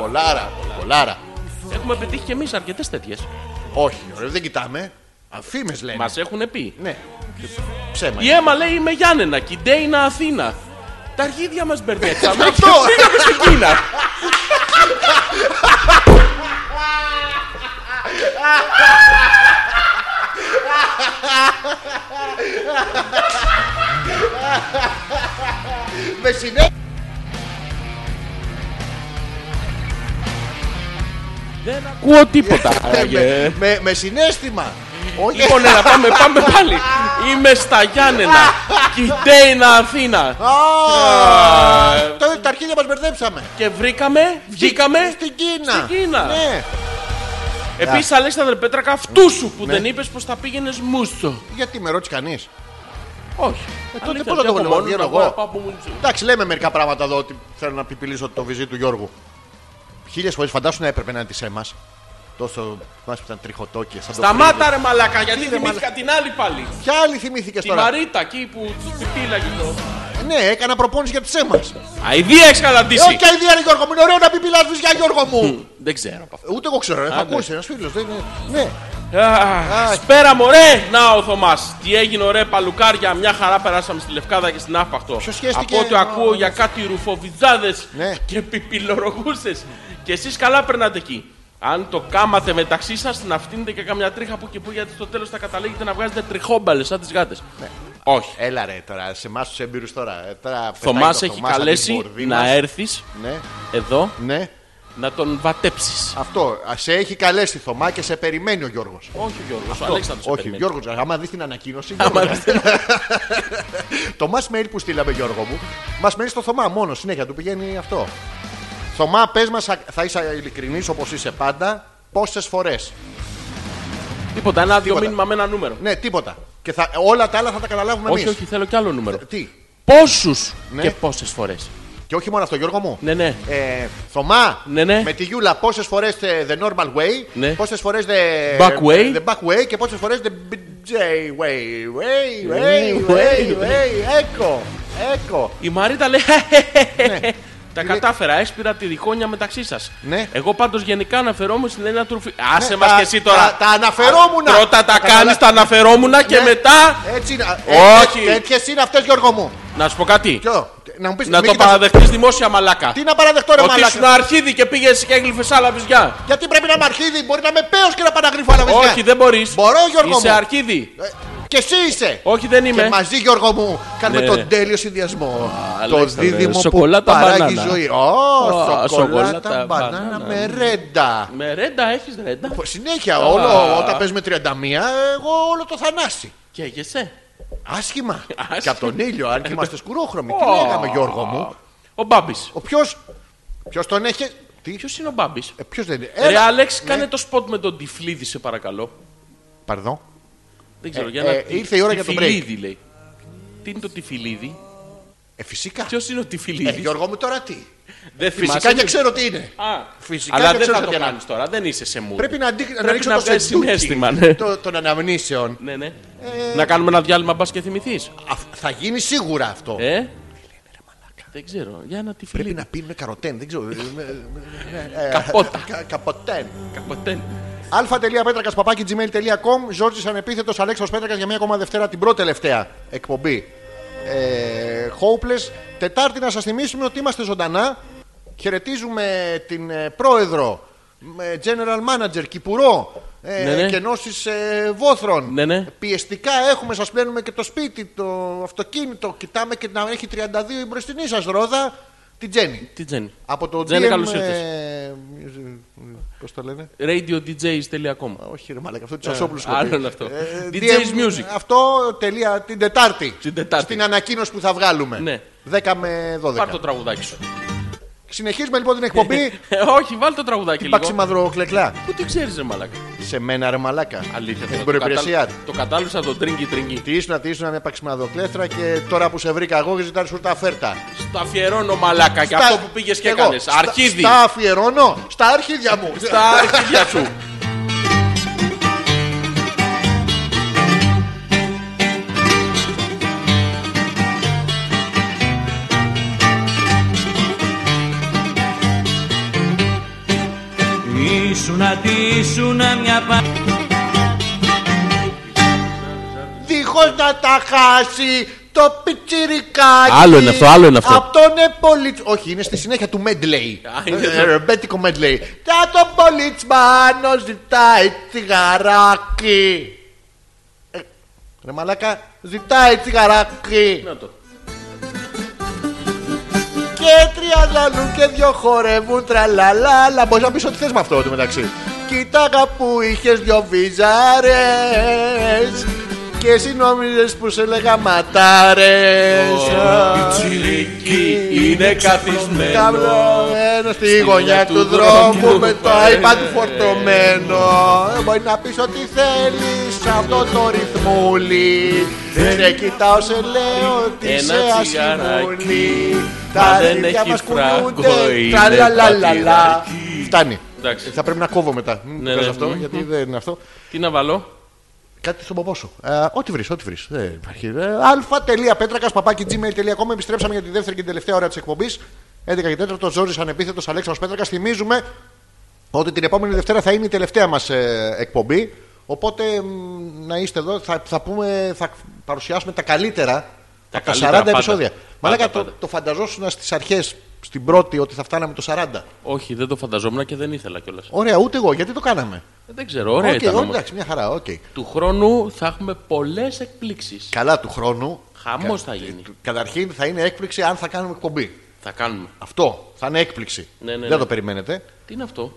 Κολάρα. Κολάρα. Έχουμε πετύχει κι εμείς αρκετές τέτοιες. Όχι, ρε, δεν κοιτάμε. Αφήμες λέμε. Μα έχουν πει. Ναι. Ψέμα. Η Έμα λέει είμαι Γιάννενα, κι η Ντέι είναι Αθήνα. Τα αρχίδια μας μπερδέψαμε. Αυτό. και Πήγαμε στην Κίνα. Με συνέχεια. Δεν ακούω *laughs* τίποτα. άραγε. με, με, με συνέστημα. Όχι. Λοιπόν, έλα, πάμε, πάμε πάλι. Είμαι στα Γιάννενα. Κοιτέ είναι Αθήνα. Α, το- Τα αρχίδια μας μπερδέψαμε. Και βρήκαμε, βγήκαμε. Στην Κίνα. Στην Κίνα. Ναι. Επίσης, Αλέξανδρε Πέτρακα, αυτού σου Ναι. που δεν είπες πως θα πήγαινες μουσο. Γιατί με ρώτησε κανείς. Όχι. Ε, τότε Αλήθεια, πώς να το έχω βλέπω, μόνο βγαίνω να εγώ. πάω να πάω από μουτσο. Εντάξει, λέμε μερικά πράγματα εδώ ότι θέλω να πιπιλήσω το βυζί του Γιώργου. Χίλιες φορές φαντάσου να έπρεπε να είναι της αίμα. Τόσο θυμάσαι που ήταν τριχωτό και σαν το Σταμάτα ρε μαλάκα, γιατί θυμήθηκα την άλλη πάλι. φρύδι. Ποια άλλη θυμήθηκες Τη τώρα. Μαρίτα εκεί που τη πύλαγε το. Ναι, έκανα προπόνηση για τη αίμα. Αιδία έχει Ε, χαλαντήσει. όχι, αηδία ρε Γιώργο μου, είναι ωραίο να πιπιλά βυζιά Γιώργο μου. Δεν ξέρω από αυτό. Ούτε εγώ ξέρω, έχω Άντε. ακούσει ένας φίλος. Ναι. Αχ, Σπέρα μωρέ! Να ο Θωμάς. Τι έγινε, ωραία παλουκάρια. Μια χαρά περάσαμε στη Λευκάδα και στην Άφπαχτο. Ποιος σχέστηκε, Από ό,τι ο- ακούω για κάτι ρουφοβιτζάδε Ναι. και πιπιλορογούσες. Και εσείς καλά περνάτε εκεί. Αν το κάματε μεταξύ σας, να φτύνετε και καμιά τρίχα που και που γιατί στο τέλος θα καταλήγετε να βγάζετε τριχόμπαλες σαν τις γάτες. Ναι. Όχι. Έλα ρε τώρα, σε εμάς τους έμπειρους τώρα. ε, τώρα Θωμά πετάει Ε, το Θωμάς έχει από την καλέσει πορδί μας. να έρθεις Ναι, εδώ ναι. να τον βατέψεις. Αυτό. α, Σε έχει καλέσει Θωμά και σε περιμένει ο Γιώργος. Όχι, Γιώργος. Ο Αλέξανδρος σε Όχι, περιμένει. Γιώργος, άμα δεις την ανακοίνωση. Άμα Γιώργο. *laughs* το mass mail που στείλαμε, Γιώργο μου, μα μένει στο Θωμά μόνος. Συνέχεια του πηγαίνει αυτό. Θωμά, πες μας, θα είσαι ειλικρινής όπως είσαι πάντα, πόσες φορές. Τίποτα. Ένα-δύο Τίποτα. μήνυμα με ένα νούμερο. Ναι, τίποτα. Και θα, όλα τα άλλα θα τα καταλάβουμε εμείς. Όχι, όχι, θέλω κι άλλο νούμερο. Τι. Πόσους Ναι. και πόσες φορές. Και όχι μόνο αυτό, Γιώργο μου. Ναι, ναι. Ε, Θωμά, Ναι, ναι. με τη Γιούλα πόσες φορές the normal way, Ναι. πόσες φορές the Back way. ε, the back way και πόσες φορές the BJ way. Way, way, Way, way, way. way, έκο, έκο. Η Μαρίτα λέει. Ναι. Τα Είναι- κατάφερα, έσπηρα τη διχόνια μεταξύ σας. Ναι. Εγώ πάντως γενικά αναφερόμουν στην έννοια τρουφή. Άσε Ναι, μα τα- και εσύ τώρα. τα- τα αναφερόμουνα. Πρώτα τα Τα κάνει, καλά- τα αναφερόμουνα και Ναι, μετά. Έτσι, Ε, Όχι. Τέτοιες είναι αυτές, Γιώργο μου. Να σου πω κάτι. Ποιο, να μου πεις Να το παραδεχτείς δημόσια μαλάκα. Τι να παραδεχτώ, ρε Ότι ήσουν μαλάκα. αρχίδι και πήγες και έγλυφες άλλα βυζιά. Γιατί πρέπει να είμαι αρχίδι, μπορεί να είμαι πέος και να παναγρυφώ άλλα βυζιά. Όχι, δεν μπορείς. Μπορώ, Γιώργο Είσαι μου. αρχίδι. Ε, Και εσύ είσαι. Όχι, δεν Και είμαι. μαζί, Γιώργο μου, κάνουμε Ναι, ναι. τον τέλειο συνδυασμό. το Αλέξανδρε, δίδυμο που σοκολάτα παράγει μπανάνα. ζωή. Ω, σοκολάτα Α, σοκολάτα μπανάνα μπανάνα. με ρέντα. Με ρέντα έχεις ρέντα. Συνέχεια, όλο, όταν παίζουμε 31, εγώ όλο το θανάσι. Καίγεσαι. Άσχημα. *laughs* Άσχημα. Και από τον ήλιο, αν και είμαστε σκουρόχρωμοι. Τι λέγαμε, Γιώργο μου. Ο Μπάμπης. Ο ποιος. Ποιος τον έχει. Τι. Ποιος είναι ο Μπάμπης. Ε, ποιος δεν είναι. Ρε Άλεξ, Ναι. κάνε το σποτ με τον Τυφλίδη, σε παρακαλώ. Παρδόν. Δεν ξέρω, Ε, για να... ε, ήρθε η ώρα για το break. Τυφιλίδη, λέει. Τι είναι το Τυφιλίδη, Ε, φυσικά. ποιος είναι ο Ε, Τυφιλίδη. Γιώργο μου τώρα τι. δεν Φυσικά θυμάσαι. και ξέρω τι είναι. Α, Φυσικά αλλά και δεν ξέρω θα τι το είναι. κάνεις τώρα, δεν είσαι σε μου. Πρέπει να, αντί... να Πρέπει ρίξω να το βγάλεις σεντούκι συνέστημα, ναι. το- των αναμνήσεων. Ναι, ναι. Ε, Να κάνουμε ένα διάλειμμα, μπας και θυμηθείς. Α, θα γίνει σίγουρα αυτό. Ε. Δεν ξέρω, για ένα Πρέπει Τυφιλίδη. να πίνουν καροτέν, δεν ξέρω. Ε, ε, ε, Καπότα. κα- Καποτέν. Καποτέν. αλφα.πέτρακα παπάκι gmail.com Ζόρτζη ανεπίθετο Αλέξο Πέτρακας για μία ακόμα Δευτέρα την πρώτη τελευταία εκπομπή. Ε, Hopeless. Τετάρτη να σας θυμίσουμε ότι είμαστε ζωντανά. Χαιρετίζουμε την ε, πρόεδρο, ε, general manager Κυπουρό. Ε, Ναι, ναι. Και ενώσει ε, βόθρων. Ναι, ναι. Πιεστικά έχουμε, σας παίρνουμε και το σπίτι, το αυτοκίνητο. Κοιτάμε και να έχει 32 η μπροστινή σας ρόδα. Την Τζέννη. Τι τζένι. Από το Τζέννη, DM, καλώς ε, ήρθες. ε, πώς το λένε. RadioDJs.com. Όχι, ρε Μαλάκα, αυτό του Ασόπουλου. Ε, άλλο είναι αυτό. DJ's Music. Ε, Αυτό τελεία την Τετάρτη. Την Τετάρτη. Στην ανακοίνωση που θα βγάλουμε. Ναι. 10 με 12. Πάρ το τραγουδάκι σου. Συνεχίζουμε λοιπόν την *laughs* εκπομπή. Ε, Όχι, βάλ το τραγουδάκι Υπάρξει λίγο. μαύρο κλεκλά. Πού την ξέρεις, ρε Μαλάκα. Σε μένα ρε Μαλάκα. Αλήθεια. Την τώρα, προϋπηρεσία Το, του. κατάλ- το κατάλαβα το τρίγκι τρίγκι. Τι ήσουν, τι ήσουν, μια παξιμαδοκλέστρα και τώρα που σε βρήκα εγώ ζητάνε σου τα φέρτα. Στο αφιερώνω μαλάκα για αυτό που πήγες και εγώ, έκανες. στα- Αρχίδι. Στα αφιερώνω, στα αρχίδια μου. Στα αρχίδια *laughs* σου. Ήσουνα τι ήσουνα μια πα... Δίχως να τα χάσει το πιτσιρικάκι. Άλλο είναι αυτό, άλλο είναι αυτό. Απ' τον Επολίτ... Όχι, είναι στη συνέχεια του Medley. Α, είναι το- Ρεμπέτικο Medley. Τα τον Πολίτσμανο ζητάει τσιγαράκι. Ε, Ρε μαλάκα, ζητάει τσιγαράκι. Να το. Και τρία λαλούν και δυο χορεύουν τραλαλάλα. Μπορείς να πεις ό,τι θες με αυτό το μεταξύ. Κοίταγα που είχες δυο βυζάρες και εσύ νόμιζες που σε λέγα ματάρες Πιτσιρίκι είναι καθισμένο. Καμμένο στη γωνιά του δρόμου με το iPad φορτωμένο. Ε, Μπορεί να πεις ό,τι θέλεις σε αυτό το ρυθμούλι. Σε κοιτάω, σε λέω ότι Ένα σε τσιγαράκι. ασημούλι. Μα Τα δεν ρίδια έχει μας φράγκο, κουνιούνται. είναι Τραλαλαλαλα. πατηράκι. Φτάνει. Εντάξει. Θα πρέπει να κόβω μετά. Μην Ναι, πες ναι. αυτό, Μμμ. γιατί δεν είναι αυτό. Τι να βάλω. Κάτι στον ποπό σου. Ε, ό,τι βρεις, ό,τι Ε, βρει. Δεν υπάρχει. αλφα.πέτρακα παπάκι gmail.com. Επιστρέψαμε για τη δεύτερη και την τελευταία ώρα της εκπομπής. 11 και 4 το Ζόρι ανεπίθετος Αλέξανδρος Πέτρακας. Θυμίζουμε ότι την επόμενη Δευτέρα θα είναι η τελευταία μας ε, εκπομπή. Οπότε μ, να είστε εδώ, θα, θα, πούμε, θα παρουσιάσουμε τα καλύτερα Τα από τα 40 καλύτερα πάντα. επεισόδια. Πάντα, Μαλάκα, το, πάντα. το φανταζόσουν στις αρχές, στην πρώτη, ότι θα φτάναμε το 40. Όχι, δεν το φανταζόμουν και δεν ήθελα κιόλας. Ωραία, ούτε εγώ, γιατί το κάναμε. Δεν ξέρω, ωραία Οκ, ήταν. ωραία, όμως. εντάξει, μια χαρά, οκ. Του χρόνου θα έχουμε πολλές εκπλήξεις. Καλά του χρόνου. Χαμός Κα- θα γίνει. Καταρχήν θα είναι έκπληξη αν θα κάνουμε εκπομπή. Θα κάνουμε. Αυτό θα είναι έκπληξη. Ναι, ναι, δεν ναι. το περιμένετε. Τι είναι αυτό.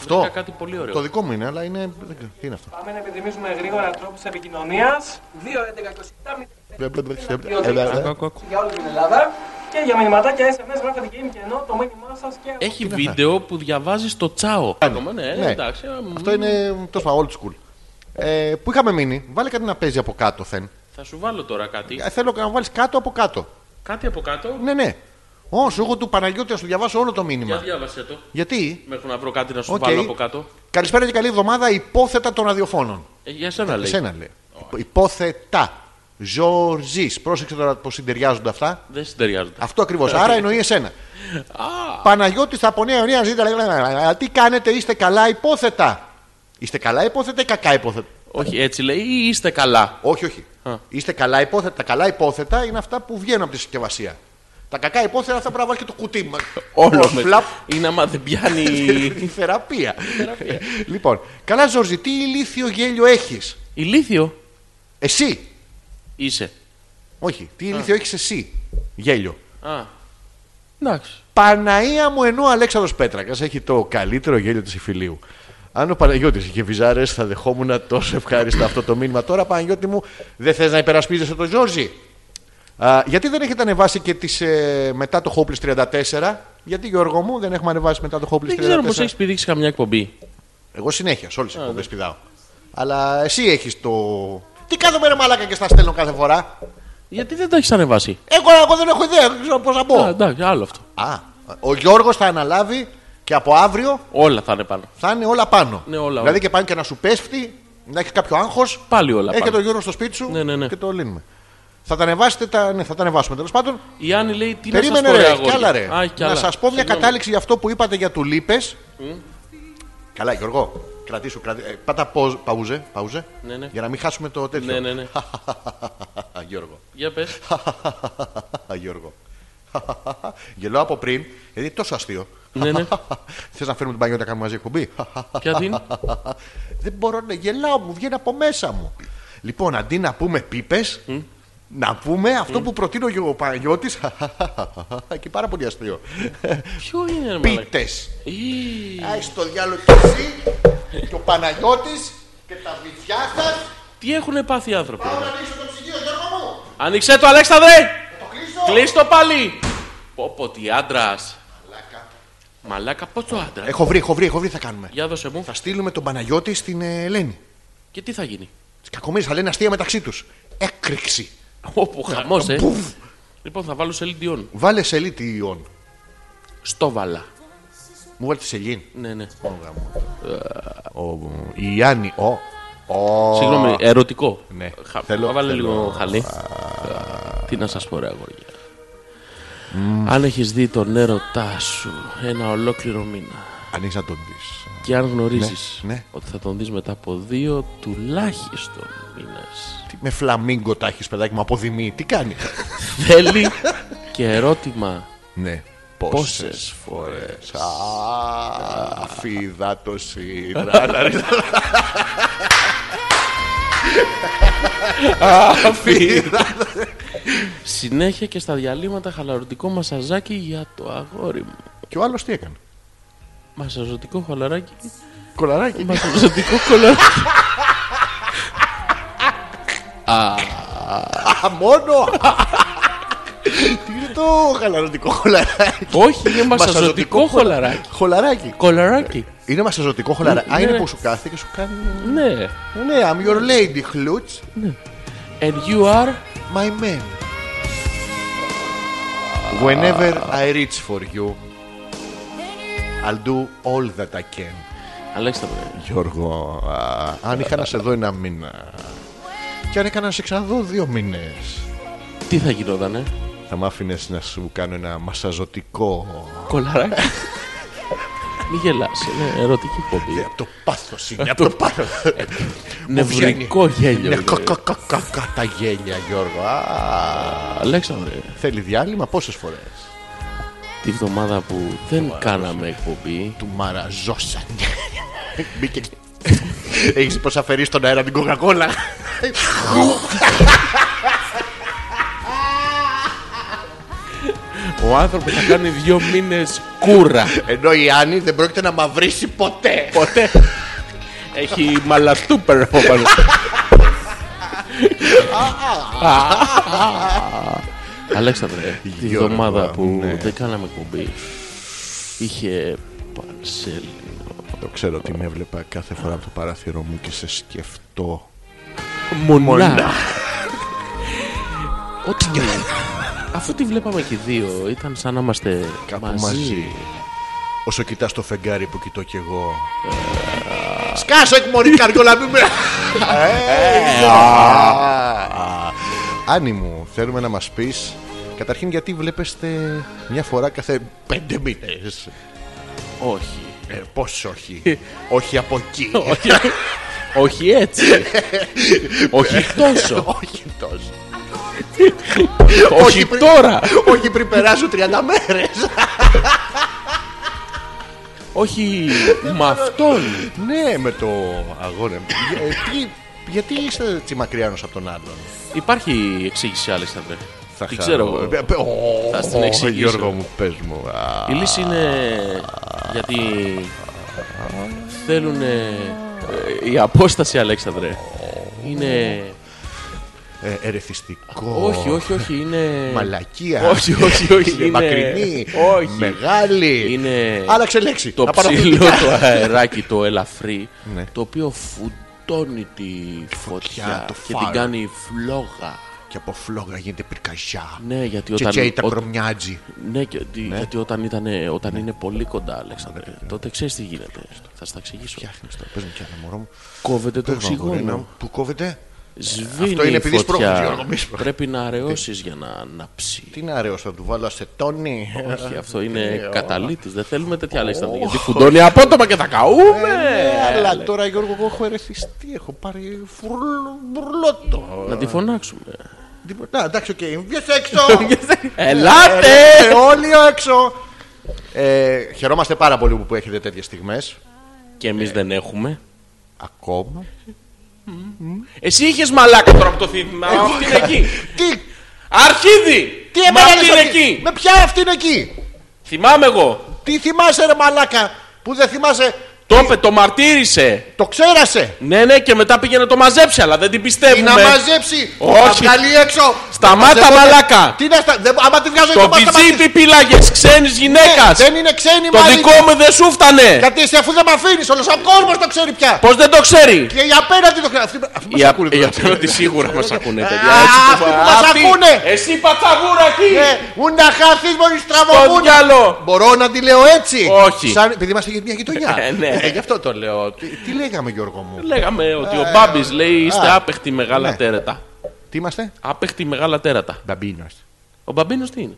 Αυτό. Βρήκα κάτι πολύ ωραίο. Το δικό μου είναι, αλλά είναι. δεν ξέρω, Τι είναι αυτό. Πάμε να επιθυμίσουμε γρήγορα τρόπους επικοινωνίας 2.11.27 Άκου, άκου, άκου. για όλη την Ελλάδα και για μηνυματάκια SMS γράφετε game και ενώ το μήνυμά σας και... Έχει βίντεο που διαβάζεις το τσάο. Ακόμα, ναι, Ναι. εντάξει. α, μ, Αυτό είναι τόσο old school. Ε, που είχαμε μείνει, βάλε κάτι να παίζει από κάτω. Θεν. Θα σου βάλω τώρα κάτι. Ε, Θέλω να βάλεις κάτω από κάτω. Κάτι από κάτω. Ναι, ναι. Ω, σου έχω του Παναγιώτη να σου διαβάσω όλο το μήνυμα. Για διάβασε το. Γιατί. Μέχρι να βρω κάτι να σου Οκ. βάλω από κάτω. Καλησπέρα και καλή εβδομάδα. Υπόθετα των αδιοφώνων. Ε, για σένα λέει. Εσένα λέει. Υπο- Υπόθετα. Ζορζή. Πρόσεξε τώρα πώς συντεριάζονται αυτά. Δεν συντεριάζονται. Αυτό ακριβώς. Άρα εννοεί εσένα. Παναγιώτης θα από νέα αιωνία ζείτε. λέει, «Αλλά Τι κάνετε, είστε καλά, υπόθετα. Είστε καλά, υπόθετα ή κακά, υπόθετα. Όχι, έτσι λέει ή είστε καλά. Όχι, όχι. Α. Είστε καλά υπόθετα. Τα καλά υπόθετα είναι αυτά που βγαίνουν από τη συσκευασία. Τα κακά υπόθετα αυτά πρέπει να βάλει και το κουτί μα. Όλο Ο με. φλαπ. Είναι άμα δεν πιάνει. *laughs* Η θεραπεία. λοιπόν, καλά, Ζορζι, τι ηλίθιο γέλιο έχεις. Ηλίθιο Εσύ. είσαι. Όχι, τι ηλίθιο έχεις εσύ. Γέλιο. Α. Εντάξει. Παναία μου ενώ ο Αλέξανδρος Πέτρακας έχει το καλύτερο γέλιο της Ιφιλίου. Αν ο Παναγιώτης είχε βυζάρες θα δεχόμουν τόσο ευχάριστα αυτό το μήνυμα. Τώρα Παναγιώτη μου δεν θες να υπερασπίζεσαι τον Ζόρζι. Α, γιατί δεν έχετε ανεβάσει και τις, ε, μετά το Hopeless 34. Γιατί Γιώργο μου δεν έχουμε ανεβάσει μετά το Hopeless 34. Δεν ξέρω πώ έχεις πηδήξει καμιά εκπομπή. Εγώ συνέχεια σε όλες τις ναι. εκπομπές πηδάω. Αλλά εσύ έχεις το... Τι κάθομαι ρε μαλάκα και στα στέλνω κάθε φορά. Γιατί δεν τα έχεις ανεβάσει. Εγώ, εγώ δεν έχω ιδέα, δεν ξέρω πώς να Α, μπω. εντάξει, άλλο αυτό. Α, ο Γιώργος θα αναλάβει και από αύριο Όλα θα είναι πάνω. θα είναι όλα πάνω. Ναι, όλα, δηλαδή όλα. και πάνε και να σου πέφτει, να έχει κάποιο άγχος. Πάλι όλα Έχει πάνω. Ε, το Γιώργο στο σπίτι σου Ναι, ναι, ναι. και το λύνουμε. Θα τα ανεβάσετε, τα... ναι, θα τα ανεβάσουμε τέλος πάντων. Η Άννη λέει τι να Περίμενε σας ρε, πω, ρε, έχει κι αγόρια. άλλα ρε. Α, έχει κι να άλλα. σας πω μια Συγγνώμη. κατάληξη για αυτό που είπατε για τουλίπες. Καλά, Γιώργο. Κρατήσου, κρατη... ε, πάτα παουζε, παουζε, παουζε Ναι, ναι. για να μην χάσουμε το τέτοιο. *laughs* Ναι, ναι, ναι. Γιώργο. Για πες. Γιώργο. Γελάω από πριν, γιατί είναι τόσο αστείο. Ναι, ναι. Θες να φέρουμε την Παναγιώτη να κάνουμε μαζί εκπομπή. Ποια *laughs* την. Δεν μπορώ να γελάω, μου βγαίνει από μέσα μου. Λοιπόν, αντί να πούμε πίπες, να πούμε αυτό που προτείνω και ο Παναγιώτη. και πάρα πολύ αστείο. Ποιο είναι, ρε μαλάκα. Πίτε. Ή, Έχει το διάλογο και εσύ και ο Παναγιώτης και τα βυθιά σας. Τι έχουν πάθει οι άνθρωποι. Πάω να ανοίξω το ψυγείο, Γιώργο μου. Άνοιξε το, Αλέξανδρε! Το κλείσω. Κλείστο πάλι! Πω πω τι άντρας. Μαλάκα, πώ το άντρας. Έχω βρει, έχω βρει, έχω βρει, θα κάνουμε. Για δώσε μου. Θα στείλουμε τον Παναγιώτη στην ε, Ελένη. Και τι θα γίνει. Τις κακομίρε θα λένε αστεία μεταξύ τους. Έκρηξη. Όπου χαμός, ε. Μπουβ. Λοιπόν, θα βάλω σελίδι on. Βάλε σελίτη ιών. Στο βαλά. Μου βάλε τη σελήνη. Ναι, ναι. Ε. Ο, η Ιάννη, ο. ο- Συγγνώμη, ε. ερωτικό. Ναι. Χα... Θέλω- βάλε θέλω- λίγο χαλί. Τι να σας πω, ρε αγόρια. Αν έχεις δει τον έρωτά σου ένα ολόκληρο μήνα Αν έχεις να τον δεις. και αν γνωρίζεις Ναι, ναι. ότι θα τον δεις μετά από δύο τουλάχιστον μήνες Τι με φλαμίγκο τα έχεις παιδάκι μου από δημή. Τι *laughs* κάνει. θέλει και ερώτημα ναι. πόσες φορές. Α, φίδα το *laughs* σύντρα. *laughs* Συνέχεια και στα διαλύματα χαλαρωτικό μασαζάκι για το αγόρι μου. Και ο άλλος τι έκανε. Μασαζωτικό χαλαράκι. Κολαράκι. Μασαζωτικό χαλαράκι. Α, μόνο. Τι είναι το χαλαρωτικό χολαράκι. Όχι, είναι μασαζωτικό χολαράκι. Χολαράκι. Κολαράκι. Είναι μασαζωτικό χολαράκι. Α, Ναι, είναι ναι. που σου κάθεται και σου κάνει. Ναι. Ναι, I'm your lady, χλούτς. And you are. My man. Whenever I reach for you, I'll do all that I can. Αλέξανδρε. Γιώργο, α, αν είχα να σε δω ένα μήνα και αν είχα να σε ξαναδώ δύο μήνες, Τι θα γινότανε. θα μ' άφηνες να σου κάνω ένα μασαζωτικό Κολαράκι. Μη γελάς, είναι ερωτική εκπομπή. Από το πάθος είναι, από το πάθο. Νευρικό γέλιο. Είναι είναι. κακά τα γέλια, Γιώργο. Α, Αλέξανδρε, Θέλει διάλειμμα πόσες φορές. τη βδομάδα που δεν κάναμε εκπομπή, Του μαραζώσαν. Μπήκε. Έχει προσαφερεί στον αέρα την κοκακόλα. ο άνθρωπος θα κάνει δύο μήνες κούρα. Ενώ η Άννη δεν πρόκειται να μαυρίσει ποτέ. Ποτέ. Έχει μαλαστούπερ από πάνω. Αλέξανδρε, τη Γιώργο, εβδομάδα που ναι. δεν κάναμε εκπομπή είχε πανσέλινο. Το ξέρω, την έβλεπα κάθε φορά από το παράθυρο μου και σε σκεφτώ. Μονά. Όταν... Αφού τη βλέπαμε και οι δύο, ήταν σαν να είμαστε Κάπου μαζί. μαζί. Όσο κοιτάς το φεγγάρι που κοιτώ κι εγώ. Σκάσω εκμωρή καρκόλα, μη με. Ε, α. Άννη μου, θέλουμε να μας πεις Καταρχήν γιατί βλέπεστε μια φορά κάθε πέντε μήνες Όχι. ε, Πώς όχι Όχι από εκεί *laughs* Όχι. Όχι *laughs* έτσι. Όχι τόσο. Όχι τόσο Όχι πριν- τώρα. Όχι πριν περάσω 30 μέρες Όχι με αυτόν. Ναι με το αγόρι μου Ε, τι- Γιατί είστε έτσι μακριάνος από τον άλλον Υπάρχει εξήγηση, Αλέξανδρε. Θα Την χαρώ. ξέρω εγώ. Ε, παι- ω, Θα στην ω, εξηγήσω. Γιώργο μου, πες μου. Α, Η λύση είναι γιατί θέλουν ε, η απόσταση, Αλέξανδρε. Είναι. ε, ερεθιστικό. Όχι, όχι, όχι, είναι. Μαλακία. Όχι, όχι, όχι, Είναι είναι- μακρινή. όχι. Μεγάλη. Είναι Άλλαξε λέξη. το Θα πάρω ψηλό αυτή. το αεράκι, το ελαφρύ, Ναι. το οποίο φουντώνει τη φωτιά το και την φάρο. κάνει φλόγα. Και από φλόγα γίνεται πυρκαγιά. Ναι, γιατί Και όταν, τσέιτα ό- βρωμιάζει. ναι, και ότι- γιατί όταν, ήτανε- όταν είναι πολύ κοντά, Αλέξανδρε, τότε ξέρεις τι γίνεται. Θα σας τα εξηγήσω. Φτιάχνεις το. Πες μου κι ένα μωρό μου. Κόβεται το Πες μου, αγόρι οξυγόνο. μου, Που κόβεται. Σβήνει Αυτό είναι επειδή η σπρώχνεις, φωτιά. Γιώργο, μη σπρώχνεις. Πρέπει να αραιώσεις για να ανάψει. Τι να αραιώσω, θα του βάλω ασετόνι. Όχι, αυτό είναι ωραίο. καταλήτης. Δεν θέλουμε τέτοια Αλέξανδρε. Γιατί φουντώνει απότομα και θα Ε, καούμε. Αλλά τώρα Γιώργο εγώ έχω ερεθιστεί, έχω πάρει φουρλ- μπουρλότο. Να τη φωνάξουμε. Να, εντάξει, οκ. Βγες *laughs* έξω! Ελάτε! Ε, όλοι έξω! Ε, χαιρόμαστε πάρα πολύ που έχετε τέτοιες στιγμές. Και εμείς δεν έχουμε. Ακόμα. Εσύ είχες μαλάκα τώρα από το θύμα. Αυτή είναι εκεί. Τι, Αρχίδι! τι Μα αυτή έβαλες είναι αυτή- εκεί. Με ποια αυτή είναι εκεί! Θυμάμαι εγώ. Τι θυμάσαι ρε μαλάκα που δεν θυμάσαι Το είπε, το μαρτύρησε. το ξέρασε! Ναι, ναι, και μετά πήγε να το μαζέψει, αλλά δεν την Τι να πιστεύουμε. μαζέψει! Ε, Όχι. Να βγάλει έξω! Σταμάτα, Να μαζεύονται. μαλάκα. Τι να στα... δεν- Άμα τη βγάζω Το εγώ, πάω στα πιτσί τι πήλαγε ξένη γυναίκα. μάτια. Ε, Δεν είναι ξένη Το μάλη. δικό μου δεν σου φτανε. Γιατί εσύ αφού δεν με αφήνεις όλος ο κόσμος το ξέρει πια! Πώς δεν το ξέρει. Και οι απέναντι το ξέρει. Αυτοί, αυτοί μας Οι ακούνε, δεν *laughs* ξέρουν. απέναντι σίγουρα μας ακούνε, παιδιά. Α, έτσι το- αυτοί που μας Αυτοί. ακούνε. Εσύ πατσαβούρα εκεί! Ε, ου να χαθείς μόλις Το τραβογούν. διάλο! Μπορώ να τη λέω έτσι. Όχι. Σαν, επειδή είμαστε για μια γειτονιά. Ε, ναι. Ε, γι' αυτό το λέω. Τι, τι λέγαμε, Γιώργο μου. Λέγαμε ότι ο Μπάμπης λέει είστε α, άπεχτη μεγάλα ναι. τέρατα. Τι είμαστε, Άπεχτη μεγάλα τέρατα. Μπαμπίνο. Ο Μπαμπίνο τι είναι.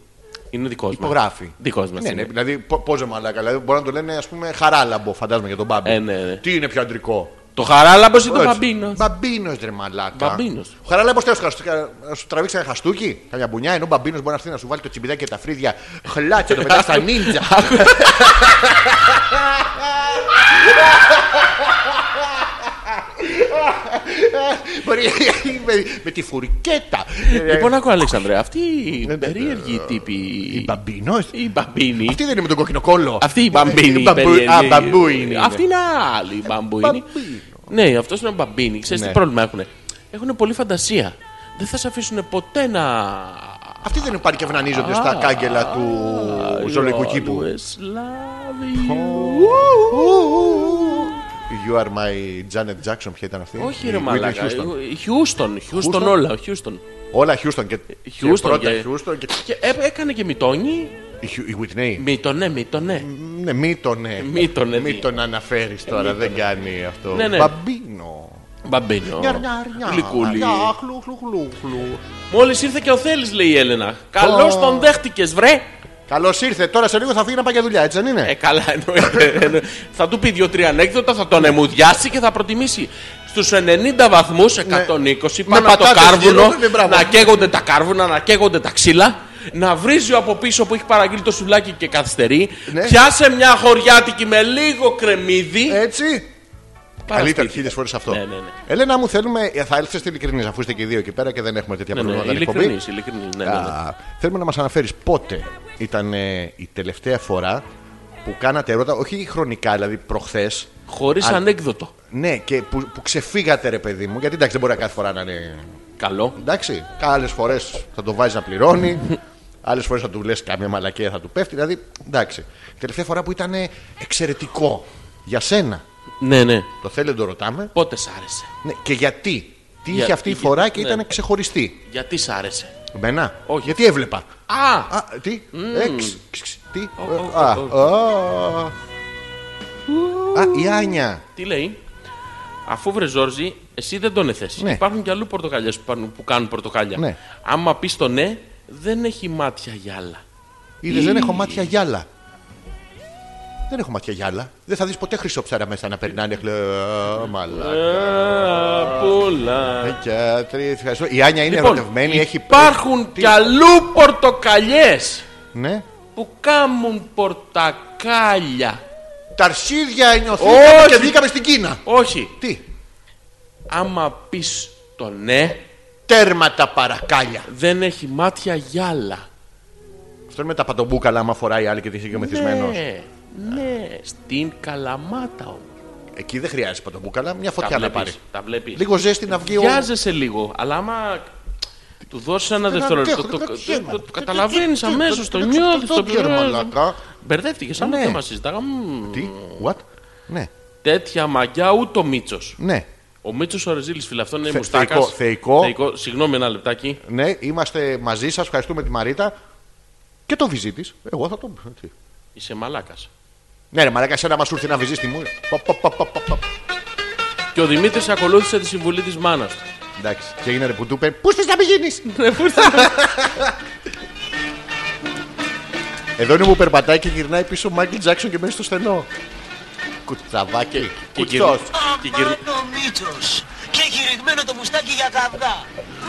Είναι δικός μας. Υπογράφει. Δικός μας. Ναι, ναι, δηλαδή πόζε μαλάκα. Δηλαδή, μπορεί να το λένε ας πούμε χαράλαμπο, φαντάζομαι για τον Μπάμπι. Ε, ναι, ναι. Τι είναι πιο αντρικό. Το χαράλαμπος ή το Έτσι. Μπαμπίνος. Μπαμπίνος, ρε μαλάκα. Μπαμπίνος. Ο Χαράλαμπος τέλος να σου τραβήξει ένα χαστούκι, καμιά μπουνιά, ενώ ο μπαμπίνος μπορεί να έρθει να σου βάλει το τσιμπιδάκι και τα φρύδια. Χλάτσε το *laughs* πετάξει στα νίντζα. Μπορεί με- με τη φουρκέτα. Λοιπόν, άκου Αλέξανδρε, αυτοί Ναι, οι περίεργοι τύποι. Οι Μπαμπίνος. οι μπαμπίνοι. Αυτή δεν είναι με τον κόκκινο κόλλο. Αυτή η μπαμπίνη. Η μπαμπού- περίεργη. α, μπαμπούινη είναι. Αυτή είναι άλλη η μπαμπούινη. Ναι, αυτός είναι ο μπαμπίνη. Ξέρει Ναι. τι πρόβλημα έχουν. Έχουν πολλή φαντασία. Δεν θα σε αφήσουν ποτέ να. Αυτή δεν είναι πάλι και αυνανίζονται στα κάγκελα του ζωολογικού κήπου. Always love you. You are my Janet Jackson, ποια ήταν αυτή. Όχι, Η ρε Whitney Μαλάκα. Houston. Χιούστον, Χιούστον όλα. Χιούστον. Όλα Houston και, Houston και πρώτα και- Houston και... Και έ- έκανε και μητόνι. Η, Χιου- η Whitney. Μητονέ, μητονέ. Ναι, μη τον, ναι. Μη τον, ναι. Μη τον αναφέρεις τώρα, δεν κάνει αυτό. ε. Ναι, ναι. Μπαμπίνο. Μπαμπίνο. Νιαρ, νιαρ, νιαρ. Γλυκούλη. Νιαρ, χλου, χλου, χλου, χλου. Μόλις ήρθε και ο Θέλει, λέει η Έλενα. Καλώς τον δέχτηκες, βρε. Καλώς ήρθε. Τώρα σε λίγο θα φύγει να πάει για δουλειά, έτσι δεν είναι. Ε, καλά, εννοείται. εννοεί. θα του πει δύο-τρία ανέκδοτα, θα τον εμουδιάσει και θα προτιμήσει στους 90 βαθμού, 120 πάνω από το Ναι. πατάτες κάρβουνο, γύρω, ναι, μπράβο. να καίγονται τα κάρβουνα, να καίγονται τα ξύλα, να βρίζει από πίσω που έχει παραγγείλει το σουβλάκι και καθυστερεί. Ναι. Πιάσε μια χωριάτικη με λίγο κρεμμύδι. Έτσι. Πάρα Καλύτερα αυτή. χίλιες φορές αυτό. Ε, Ναι, ναι, ναι. Ελένα μου, θέλουμε. ε, Θα έλθετε ειλικρινής, αφού είστε και οι δύο εκεί πέρα και δεν έχουμε τέτοια Ναι, ναι, προβλήματα. στην εκπομπή. ειλικρινής, ειλικρινής, ναι, ναι, ναι. Α, Θέλουμε να μας αναφέρεις πότε ήταν ε, η τελευταία φορά που κάνατε ερώτα, όχι χρονικά, δηλαδή προχθές. Χωρίς Α- ανέκδοτο. Ναι, και που, που ξεφύγατε, ρε παιδί μου, γιατί εντάξει, δεν μπορεί να κάθε φορά να είναι. Καλό. Εντάξει, άλλες φορές θα το βάζεις να πληρώνει, *laughs* άλλες φορές θα του λες κάμια μαλακία θα του πέφτει. Δηλαδή, εντάξει. Η τελευταία φορά που ήταν ε, εξαιρετικό για σένα. Ναι, ναι. Το θέλει, δεν το ρωτάμε. Πότε σ' άρεσε. Ναι, και γιατί. Τι Για- είχε αυτή η για- φορά και ναι. ήταν ξεχωριστή. Γιατί σ' άρεσε. Εμένα. Όχι. Γιατί έβλεπα. Α! Α, τι. Ε, ξ, ξ, ξ, τι. ε, ο, α, ο, α. Α, η Άνια. Τι λέει. Αφού βρε Ζόρζι, εσύ δεν τον εθέσει. Ναι. Υπάρχουν και αλλού πορτοκαλιές που, πάρουν- που κάνουν πορτοκάλια. Ναι. Άμα πεις το ναι, δεν έχει μάτια γυάλα. Είδες, δεν έχω μάτια γυάλα. Δεν έχω μάτια γυάλα. Δεν θα δεις ποτέ χρυσό ψάρα μέσα να περνάνε. Ε. χλε- Μαλάκα. Πολλά. Και τρεις, ευχαριστώ. Η Άνια είναι ερωτευμένη, έχει Λοιπόν, υπάρχουν κι αλλού πορτοκαλιές Ναι. που κάνουν πορτακάλια. Τα αρσίδια Όχι. ενιωθήκαμε και βγήκαμε στην Κίνα. Όχι. Τι. Άμα πεις το ναι, Τέρματα παρακάλια. δεν έχει μάτια γυάλα. Αυτό είναι με τα παντομπούκαλα, άμα φοράει άλλη και τη είχε μεθυσμένος. Ναι, ναι. Στην καλαμάτα όμως. Εκεί δεν χρειάζεται παντομπούκαλα, μια Τα φωτιά να πάρει. βλέπεις, τα βλέπεις. Λίγο ζέστη να βγει ο. Βιάζεσαι λίγο, αλλά άμα του δώσεις ένα Δεν δευτερόλεπτο. αντέχω, Το, δεν το, ξέρω. το- το καταλαβαίνει Ε, Τι- τι- αμέσως, τι- το τι- νιώθεις. το ξέρω, μαλάκα. Μπερδεύτηκες, άμα Ναι. δεν μας συζητάγαμε. Τι, what. Ναι, Τέτοια μαγιά ούτε ο Μίτσος. ναι, Ο Μίτσος ο Ρεζίλης, φίλε, αυτό είναι Θε- μουστάκας. θεϊκό, θεϊκό. Συγγνώμη ένα λεπτάκι. ναι, είμαστε μαζί σας. Ευχαριστούμε τη Μαρίτα. Και το βυζί τη. Εγώ θα το. τι. Είσαι μαλάκας. Ναι, ρε Μαράκα, εσένα μα ήρθε να βυζί στη μου. Και ο Δημήτρης ακολούθησε τη συμβουλή της μάνας του. Εντάξει, και έγινε ρε που του είπε Πούς θες να πηγαίνει. Εδώ είναι που περπατάει και γυρνάει πίσω ο Μάικλ Τζάξον και μένει στο στενό. Κουτσαβάκι. Και Κουτσός. γυρ- και γυρ- Αμάν ο Μίτσος και έχει ρηγμένο το μουστάκι για καβγά.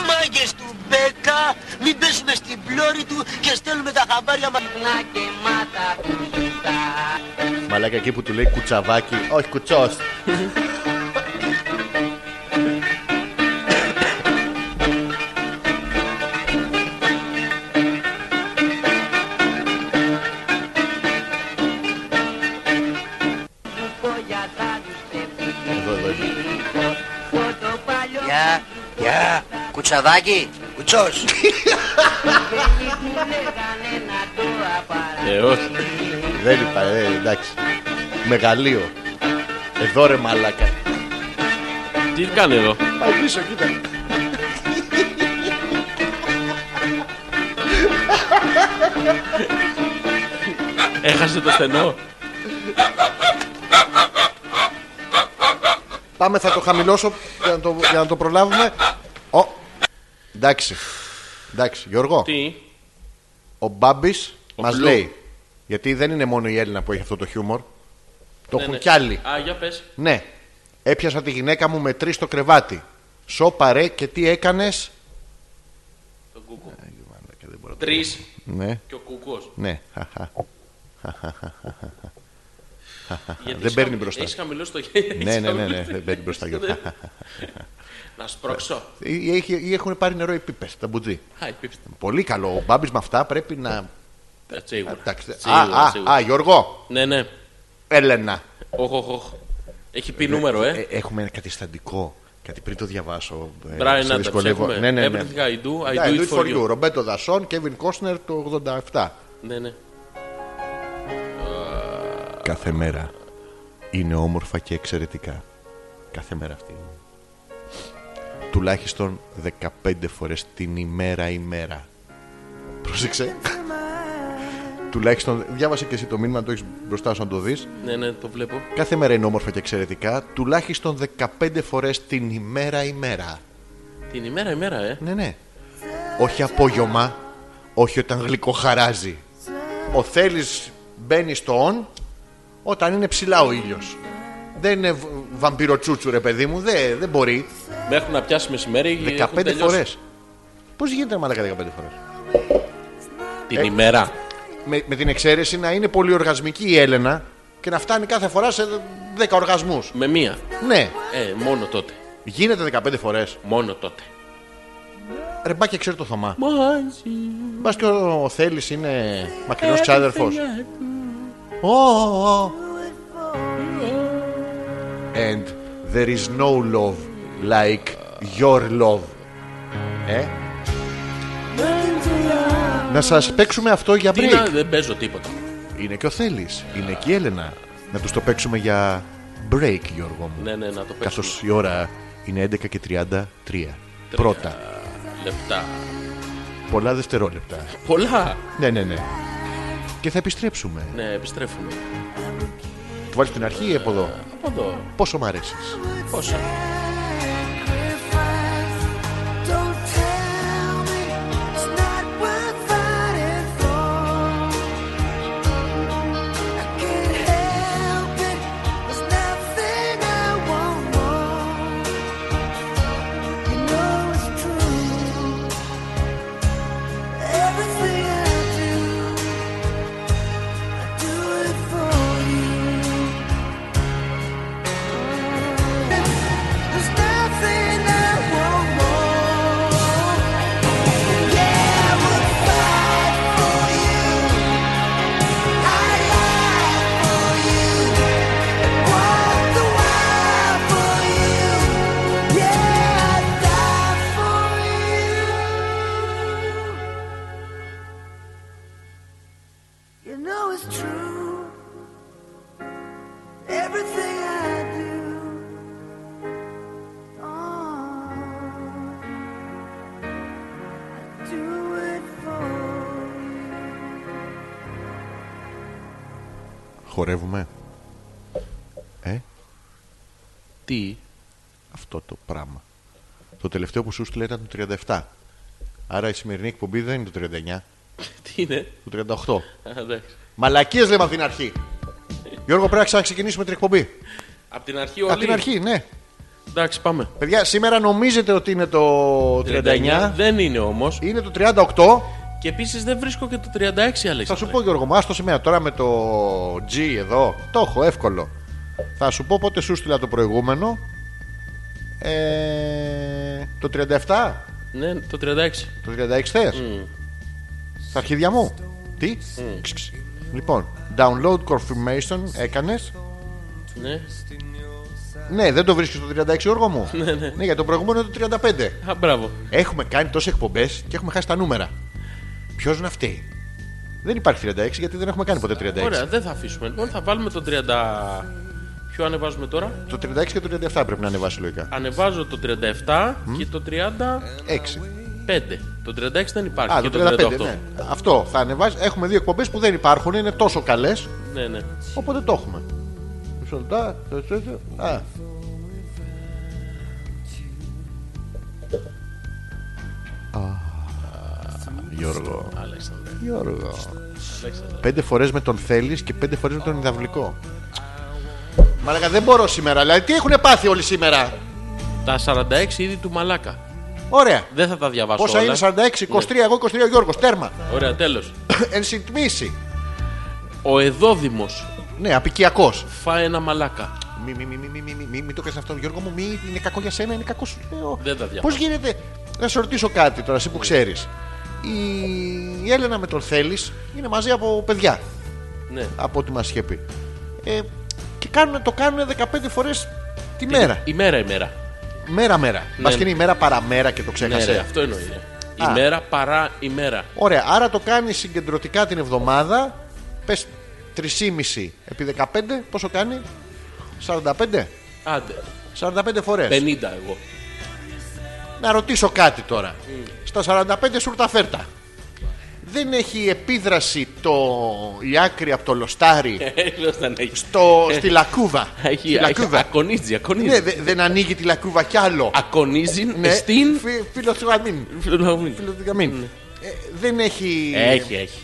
Μάγκες του Μπέκα, μην πέσουμε στην πλώρη του και στέλνουμε τα χαμπάρια μας. Μαλάκα εκεί που του λέει κουτσαβάκι. Όχι, κουτσός. Γεια, γεια, κουτσαδάκι, κουτσός. Ε, όχι. Δεν είπα, ε, εντάξει. Μεγαλείο. Εδώ ρε μαλάκα. Τι κάνει εδώ. Πάει πίσω, κοίτα. Έχασε το στενό. Πάμε, θα το χαμηλώσω για να το, για να το προλάβουμε. Ω. Εντάξει. Εντάξει, Γιώργο. Τι. Ο Μπάμπης μα Φλου. λέει. Γιατί δεν είναι μόνο η Έλληνα που έχει αυτό το χιούμορ. Το Ναι, έχουν ναι. κι άλλοι. Α, για πες. Ναι. Έπιασα τη γυναίκα μου με τρεις στο κρεβάτι. Σώπα ρε και τι έκανες. Τρεις Ναι, και ο κουκό. ναι. Χαχα. Δεν παίρνει μπροστά. Έχει χαμηλώσει το χέρι. ναι, ναι, ναι, ναι. Δεν μπαίνει *laughs* μπροστά Γιώργο. Ναι. Να σπρώξω. *laughs* Ή, έχει- ή έχουν πάρει νερό οι πίπε, τα μπουτζή. Α, υπήρξε. Πολύ καλό. Ο Μπάμπης με αυτά πρέπει να. Ε, Σίγουρα. Εντάξει. Α, Σίγουρα, α, σίγουρα. α, Γιώργο. Ναι, ναι. Έλενα. Οχ, οχ, οχ. Έχει πει νούμερο, Ε, ε. Έχουμε ένα κατησταντικό. Κάτι πριν το διαβάσω. ε, Brian σε Adams, δυσκολεύω. έχουμε. Ναι, ναι, ναι. Everything I do, I Yeah, do it for you. Ρομπέτο Δασόν, Κέβιν Κόσνερ το 87. Ναι, ναι. Κάθε μέρα είναι όμορφα και εξαιρετικά. Κάθε μέρα αυτή. Τουλάχιστον 15 φορές την ημέρα ημέρα. Πρόσεξε. Τουλάχιστον, διάβασε και εσύ το μήνυμα, το έχεις μπροστά σου να το δεις. Ναι, ναι, το βλέπω. Κάθε μέρα είναι όμορφα και εξαιρετικά. Τουλάχιστον 15 φορές την ημέρα ημέρα. Την ημέρα, ημέρα, ε. Ναι, ναι. Όχι απόγευμα, όχι όταν γλυκοχαράζει. ο Θέλης μπαίνει στο on όταν είναι ψηλά ο ήλιος. Δεν είναι β- βαμπυροτσούτσου ρε παιδί μου, δεν, δεν μπορεί. Μέχρι να πιάσει μεσημέρι. έχουν 15 τελειώσει φορές. Πώς γίνεται μαλάκα 15 φορές. Την Ε. ημέρα. με, με την εξαίρεση να είναι πολυοργασμική η Έλενα και να φτάνει κάθε φορά σε 10 οργασμούς. Με μία. Ναι, Ε, μόνο τότε. γίνεται 15 φορές. Μόνο τότε. Ρε μπάκια ξέρει το Θωμά. Μαζί. Μπας και ο Θέλης είναι μακρινός ξάδερφος. Ω, ω, ω. And there is no love like your love. Ε. Να σας παίξουμε αυτό για Τι να, break. δεν παίζω τίποτα. Είναι και ο Θέλης, είναι και η Έλενα. Να τους το παίξουμε για break, Γιώργο μου. Ναι, ναι, να το παίξω. Καθώς η ώρα είναι 11 και 33. Πρώτα. Λεπτά. Πολλά δευτερόλεπτα. Πολλά. Ναι, ναι, ναι. Και θα επιστρέψουμε. Ναι, επιστρέφουμε. Του βάλεις την αρχή ή από εδώ. Από εδώ. Πόσο μ' αρέσεις. Πόσα. Don't tell me it's not worth fighting for. I can't help it. There's nothing I won't want. You know it's true. Everything I do, I do it for you. There's nothing I won't want. Yeah, I would fight for you. I lie for you. Walk the wild for you. Yeah, I die for you. You know it's true. Everything I do. I do it for you. Χορεύουμε. Ε, Τι. αυτό το πράγμα. Το τελευταίο που σου στείλε ήταν το 37. Άρα η σημερινή εκπομπή δεν είναι το 39, Τι είναι. το 38. Α, εντάξει. Μαλακίες λέμε από την αρχή. Γιώργο, πρέπει να ξαναξεκινήσουμε την εκπομπή. Απ' την αρχή όλοι. Από την αρχή, ναι. Εντάξει, πάμε. Παιδιά, σήμερα νομίζετε ότι είναι το 39. Δεν είναι όμως. Είναι το 38. Και επίσης δεν βρίσκω και το 36 Αλέξανδρε. Θα σου πω Γιώργο μου, άστο σήμερα τώρα με το G εδώ. Το έχω, εύκολο. Θα σου πω πότε σου στείλα το προηγούμενο. Ε, το 37, Ναι, το 36. το 36 θες. Στα αρχίδια μου. Τι. Ξ, ξ. Λοιπόν, download confirmation έκανες. Ναι. Ναι, δεν το βρίσκεις το 36 Γιώργο μου. *laughs* ναι, για το προηγούμενο είναι το 35. Α, μπράβο. Έχουμε κάνει τόσες εκπομπές και έχουμε χάσει τα νούμερα. Ποιος να φταίει. Δεν υπάρχει 36 γιατί δεν έχουμε κάνει ποτέ 36. Ωραία, δεν θα αφήσουμε. Λοιπόν, θα βάλουμε το 30. Ποιο ανεβάζουμε τώρα. Το 36 και το 37 πρέπει να ανεβάσει λογικά. Ανεβάζω το 37 και το 35. 6. Το 36 δεν υπάρχει. Α, και το το 35. 38. Ναι. Αυτό θα ανεβάζει. Έχουμε δύο εκπομπές που δεν υπάρχουν, είναι τόσο καλές. ναι, ναι. Οπότε το έχουμε. Μισό λεπτά. τε, τε, τε. Α. Α, Γιώργο. Αλέξανδρε. Γιώργο. Αλέξανδρε. Πέντε φορές με τον θέλεις και πέντε φορές με τον υδαυλικό. Μαλάκα δεν μπορώ σήμερα. Δηλαδή τι έχουν πάθει όλοι σήμερα. Τα 46 ήδη του μαλάκα. Ωραία. Δεν θα τα διαβάσω Πόσα όλα. Ναι. είναι 46, 23, εγώ 23 ο Γιώργος, τέρμα. Ωραία, τέλος. Εν συντμήσει. Ο Εδόδημος Ναι, απικιακός. φάει ένα μαλάκα. Μη, μη, μη, μη, μη, μη, μη, μη, μη το κάνεις αυτό, Γιώργο μου. Μη, είναι κακό για σένα, είναι κακό σου. λέω. Δεν τα Ναι. διαβάζω. Πώς γίνεται. Να σε ρωτήσω κάτι τώρα, εσύ που ξέρεις. Η... η Έλενα με τον Θέλεις είναι μαζί από παιδιά, Ναι. από ό,τι μας είχε πει. Ε, και κάνουν, το κάνουν 15 φορές τη μέρα. Ημέρα, ημέρα. Μέρα-μέρα. Μα και είναι η μέρα παραμέρα και το Ναι, ξέχασε. ρε, αυτό εννοεί. ρε. Α. Ημέρα παρά ημέρα. Ωραία, άρα το κάνει συγκεντρωτικά την εβδομάδα. Πες 3,5 επί 15, πόσο κάνει. 45. Άντε. 45 φορέ. 50 εγώ. Να ρωτήσω κάτι τώρα. Στα 45 σουρτα φέρτα. Δεν έχει επίδραση το... η άκρη από το λοστάρι Έλα να έχει. στο... στη λακκούβα. *laughs* Έχει- Στη έχει- λακκούβα. Ακονίζει, Ναι, ακονίζει. δε- δεν ανοίγει τη λακκούβα κι άλλο. Ναι. Ακονίζει στην. Φιλοθυγαμίν. Φιλοδομή. Ναι. Ε, δεν έχει. Έχει, έχει. έχει.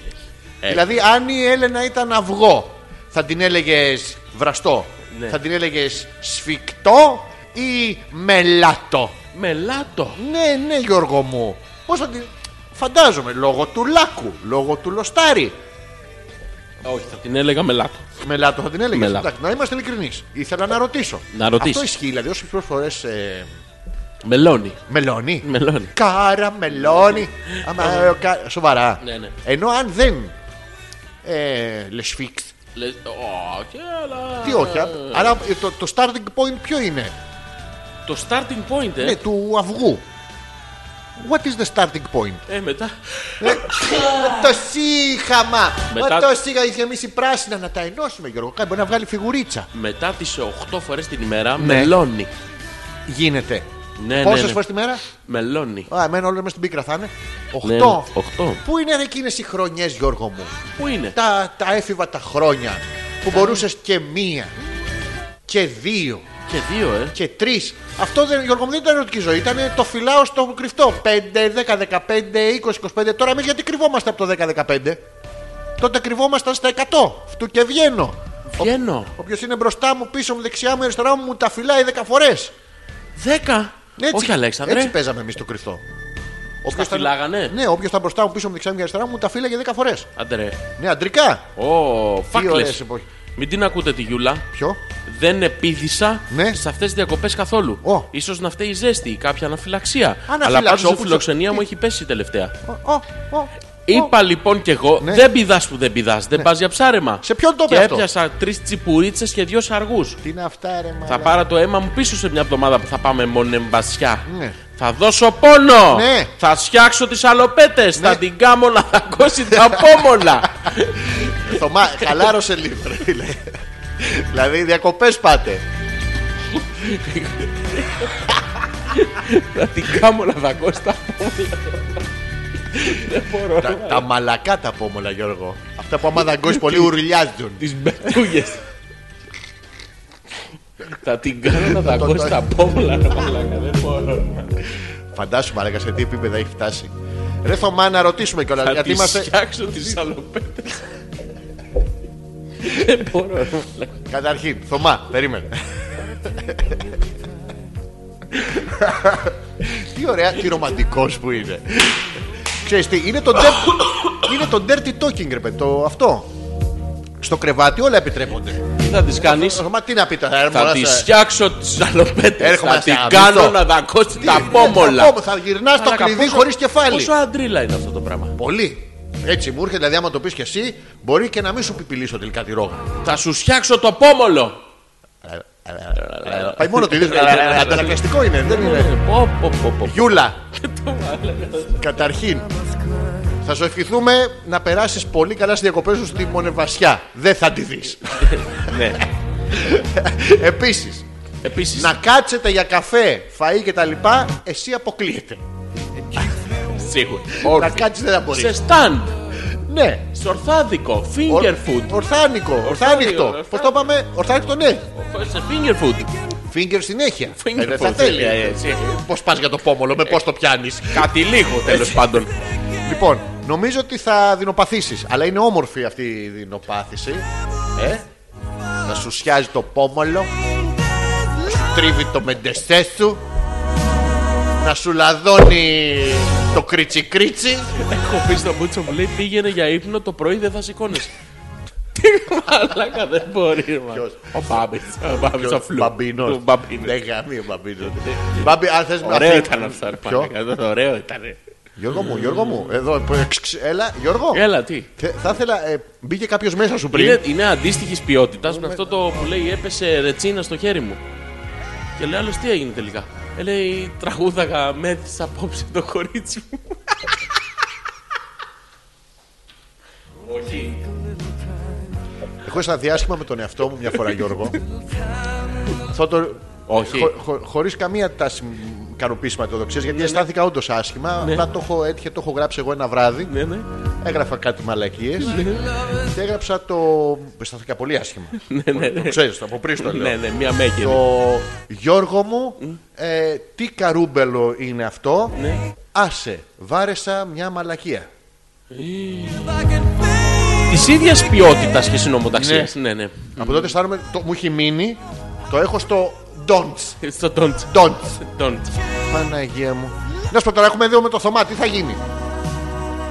Δηλαδή, αν η Έλενα ήταν αυγό, θα την έλεγες βραστό. Ναι. Θα την έλεγες σφιχτό ή μελάτο. Μελάτο. Ναι, ναι, Γιώργο μου. Πώς θα την. Φαντάζομαι, λόγω του λάκου, λόγω του λοστάρι. Όχι, θα την έλεγα μελάτο. Μελάτο θα την έλεγες. Μελάτο. Εντάξει, να είμαστε ειλικρινείς. Ήθελα να ρωτήσω. Να ρωτήσεις. Αυτό ισχύει, δηλαδή, όσες πιο φορές. Ε, Μελώνει. μελώνει. Μελώνει. Κάρα, μελώνει. Άμα, ε, ο κα- Σοβαρά. Ναι, ναι. Ενώ αν δεν. Ε, λεσφίξ. Λες, όχι, αλλά... Τι όχι. α- Άρα ε, το, το starting point ποιο είναι. Το starting point, ε. Ναι, του αυγού. What is the starting point? Ε, μετά. το σύγχαμα! Μετά- Μετά... Το σύγχαμα είχε εμεί πράσινα να τα ενώσουμε, Γιώργο. Κάτι μπορεί να βγάλει φιγουρίτσα. Μετά τις 8 φορές την ημέρα Ναι. μελώνει. Γίνεται. Ναι, Πόσες ναι, ναι. φορές τη μέρα? Μελώνει. Α, εμένα όλα μέσα στην πίκρα θα είναι. Ναι, Οχτώ. ναι, οχτώ. Ε. Πού είναι εκείνες οι χρονιές, Γιώργο μου, Πού είναι. τα, τα έφηβα τα χρόνια που μπορούσες και μία και δύο Και δύο, ε. και τρεις. Αυτό δεν, Γιώργο μου δεν ήταν ερωτική ζωή, ήταν το φυλάω στο κρυφτό. 5, 10, 15, 20, 25. Τώρα εμεί γιατί κρυβόμαστε από το 10, 15. Τότε κρυβόμασταν στα 100. Φτου και βγαίνω. Βγαίνω. Όποιος είναι μπροστά μου, πίσω μου, δεξιά μου, αριστερά μου, μου τα φυλάει 10 φορές. Δέκα. Όχι, Αλέξανδρε. Έτσι παίζαμε εμείς το κρυφτό. Όποιος ήταν- φυλάγανε? Ναι, όποιος ήταν μπροστά μου, πίσω μου, δεξιά μου και αριστερά μου, μου τα φύλαγε 10 φορές. Αντρέ. Ναι, αντρικά. Ω, ωραίες φάκλες. εποχές. Μην την ακούτε τη Γιούλα. Ποιο? Δεν επίδησα Ναι. σε αυτές τις διακοπές καθόλου. Ω. Ίσως να φταίει η ζέστη ή κάποια αναφυλαξία. Αναφυλαξία, Αλλά πάντως η όφυλο. φιλοξενία Τι- μου έχει πέσει τελευταία. Ο, ο, ο, Είπα λοιπόν κι εγώ, Ναι. δεν πηδάς που δεν πηδάς, δεν πας για ψάρεμα. Σε ποιον το Και είπε αυτό? έπιασα τρεις τσιπουρίτσες και δύο σαργούς. Τι είναι αυτά, ρε Θα μαλάκα. πάρω το αίμα μου πίσω σε μια εβδομάδα που θα πάμε μονεμπασιά. Ναι. Θα δώσω πόνο. Ναι. Θα φτιάξω τις αλοπέτες. Θα την κάμω να δαγκώσει τα *laughs* πόμολα. Θωμά, χαλάρωσε λίγο, ρε φίλε. δηλαδή, διακοπές πάτε. θα την κάμω να δαγκώσει τα πόμολα. δεν μπορώ. τα, τα μαλακά τα πόμολα, Γιώργο. Αυτά που άμα δαγκώσεις πολύ ουρλιάζουν. Τις μπερτούγε. θα την κάνω να δαγκώσει τα πόμολα, ρε μαλάκα. Δεν μπορώ. Φαντάσου, μαλακά, σε τι επίπεδα έχει φτάσει. Ρε Θωμά, να ρωτήσουμε κιόλας. Θα Γιατί τη είμαστε. φτιάξω τις αλοπέτε. δεν μπορώ. ρε μαλάκα. Καταρχήν, Θωμά, περίμενε. τι ωραία, τι ρομαντικός που είναι. Ξέρεις τι, είναι το, dirty, είναι το dirty talking, ρε παιδί, το αυτό. Στο κρεβάτι όλα επιτρέπονται. Τι θα τη κάνει. Θωμά, τι να πείτε, ρε, Θα μωρά, τη σε- φτιάξω τις αλοπέτες. Έρχομαι Θα να την σε κάνω αμύθω. να δαγκώσει Τι, τα ναι, τα πόμολα. πόμο- Θα γυρνάς το Μαλάκα, κλειδί πόσο- χωρίς κεφάλι. Πόσο αντρίλα είναι αυτό το πράγμα. Πολύ. Έτσι μου έρχεται, δηλαδή, άμα το πεις κι εσύ, μπορεί και να μην σου πιπιλήσω τελικά τη ρόγα. Θα σου φτιάξω το πόμολο. Ε, Πάει μόνο το ίδιο. Αντανακλαστικό είναι, δεν είναι. Πω, πω, πω, πω. Γιούλα. Καταρχήν, θα σου ευχηθούμε να περάσεις πολύ καλά στις διακοπές σου στη Μονεβασιά. Δεν θα τη δεις. *laughs* Ναι. Επίσης, Επίσης. να κάτσετε για καφέ, φαΐ και τα λοιπά, εσύ αποκλείεται. Σίγουρα. Να κάτσετε να Σε μπορεί. stand. Ναι. Σορθάδικο. Ορ- Finger food. Ορθάνικο, ορθάνικτο. Πώς το είπαμε, ορθάνικτο ναι. Σε finger food. Finger συνέχεια. Finger Ε, δεν θα food, θέλει. ε, έτσι. Πώς πας για το πόμολο, με πώς το πιάνεις. Κάτι λίγο τέλος Ε, πάντων. Λοιπόν, νομίζω ότι θα δεινοπαθήσεις. Αλλά είναι όμορφη αυτή η δεινοπάθηση. Ε? Θα σου σιάζει το πόμολο. Σου τρίβει το μεντεστές σου. Να σου λαδώνει το κρίτσι κρίτσι. Έχω πει στο μπούτσο μου λέει πήγαινε για ύπνο το πρωί δεν θα σηκώνεσαι. Τι μαλάκα δεν μπορεί μα. Ποιος? Ο Μπάμπης. Ο Μπάμπης ο Φλου. Ο Μπαμπίνος. Μπαμπίνος. Δεν γάμει Ναι, ο μπαμπίνος. Μπαμπι, αν θες να Ωραίο φύγεις- ήταν αυτό ρε Ποιο? μαλάκα. Δεν το Ωραίο ήταν. Γιώργο μου, Γιώργο μου. Εδώ, ε, ξ, ξ, έλα, Γιώργο. Έλα τι. Θε- Θα ήθελα. ε, μπήκε κάποιος μέσα σου πριν. Είναι, είναι αντίστοιχης ποιότητας με αυτό το που λέει έπεσε ρετσίνα στο χέρι μου. Και λέει άλλος τι έγινε τελικά. Ε, λέει τραγούδαγα μέθη απόψε το κορίτσι μου. Όχι. Έχω ένα διάσχημα με τον εαυτό μου μια φορά, Γιώργο. θα το... Όχι. Χω, χω, χωρίς καμία τάση μ, ικανοποίηση ματιοδοξίας, γιατί αισθάνθηκα όντως άσχημα. Ναι. Απλά το έχω έτυχε, το έχω γράψει εγώ ένα βράδυ. Ναι, ναι. Έγραφα κάτι μαλακίες και έγραψα το. Αισθάνθηκα πολύ άσχημα. Ναι, ναι, ναι. το ξέρεις, από πριν το λέω. Ναι, ναι, μία μέγερη. Το Γιώργο μου, ε, τι καρούμπελο είναι αυτό. Ναι. Άσε, βάρεσα μια μαλακία. Της ίδιας ποιότητας και συνομοταξίας. Ναι, ναι. Από τότε αισθάνομαι, το, μου έχει μείνει, το έχω στο don'ts. Στο don't. Don'ts. don't. Παναγία μου. Να σου πω τώρα, έχουμε δύο με το Θωμά, τι θα γίνει.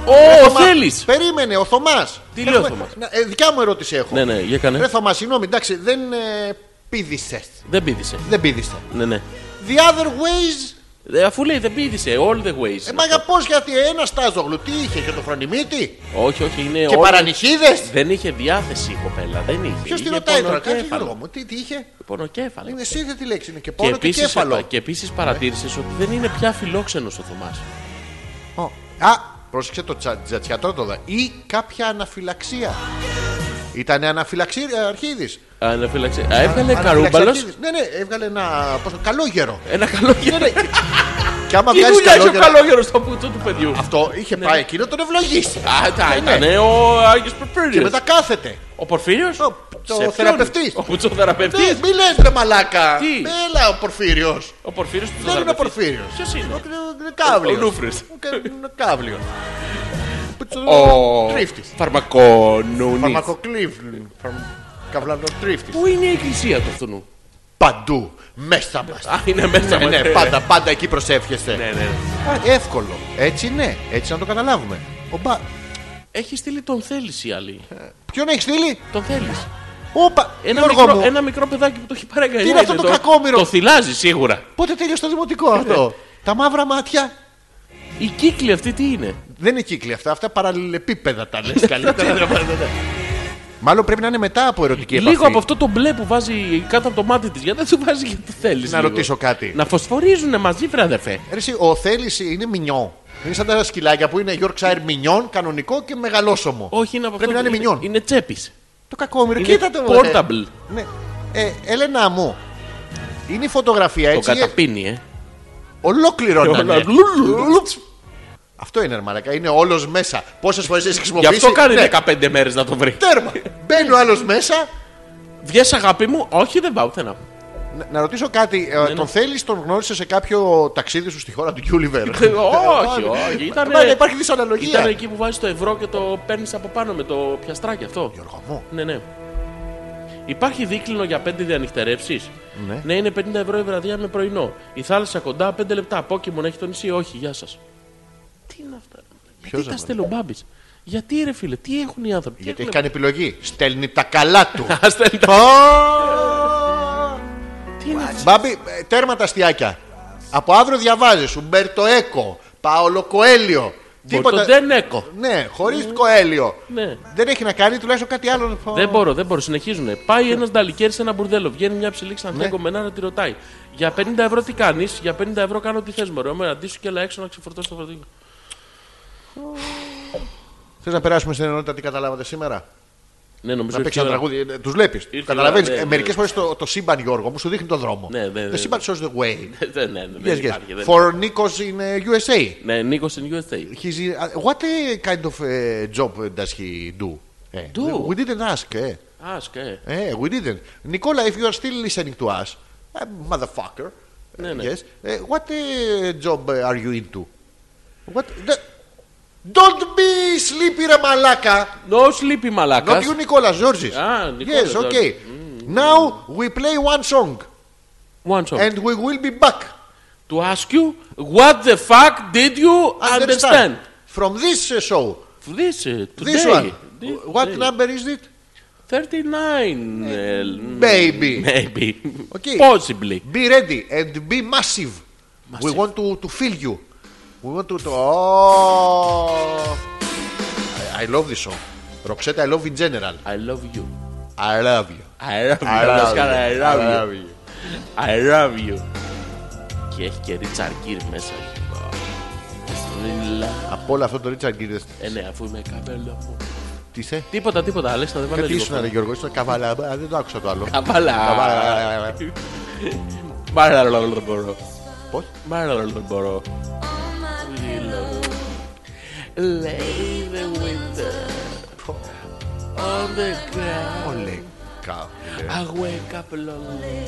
Ω, Θωμά, θέλεις! Περίμενε, ο Θωμάς. Τι λέει ο Θωμάς? ε, δικιά μου ερώτηση έχω. Ναι, ναι, για κάνε. Ρε Θωμά, συγγνώμη, εντάξει, δεν ε, πήδησες. Δεν πήδησε. Δεν πήδησε. Ναι, ναι. The other ways. Ε, Αφού λέει δεν πήδησε, all the ways. Ε, μα για πώς, γιατί ένας στάζογλου, τι είχε, είχε το φρονιμίτι Όχι, όχι, είναι και all- παρανυχίδες. Δεν είχε διάθεση η κοπέλα, δεν είχε. Ποιος τη Είχε ρωτάει τώρα, κάτι πονοκέφαλο. Γιώργο μου, τι, τι είχε. Πονοκέφαλο. Είναι σύνθετη λέξη, είναι και Και πόνο και, επίσης, κέφαλο. και επίσης παρατήρησες ότι δεν είναι πια φιλόξενος ο Θωμάς. Ω. Α, πρόσεξε το τσα- τζατσιά τώρα το δα. Ή κάποια αναφυλαξία. Ήταν αναφυλαξή ε, αρχίδης. Αναφύλαξε. Α, Έβγαλε Ε, καρούμπαλος Ναι, ναι, έβγαλε ένα. Πώς, καλόγερο. ένα καλόγερο. Και άμα Τι βγάλεις δουλειά έχει Ναι, ο καλόγερο. καλόγερος στο πουτσό του παιδιού. Αυτό είχε πάει εκεί να τον ευλογήσει. Α, τα Ναι, ναι. ήταν ο Άγιος Και Πορφύριος. μετά κάθεται. Ο Πορφύριος. Ο- Σε ο ποιον? θεραπευτής. Ναι. Ο πουτσοθεραπευτής. Τι, μη λες ρε μαλάκα. Τι? Έλα ο Πορφύριος. Ο Πορφύριος Δεν είναι ο πουτσοθεραπευτής. Πορφύριος. Ποιος είναι? Είναι κάβλιο. Ο Νούφρης. Είναι κάβλιο. Ο Τρίφτης. Φαρμακονούνης. Φαρμακοκλίβλιν. Καβλανό τρίφτη. Πού είναι η εκκλησία του αυτού. Παντού. Μέσα μας. Α, είναι μέσα Ναι, ναι, μας. πάντα, πάντα εκεί προσεύχεστε. Ναι, ναι. Εύκολο. Έτσι ναι, έτσι να το καταλάβουμε. Ο Μπα- Έχει στείλει τον θέλεις η άλλη. Ποιον έχεις στείλει, Τον θέλεις. Όπα, Ένα Ε. Γιώργο μικρό, μου. ένα μικρό παιδάκι που το έχει παραγκαλιάσει. Τι είναι αυτό το κακόμοιρο? Το θυλάζει σίγουρα. Πότε τέλειωσε το Ναι, δημοτικό αυτό. Τα μαύρα μάτια. Η κύκλη αυτή τι είναι. Δεν είναι κύκλοι αυτά, αυτά παραλληλεπίπεδα τα λες *laughs* καλύτερα. Ναι, ναι, ναι. Μάλλον πρέπει να είναι μετά από ερωτική επαφή. Λίγο από αυτό το μπλε που βάζει κάτω από το μάτι της. Γιατί δεν του βάζει γιατί θέλεις. Να ρωτήσω κάτι. Να φωσφορίζουν μαζί, βρε αδερφέ. Ρε εσύ, ο Θέλης είναι μηνιό. Είναι σαν τα σκυλάκια που είναι Yorkshire μηνιόν, κανονικό και μεγαλόσωμο. Όχι, είναι από Πρέπει αυτό να που είναι μηνιόν. Είναι τσέπης. Το κακόμοιρο, Είναι κοίτα το. μωρέ. portable. Ναι. Ε, Έλενα μου, είναι η φωτογραφία Το έτσι. καταπίνει, ε. Ολόκληρο να Όλα- *laughs* είναι. λουλουλου. Αυτό είναι ρε μαλακά, είναι όλος μέσα. Πόσες φορές έχεις Γι' χρησιμοποιήσει. αυτό κάνει Ναι, 15 μέρες να το βρει. Τέρμα. Μπαίνει ο άλλος μέσα. Βγες αγάπη μου, όχι δεν πάω πουθενά. Να, να ρωτήσω κάτι. ε, Ναι, τον θέλεις, τον γνώρισες σε κάποιο ταξίδι σου στη χώρα του Γιούλιβερ. *laughs* όχι, όχι. Ήταν, Ε, Μα, υπάρχει δυσαναλογία. ήταν εκεί που βάζεις το ευρώ και το παίρνεις από πάνω με το πιαστράκι αυτό. Γιώργο μου. Ναι, ναι. Υπάρχει δίκλινο για 5 διανυχτερεύσεις. Ναι. είναι 50 ευρώ η βραδιά με πρωινό. Η θάλασσα κοντά 5 λεπτά. Πόκεμον έχει το νησί, όχι, γεια σας. Τι είναι αυτά. ρε μαλάκα. Ποιος Γιατί τα έβαλε? στελομπάμπη. Γιατί ρε φίλε, τι έχουν οι άνθρωποι. τι Γιατί έχει έχουν- κάνει επιλογή. Στέλνει τα καλά του. *laughs* Α, στέλνει τα- *laughs* Τι είναι αυτό. Μπάμπη, ε, τέρμα τα αστιάκια. Από αύριο διαβάζεις Ουμπέρτο Έκο, Παολο Κοέλιο. Τίποτα... Δεν έκο. Ναι, χωρίς Κοέλιο. Ναι. Δεν έχει να κάνει τουλάχιστον κάτι άλλο. Δεν μπορώ, δεν μπορώ. Συνεχίζουνε. Πάει ένας νταλικέρι σε ένα μπουρδέλο. Βγαίνει μια ψηλή ξανθιά ναι. να τη ρωτάει. Για 50 ευρώ τι κάνεις, για 50 ευρώ κάνω τι θες. Μωρέ, να ντύσου και έλα έξω να ξεφορτώσει το φορτίο. Θες να περάσουμε στην ενότητα τι καταλάβατε σήμερα. Ναι, νομίζω Να ήρθε παίξει η ένα ώρα. τραγούδι. ε, Τους βλέπεις. η ώρα, Καταλαβαίνεις. ναι, ναι. Μερικές φορές Ε, το, το σύμπαν Γιώργο μου σου δείχνει τον δρόμο. Ναι, ναι, ναι. Το σύμπαν shows the way. Ναι, ναι, ναι, Yes, *laughs* δεν yes. υπάρχει. δεν- For Nikos in uh, USA. Ναι, Νίκο in USA. He's, uh, what uh, kind of uh, job does he do? Eh, Do? We didn't ask. Eh. Α, σκέ. Eh, we didn't. Nicola, if you are still listening to us, uh, motherfucker. Ναι, ναι. Yes. Eh, what uh, job uh, are you into? What? the- Don't be sleepy, ρε μαλάκα. No sleepy μαλάκα. Not you, Nicolas Georges. Ah, Nicolas yes, okay. Mm. Now we play one song One song. and we will be back. To ask you, what the fuck did you understand? From this uh, show, This, uh, today. this one. This What day. number is it? 39. uh, Maybe. Maybe. Okay. Possibly. Be ready and be massive. We Massive. want to, to feel you. We want to. to oh. I, I love this song. Roxette, I love in general. I love you. I love you. I love you. I love you. Pascal, I I love you. love you. I love you. Και έχει και Richard Gere μέσα. Στρίλα. Από όλο αυτό το Richard Gere, Ε, ναι, αφού είμαι καπέλο μου. τι είσαι. Τίποτα, τίποτα, Αλέξα, δεν βάλε Κάτι λίγο. ήσουν, ρε Γιώργο, ήσουν καβάλα. Α, Δεν το άκουσα το άλλο. Καβάλα. Καβάλα. Μάλλον δεν μπορώ. Πώς? Μάλλον δεν μπορώ. Lay the winter on the ground. Όλε, κα- I wake up lonely.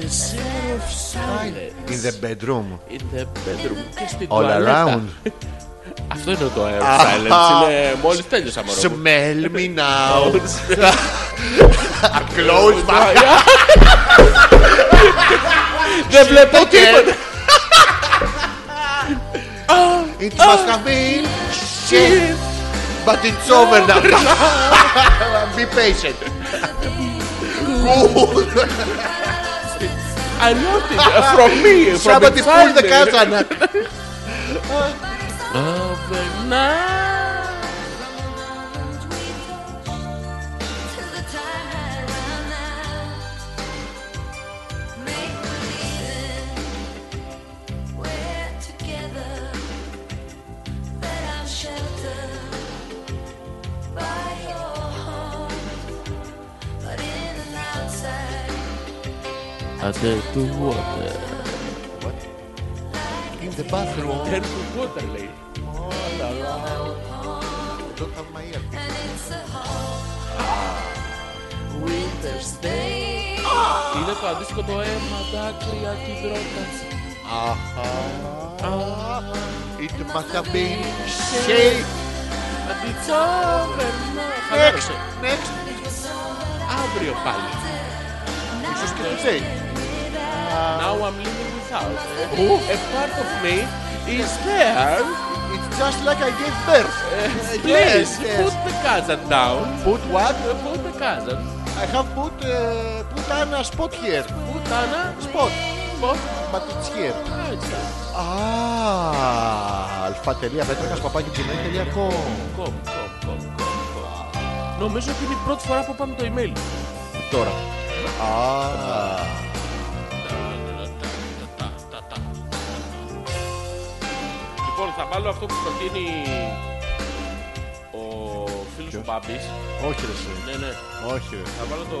The sound of silence In the bedroom. in the bedroom. Και στην All τουαλέτα. around. Αυτό είναι το air silence. Είναι μόλις τέλειωσα μωρό. μου. Smell me *laughs* now. *laughs* I'm close my Δεν βλέπω τίποτα. eyes. It must have been Ναι. shit. But it's over now. *laughs* Be patient. Good. I loved it from me. From Somebody pull inside the me. curtain. Of the night. I take the water. In the bathroom. Take the water, λέει. Don't have my ear. Είναι το αντίστοιχο το αίμα, δάκρυα και υδρότας. Ah, It must have been shit. Αντιτσόβερ, Next. Χαλάρωσε. Next. Αύριο πάλι. Ίσως και το Jay. Now I'm living without. A part of me is there. It's just like I gave birth. Please, Eh, Yes, yes. put the cousin down. Put what? Put the cousin. I have put, uh, put Anna spot here. Put Anna. Spot. Spot. But it's here. Ah, Right. Α, αλφα.πέτρακας παπάκι gmail.com Κομ, κομ, κομ, κομ, κομ. Νομίζω ότι είναι η πρώτη φορά που πάμε το email. Τώρα. Α, Ah. Λοιπόν, θα βάλω αυτό που προτείνει ο φίλος ο Μπάμπης. όχι ρε εσύ. Ναι, ναι. Όχι ρε. Θα βάλω το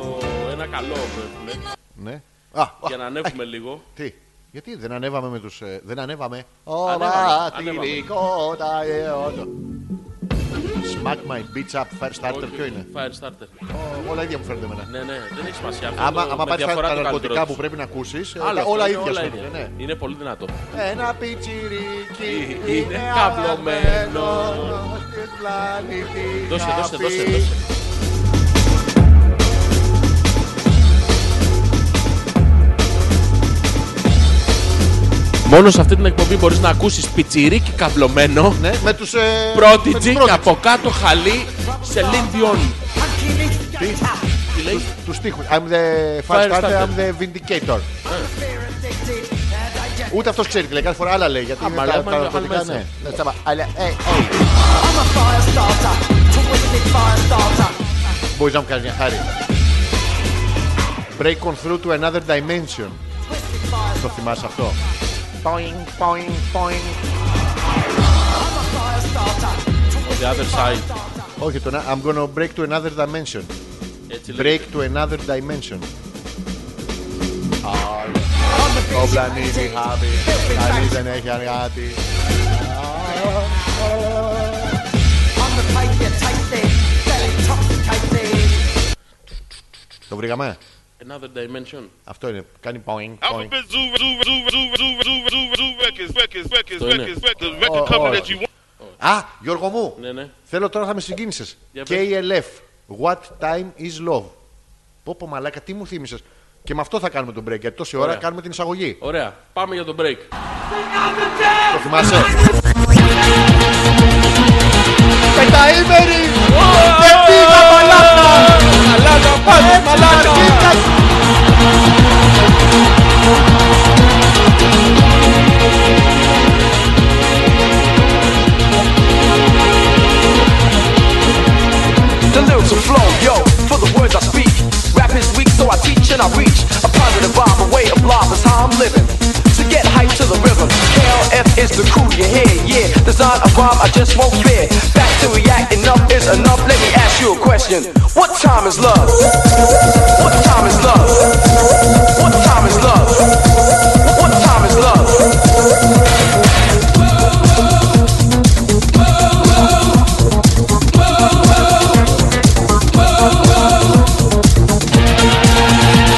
ένα καλό που έχουμε Ναι. Α, α, για να ανέβουμε λίγο. τι. Γιατί δεν ανέβαμε με τους... ε, δεν ανέβαμε. Ω, Ανέβαμε, μα, ανέβαμε. τυρικό, τα αιώνο. Smack my bitch up, first starter, Όχι, ποιο είναι. Firestarter. Ω, Όλα ίδια μου φαίνονται εμένα. Ναι, ναι, δεν έχει σημασία. Αυτό Άμα, το- άμα με πάρεις τα διαφορά τα το ναρκωτικά καλύτερο που τους. πρέπει να ακούσεις, ε, Άλλο τα- αυτό όλα είναι, ίδια σου ίδια. φαίνονται, ναι. Είναι πολύ δυνατό. Ένα πιτσιρίκι Ε, Είναι καυλωμένο στην πλανήτη. Δώσε, να δώσε, πει. δώσε, δώσε. Μόνο σε αυτή την εκπομπή μπορείς να ακούσεις πιτσιρίκι καυλωμένο Ναι, με τους... ε, με τους Prodigy και Prodigy. από κάτω χαλί σε Dion. Τι λέει? Τους- Τους τοίχους. I'm the firestarter, Firestarter. I'm the vindicator. Ούτε αυτός ξέρει τι λέει, κάθε φορά άλλα λέει. Γιατί είναι μα, τα- άμα τα είναι ναρκωτικά, άλλο μέσα. ναι. Ναι, τσάμπα. Αλλά, ε, ε, I'm a fire starter, terrific fire starter. Μπορείς να μου κάνεις μια χάρη. Break on through to another dimension. Το θυμάσαι αυτό. Poing, poing, poing. Fire starter, The other side. Όχι, το να- I'm gonna break to another dimension. Έτσι λέει. Break to another dimension. Ο πλανήτη χάβει, κανείς δεν έχει αργάτη. I'm the pipe you tasted, belly toxicated. Το βρήκαμε. Another dimension. Αυτό είναι. Κάνει poing, poing. Το είναι. Α, Γιώργο μου, Ναι, ναι. θέλω τώρα θα με συγκίνησες. Για πες. KLF, What Time Is Love. Πω πω μαλάκα, τι μου θύμισες. Και με αυτό θα κάνουμε τον break, γιατί τόση ώρα Ωραία. κάνουμε την εισαγωγή. Ωραία. Πάμε για το break. Το θυμάσαι. Πενταήμερη! Δεν πήγα μαλάκα! Μαλάκα, πάμε, μαλάκα. The lyrics will flow, yo, for the words I speak. Rap is weak, so I teach and I reach. A positive vibe, a way of life is how I'm living. So get hyped to the rhythm. KLF is the crew you hear, yeah. Design a rhyme, I just won't fear. Back to react, enough is enough. Let me ask you a question. What time is love? What time is love? What time is love? What time is love?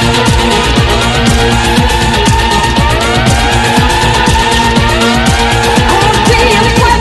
Damn, what?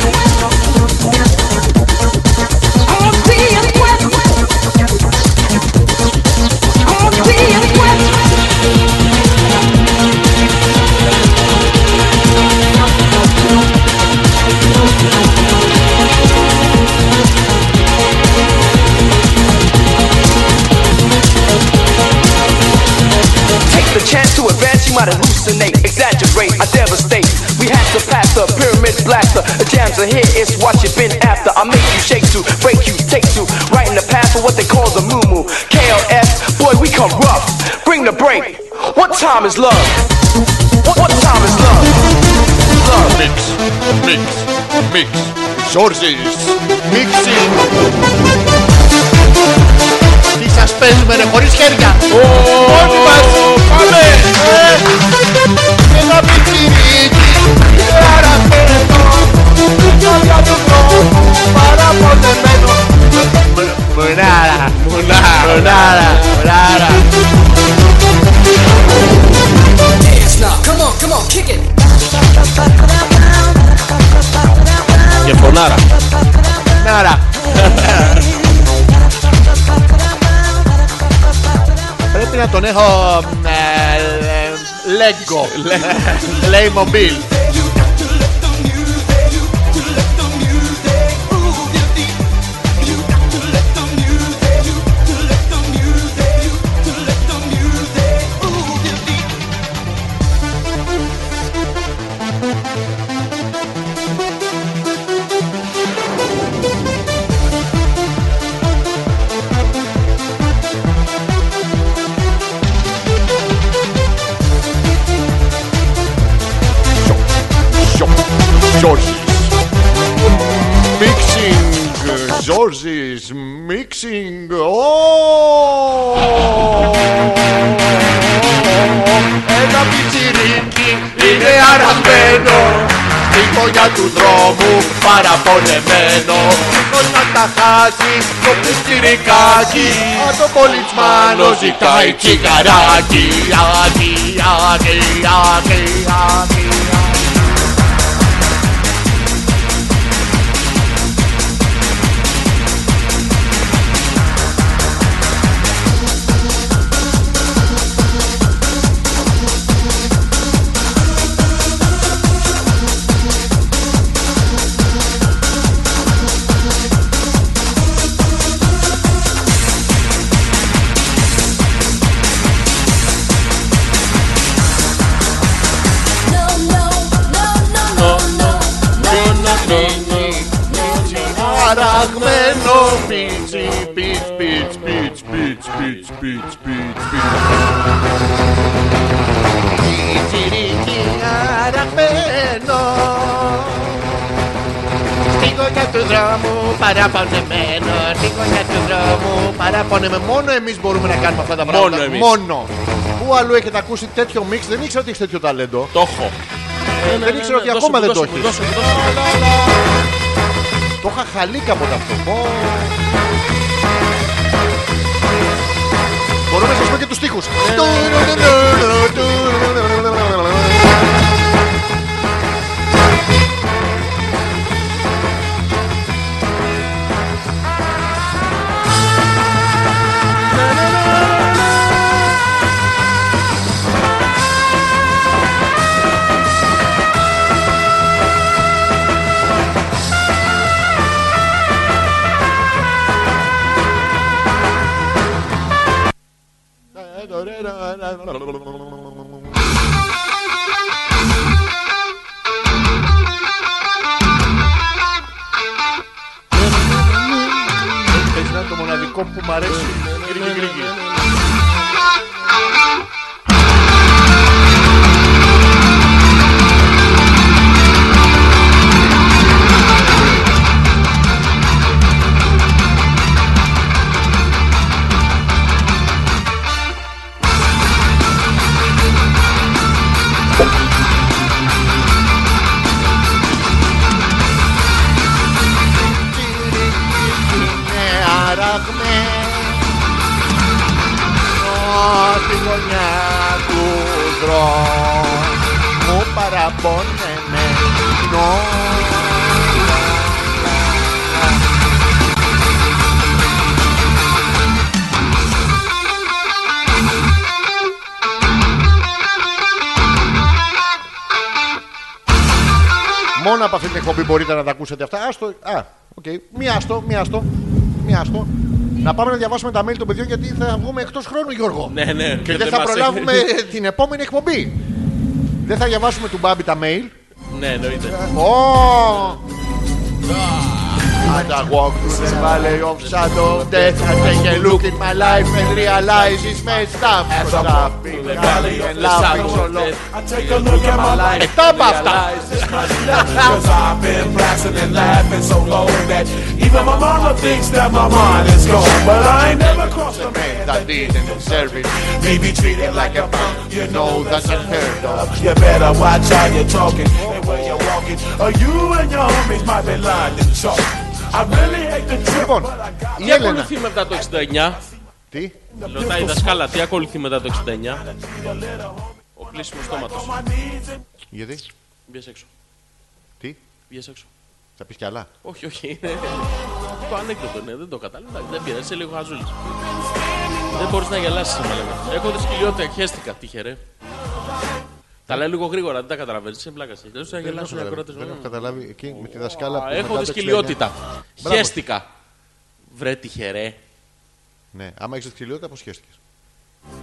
Take the chance to advance, you might hallucinate, exaggerate, I devastate. We have to pass the pyramid blaster. The jams are here, it's what you've been after. I make you shake to, break you, take to, right in the path for what they call the moo moo. KLF, boy, we come rough. Bring the break. What time is love? What, what time is love? Love. Mix, mix, mix. Sources, mixing. Τι σας παίζουμε ρε χωρίς χέρια. Μόνοι μας. Πάμε. Ε, Ένα πιτσιρίκι. Παραπέτω. Μιτσόλια του δρόμου. Παραπονεμένο. Μουνάρα. Μουνάρα. Μουνάρα. Μουνάρα. Dance now, come on, come on, kick it. Και φωνάρα. Μουνάρα. Πρέπει να τον έχω ε, Λέγκο Λέιμομπίλ Ζόρζης Μίξινγκ Ζόρζης Μίξινγκ Ένα πιτσιρίκι είναι αραμμένο Στην κόγια του δρόμου παραπονεμένο Πως να τα χάσει το πιτσιρικάκι Α, Το πολιτσμάνο ζητάει τσιγαράκι Άκι, άκι, άκι, άκι, άκι. Αραγμένο πίτσι, πίτς, πίτς, πίτς, πίτς, πίτς, πίτς, πίτς, πίτς. Πιτσιρίκι αραγμένο Στην κοντιά του δρόμου παραπονεμένο Στην κοντιά του δρόμου παραπονεμένο Μόνο εμείς μπορούμε να κάνουμε αυτά τα πράγματα εμείς. Μόνο Πού αλλού έχετε ακούσει τέτοιο μίξ Δεν ήξερα ότι έχεις τέτοιο ταλέντο Το έχω. Ναι, Ε, Δεν ήξερα ότι Δώσε ακόμα μου, δεν το δώσε μου, έχεις δώσε μου, δώσε μου. Το είχα χαλεί κάποτε αυτό. Πω. Μπορώ να σας πω και τους στίχους. Θες να είναι το μοναδικό που μ' αρέσει. Γκρι, γκρι, γκρι. Είναι αραγμένο στη γωνιά του δρόμου παραπονεμένο. μόνο από αυτή την εκπομπή μπορείτε να τα ακούσετε αυτά. Άστο. Α, οκ. Μία άστο, μία άστο. Μία άστο. Να πάμε να διαβάσουμε τα mail των παιδιών γιατί θα βγούμε εκτός χρόνου, Γιώργο. Ναι, ναι, Και, και δεν δεν θα μας προλάβουμε την επόμενη εκπομπή. Δεν θα διαβάσουμε του Μπάμπη τα mail. *laughs* Ναι, εννοείται. Oh! And I walk through the valley of shadow of death I take a look in my life and realize it's messed up As I walk through the valley and laughing so long I take a look at my life. Ε, τα είπα αυτά. realize it's my life. Cause I've been blasting and laughing so long that even my mama thinks that my mind is gone. But I ain't never crossed a man That that didn't deserve it may be treated like a punk. You know that's unheard of You better watch how you're talking and where you're walking. Or you and your homies might be lying and chalk. I really hate the trip, Λοιπόν, but I got η Τι Έλενα ακολουθεί μετά το 69. Τι, Ρωτάει η δασκάλα, τι ακολουθεί μετά το 69. Ο πλήσιμο στόματος. my knees and γιατί, Βγες έξω. τι, Βγες έξω. θα πεις κι άλλα Όχι, όχι. Είναι... το ανέκδοτο είναι, δεν το κατάλαβα. Δεν πειράζει, σε λίγο χαζούλης. Δεν μπορείς να γελάσεις σήμερα. Έχω τη σκυλιότητα, χαίστηκα, τυχερέ. Τα λέω λίγο γρήγορα, δεν τα καταλαβαίνεις. Σε πλάκα σε. Δεν σου να Δεν έχω γελάσουν οι καταλάβει, ακροατές. δεν έχω καταλάβει εκεί με τη δασκάλα που Έχω μετά τη το 69. σκυλιότητα. Μπράβο. Χαίστηκα. Βρε τυχερέ. Ναι, άμα έχεις δυσκολιότητα πως σχέστηκες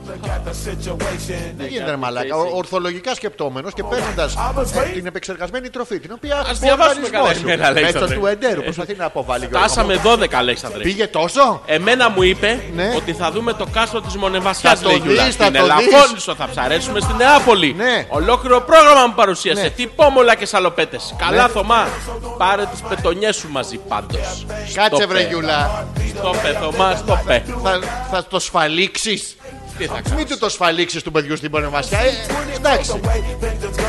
got the situation. Δεν γίνεται ρε κάτι μαλάκα, τέτοιο. Ο- ορθολογικά σκεπτόμενος και παίρνοντας was ε, waiting. την επεξεργασμένη τροφή την οποία Ας ο διαβάσουμε οργανισμός κανένα σου, ημέρα, Αλέξανδρε. Μέσω του εντέρου Ε, προσπαθεί να αποβάλει Γιώργο Τάσαμε 12, Αλέξανδρε. Πήγε τόσο! Εμένα μου είπε Ναι. ότι θα δούμε το κάστρο της Μονεβασιάς. Θα το δεις, θα Στην το δεις. Ελαφώνησο θα ψαρέψουμε στη Νεάπολη. Ναι. Ολόκληρο πρόγραμμα μου παρουσίασε. Ναι. Τυπόμολα και σαλοπέτες. Καλά, Θωμά. Πάρε τις πετονιές σου μαζί πάντως. Κάτσε βρε Γιούλα, Στο πε, Θωμά, στο πε. θα, θα το σφαλίξεις Τι θα Μην κάνεις. του το σφαλίξεις του παιδιού στην Πονεμασιά ε, ε, Εντάξει, που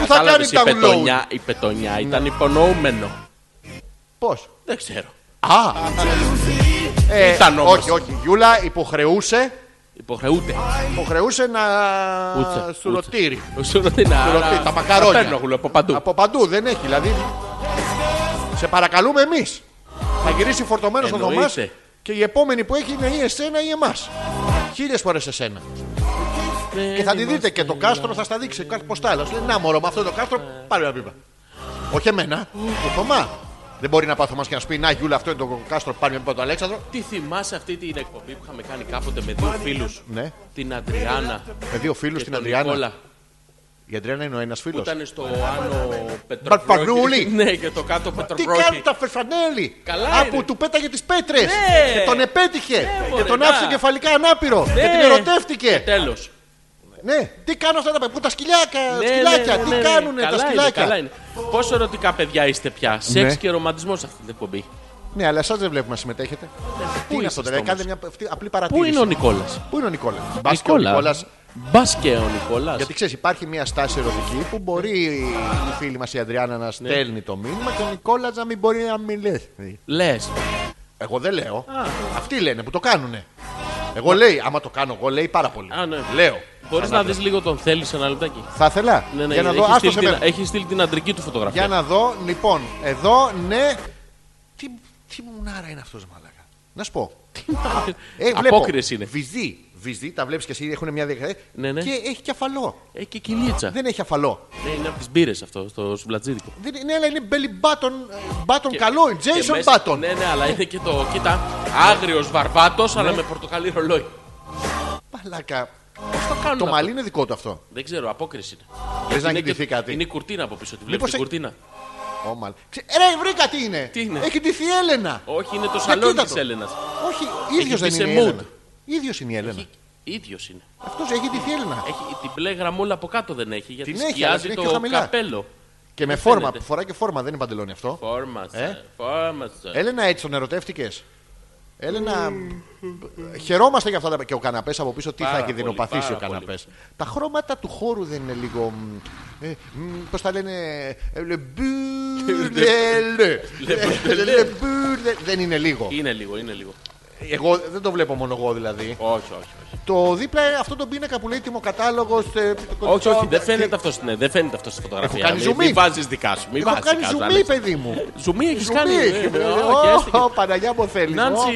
θα κάνει Κατάλαβε η download πετονιά, η πετονιά ήταν υπονοούμενο. Πώς Δεν ξέρω. Α, ε, Ήταν όμως. Όχι, όχι, Γιούλα υποχρεούσε Υποχρεούται. Υποχρεούσε να Ούτσα, σου ούτσα. ρωτήρι. Σου ρωτή να. Σου ρωτή, τα να- μακαρόνια. να Παίρνω γουλό από παντού. Από παντού δεν έχει, δηλαδή. Σε παρακαλούμε εμείς. Θα γυρίσει φορτωμένος ο Θωμά Εννοείται. και η επόμενη που έχει είναι ή εσένα ή εμάς. Χίλιες φορές εσένα. Και θα τη δείτε και το κάστρο θα στα δείξει. Κάτι ποστάλ. Λέει να μωρό με αυτό το κάστρο πάρε ένα βήμα. Όχι εμένα, το Θωμά. Δεν μπορεί να πάθει ο Θωμάς και να σου πει Να Γιούλα, αυτό είναι το κάστρο πάρει με το Αλέξανδρο. Τι θυμάσαι αυτή την εκπομπή που είχαμε κάνει κάποτε με δύο φίλους. Ναι, Την Αντριάννα. με δύο φίλους και στην τον Αντριάννα. Νικόλα. Η Αντριάννα είναι ο ένας Που φίλο. ήταν στο Άνω Μπαρπαγνούλη. Πετροπρόκη. *laughs* ναι, και το κάτω Τι Πετροπρόκη. κάνει τα Φερφανέλη. Καλά Από είναι. του πέταγε τις πέτρες. Ναι. Και τον επέτυχε. και μωρέ, Ναι. τον να. άφησε κεφαλικά ανάπηρο. Και την ερωτεύτηκε. Τέλος. Ναι. Τι κάνουν αυτά τα παιδιά. Πού τα σκυλιάκα, Ναι, σκυλάκια. Τι κάνουν τα σκυλάκια. Καλά είναι. Πόσο ερωτικά παιδιά είστε πια. Σεξ και ρομαντισμός σε αυτή την εκπομπή. Ναι, αλλά εσάς δεν βλέπουμε να συμμετέχετε. Πού είναι αυτό, Ναι. είσαστε δηλαδή. όμως? Κάντε μια αυτή- απλή παρατήρηση. Πού είναι ο Νικόλας. Πού είναι ο Νικόλας. Μπας και ο Νικόλας. Μπας και ο Νικόλας. Γιατί ξέρεις, υπάρχει μια στάση ερωτική που μπορεί η φίλη μας η Αντριάννα Ναι. να στέλνει το μήνυμα και ο Νικόλας να μην μπορεί να μιλήσει. Λε. Εγώ δεν λέω. Αυτοί λένε που το κάνουνε. Εγώ λέει, άμα το κάνω, εγώ λέει πάρα πολύ. Α, ναι. Λέω. Μπορείς να δεις λίγο τον θέλει ένα λεπτάκι. Θα ήθελα. Ναι, ναι, για να έχει δω. Άστο στείλει σε την- μένα. Έχει στείλει την αντρική του φωτογραφία. Για να δω. Λοιπόν, εδώ ναι. Τι, τι μουνάρα είναι αυτός, μαλάκα. Να σου πω. Ε, βλέπω. Απόκριες είναι. Βυζί. Βυζί, τα βλέπεις και εσύ, έχουν μια δεκαετία. Ναι, ναι. Και έχει και αφαλό. Έχει Ε, και κυλίτσα. Δεν έχει αφαλό. Ναι, είναι από τις μπύρες αυτό, στο σουμπλατζίδικο. Δεν, ναι, αλλά είναι belly button. ε, Button Και- καλό. και Jason μέσα- Button. Ναι, ναι, αλλά είναι και το. Κοίτα, άγριος βαρβάτος, αλλά Ναι. με πορτοκαλί ρολόι. Μαλάκα. Πώς το κάνουν. Το αυτό. μαλλί είναι δικό του αυτό. Δεν ξέρω, απόκριση είναι. Θες να Είναι κοιτηθεί και- κάτι. Είναι η κουρτίνα από πίσω. Τη βλέπεις Μήπως την έχει- κουρτίνα. Ω, μαλ- Ξε- Ε, Ρε, βρήκα τι είναι. Τι είναι? Έχει ντυθεί η Έλενα. Όχι, είναι το Για σαλόνι κοίτα της το. Έλενας. Όχι, ίδιο μπει δεν σε είναι. η mood. Έλενα. Ίδιος είναι η Έλενα. ίδιος είναι. Αυτός έχει ντυθεί η Έλενα. Έχει, την μπλε γραμμούλα από κάτω δεν έχει. Γιατί Την έχει, αλλά την σκιάζει έχει το πιο χαμηλά. καπέλο. Και με Δεν φόρμα. φαίνεται. Φοράει και φόρμα, δεν είναι παντελόνι αυτό. Ε? Φόρμασε. Φόρμασε. Έλενα, έτσι τον ερωτεύτηκες. Έλενα. Χαιρόμαστε για αυτά τα. Και ο καναπές από πίσω, τι Πάρα θα πολύ, κινδυνοπαθήσει ο πάρα καναπές. Τα χρώματα του χώρου δεν είναι λίγο. Πώς τα λένε. ε, le *laughs* *laughs* boule- le boule- Δεν είναι λίγο. Είναι λίγο, είναι λίγο. Εγώ δεν το βλέπω μόνο εγώ δηλαδή. Όχι, όχι. όχι. Το δίπλα είναι αυτό το πίνακα που λέει τιμοκατάλογος. Όχι, όχι, δεν φαίνεται αυτό. Ναι, δεν φαίνεται αυτό στη φωτογραφία. κάνει Μην- zoom in. Μην βάζεις δικά σου. Μην Έχω βάζεις κάνει δικά σου, ζουμί, Αλέξη. παιδί μου. Ζουμί έχει Ζουμί κάνει. έχει, ε, παιδί. ε, Ω, όχι, έστηκε. Παναγιά μου θέλει. Νάντσι,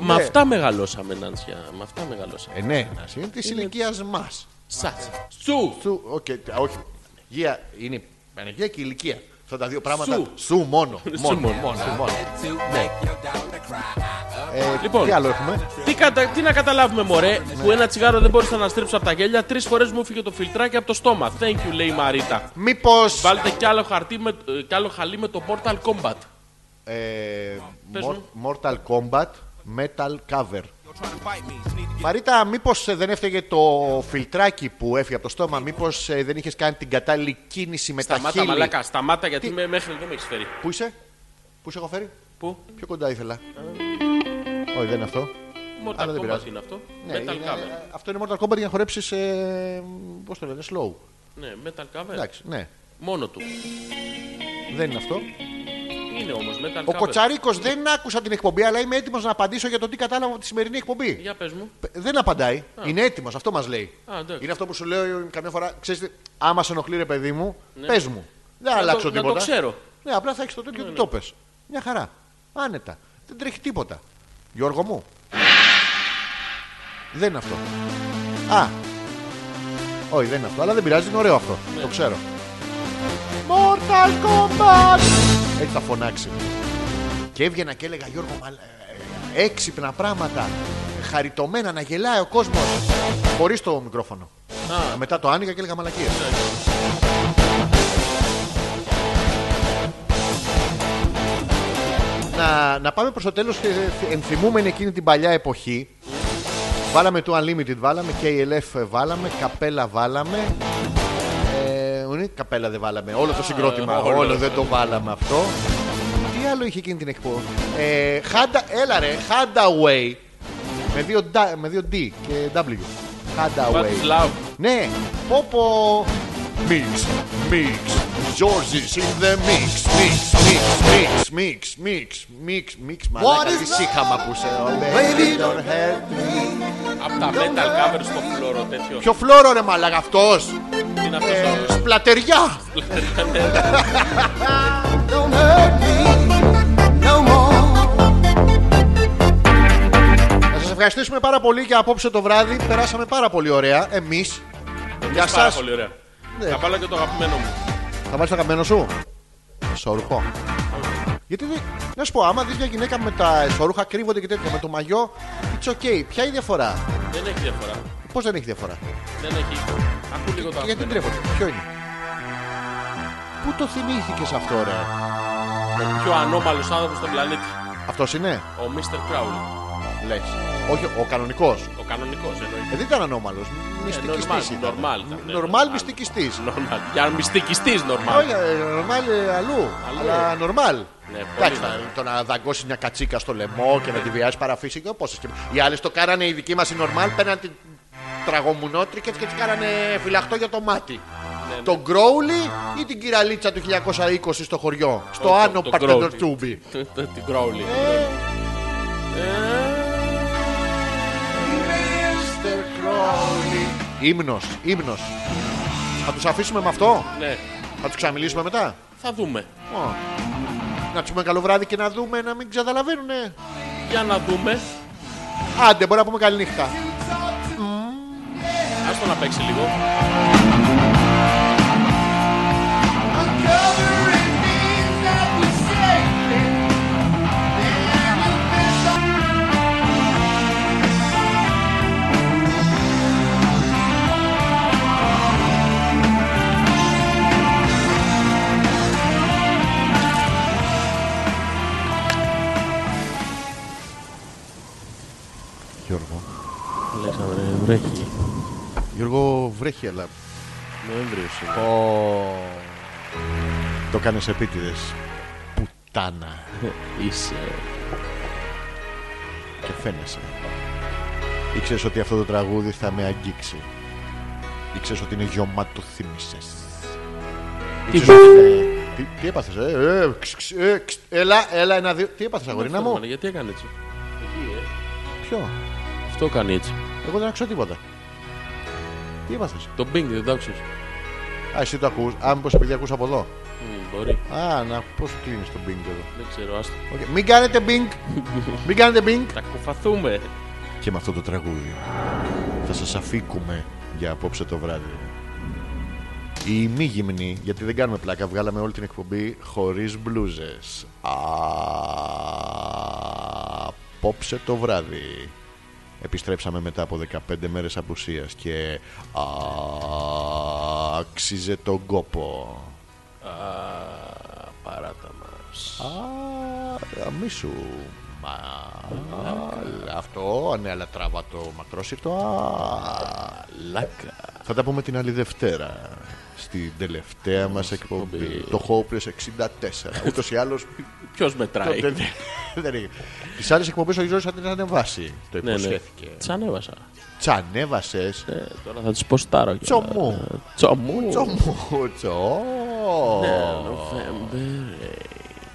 Ω, με ναι. αυτά μεγαλώσαμε, Νάντσι. Με αυτά μεγαλώσαμε. Ε, ναι, Νάντσι, είναι της ηλικίας μας. Σας. Σου. Σου, οκ, α, όχι. Γεια, είναι η Παναγία και η ηλικία. Αυτά τα δύο πράγματα. Σου. Σου μόνο. Σου μόνο, μόνο. Σου μόνο. Ναι. Ε, Λοιπόν. Τι άλλο έχουμε. Τι, κατα... τι να καταλάβουμε, Μωρέ, που ένα τσιγάρο δεν μπορούσα να στρίψω από τα γέλια, τρεις φορές μου φύγε το φιλτράκι από το στόμα. Thank you, λέει η Μαρίτα. Μήπως. Βάλτε κι άλλο, χαρτί με... ε, κι άλλο χαλί με το Mortal Kombat. Πες μου. ε, Mortal Kombat Metal Cover. Μαρίτα, μήπως δεν έφταιγε το φιλτράκι που έφυγε από το στόμα, μήπως δεν είχες κάνει την κατάλληλη κίνηση με τα Σταμάτα, χείλη. μαλάκα, σταμάτα γιατί Τι- με... μέχρι εδώ με έχεις φέρει. Πού είσαι, Πού σε έχω φέρει, Πού? Πιο κοντά ήθελα. Όχι, δεν είναι αυτό. Mortal Αλλά δεν Kombat πειράζει. είναι αυτό. Ναι, Metal είναι- Cover. Αυτό είναι Mortal Kombat για να χορέψεις. Ε, Πώς το λένε, slow. Ναι, Metal Cover. Εντάξει, ναι. Μόνο του. Δεν είναι αυτό. Είναι όμως Metal Ο Cover. Κοτσαρίκο δεν άκουσα την εκπομπή, αλλά είμαι έτοιμος να απαντήσω για το τι κατάλαβα από τη σημερινή εκπομπή. Για πες μου. Π- Δεν απαντάει. Είναι έτοιμος, αυτό μας λέει. Α, εντάξει. είναι αυτό που σου λέω ε, καμιά φορά. Ξέρεις, τι, άμα σε ενοχλεί, ρε παιδί μου, Ναι. πες μου. Δεν θα Να αλλάξω το- να τίποτα. το ξέρω. Ναι, απλά θα έχεις το τέτοιο ότι το πες. Μια χαρά. Άνετα. Δεν τρέχει τίποτα. Γιώργο μου. Δεν είναι αυτό. Α. Όχι, δεν είναι αυτό. Αλλά δεν πειράζει, είναι ωραίο αυτό. Ναι. Το ξέρω. Mortal Kombat! Έτσι θα φωνάξει. Και έβγαινα και έλεγα Γιώργο, μα, ε, έξυπνα πράγματα. Χαριτωμένα να γελάει ο κόσμος. Χωρίς το μικρόφωνο. Μετά το άνοιγα και έλεγα μαλακίες. να, να πάμε προς το τέλος και ενθυμούμενη εκείνη την παλιά εποχή. Βάλαμε το Unlimited, βάλαμε KLF, βάλαμε Καπέλα, βάλαμε. Ε, ουνί, καπέλα δεν βάλαμε. Όλο το συγκρότημα. όλο. όλο δεν το βάλαμε αυτό. Τι άλλο είχε εκείνη την εκπομπή. Ε, Handa, έλα ρε, Handaway. Με δύο, ντα- με δύο D και W. Handaway. Battle Love. Ναι, πόπο. Mix, mix, George is in the mix, mix, mix, mix, mix, mix, mix, mix. Μαλάκα, τι σύγχαμα που σε Baby, don't hurt me. Από τα Metal Cover στο φλόρο τέτοιο. Ποιο φλόρο ρε μαλάκα αυτός. Είναι ε, αυτό. Σπλατεριά. Don't hurt me no more. Να σας ευχαριστήσουμε πάρα πολύ για απόψε το βράδυ. Περάσαμε πάρα πολύ ωραία. Εμείς. Για Πάρα σας. πολύ ωραία. Ναι. Θα βάλω και το αγαπημένο μου. Θα βάλεις το καμένο σου. Σορουχό. Γιατί δεν. Να σου πω, άμα δεις μια γυναίκα με τα σορουχα κρύβονται και τέτοια, με το μαγιό, it's okay. Ποια είναι η διαφορά. Δεν έχει διαφορά. Πώς δεν έχει διαφορά. Δεν έχει. Ακού λίγο το Και γιατί αγαπημένο. τρέφονται, ποιο είναι. Πού το θυμήθηκες αυτό, ρε. Πιο ανώμαλος άνθρωπος στον πλανήτη. Αυτός είναι, Ο Mr. Crowley. λε. Όχι, ο κανονικός. Ο κανονικός εννοείται. Ε, δεν ήταν ανώμαλος. normal, Μυστικιστής. Ε, normal ήταν, ναι, Νορμάλ normal. μυστικιστή. Normal. Για μυστικιστής, normal. Όχι, νορμάλ αλλού. Αλλού, Αλλά νορμάλ. Ναι, πολύ Εντάξει, normal. θα- το να δαγκώσεις μια κατσίκα στο λαιμό και να τη βιάσει παραφύσικα, πώ Οι άλλες το κάνανε, οι δικοί μας οι νορμάλ παίρναν την τραγωμουνότρικε και τι κάνανε φυλαχτό για το μάτι. Ναι, Τον Κρόουλι ή την κυραλίτσα του 1920 στο χωριό, στο Όχι, Άνω τον Παρτεντοτσούμπι. Τε- τε- Την Crowley. Ε. Ε. Ήμνος, ύμνος. Θα τους αφήσουμε με αυτό, Ναι, θα τους ξαμιλήσουμε μετά. θα δούμε. Ω. Να τους πούμε καλό βράδυ και να δούμε να μην καταλαβαίνουν. Για να δούμε. Άντε, μπορεί να πούμε καλή νύχτα. Άστο να παίξει λίγο. Γιώργο. Αλέξανδρε, βρέχει. Γιώργο βρέχει, αλλά... Νοέμβριος είναι. Το κάνεις επίτηδες. Πουτάνα. *laughs* Είσαι. Και φαίνεσαι. Ήξερες ότι αυτό το τραγούδι θα με αγγίξει. Ήξερες ότι είναι γεμάτο θύμησες. Ήξερες ότι... Τι, τι έπαθες, ε, ε, ξ, ξ, ε, ξ, έλα, έλα, ένα, δύο. Τι έπαθες, αγορίνα μου. Γιατί έκανε έτσι. Εκεί, ε. Ποιο. Αυτό κάνει έτσι. Εγώ δεν άκουσα τίποτα. Τι έπαθες. Το Bing δεν το άκουσες. Α, εσύ το ακούς. Α, μήπως επειδή ακούς από εδώ. Μμ, Μπορεί. Α, να πώς κλείνεις το bing εδώ. Δεν ξέρω, άστο. Οκ. Μην κάνετε bing. Μην κάνετε bing. Τα κουφαθούμε. Και με αυτό το τραγούδι θα σας αφήκουμε για απόψε το βράδυ. Η μη γυμνή, γιατί δεν κάνουμε πλάκα, βγάλαμε όλη την εκπομπή χωρίς μπλούζες. Α, Απόψε το βράδυ. Επιστρέψαμε μετά από 15 μέρες απουσίας και α, άξιζε τον κόπο. Α, παράτα μας. Α, μη σου. Μα, αυτό, ναι, αλλά τράβα το μακρόσυρτο. Α, Λάκα. θα τα πούμε την άλλη Δευτέρα. Στην τελευταία μας εκπομπή. Το Hopeless *laughs* 64. Ούτως ή άλλως Ποιος μετράει. δεν- δεν έγινε. Τις άλλες εκπομπές ο Γιώργος θα την ανεβάσει. Το Ναι, ναι. υποσχέθηκε. Τις ανέβασα. Τσανέβασες. Ε, τώρα θα του πω στάρω. κιόλας. Τσομού. Τσομού. Τσομούτσο. Ναι, Νοφέμπερ.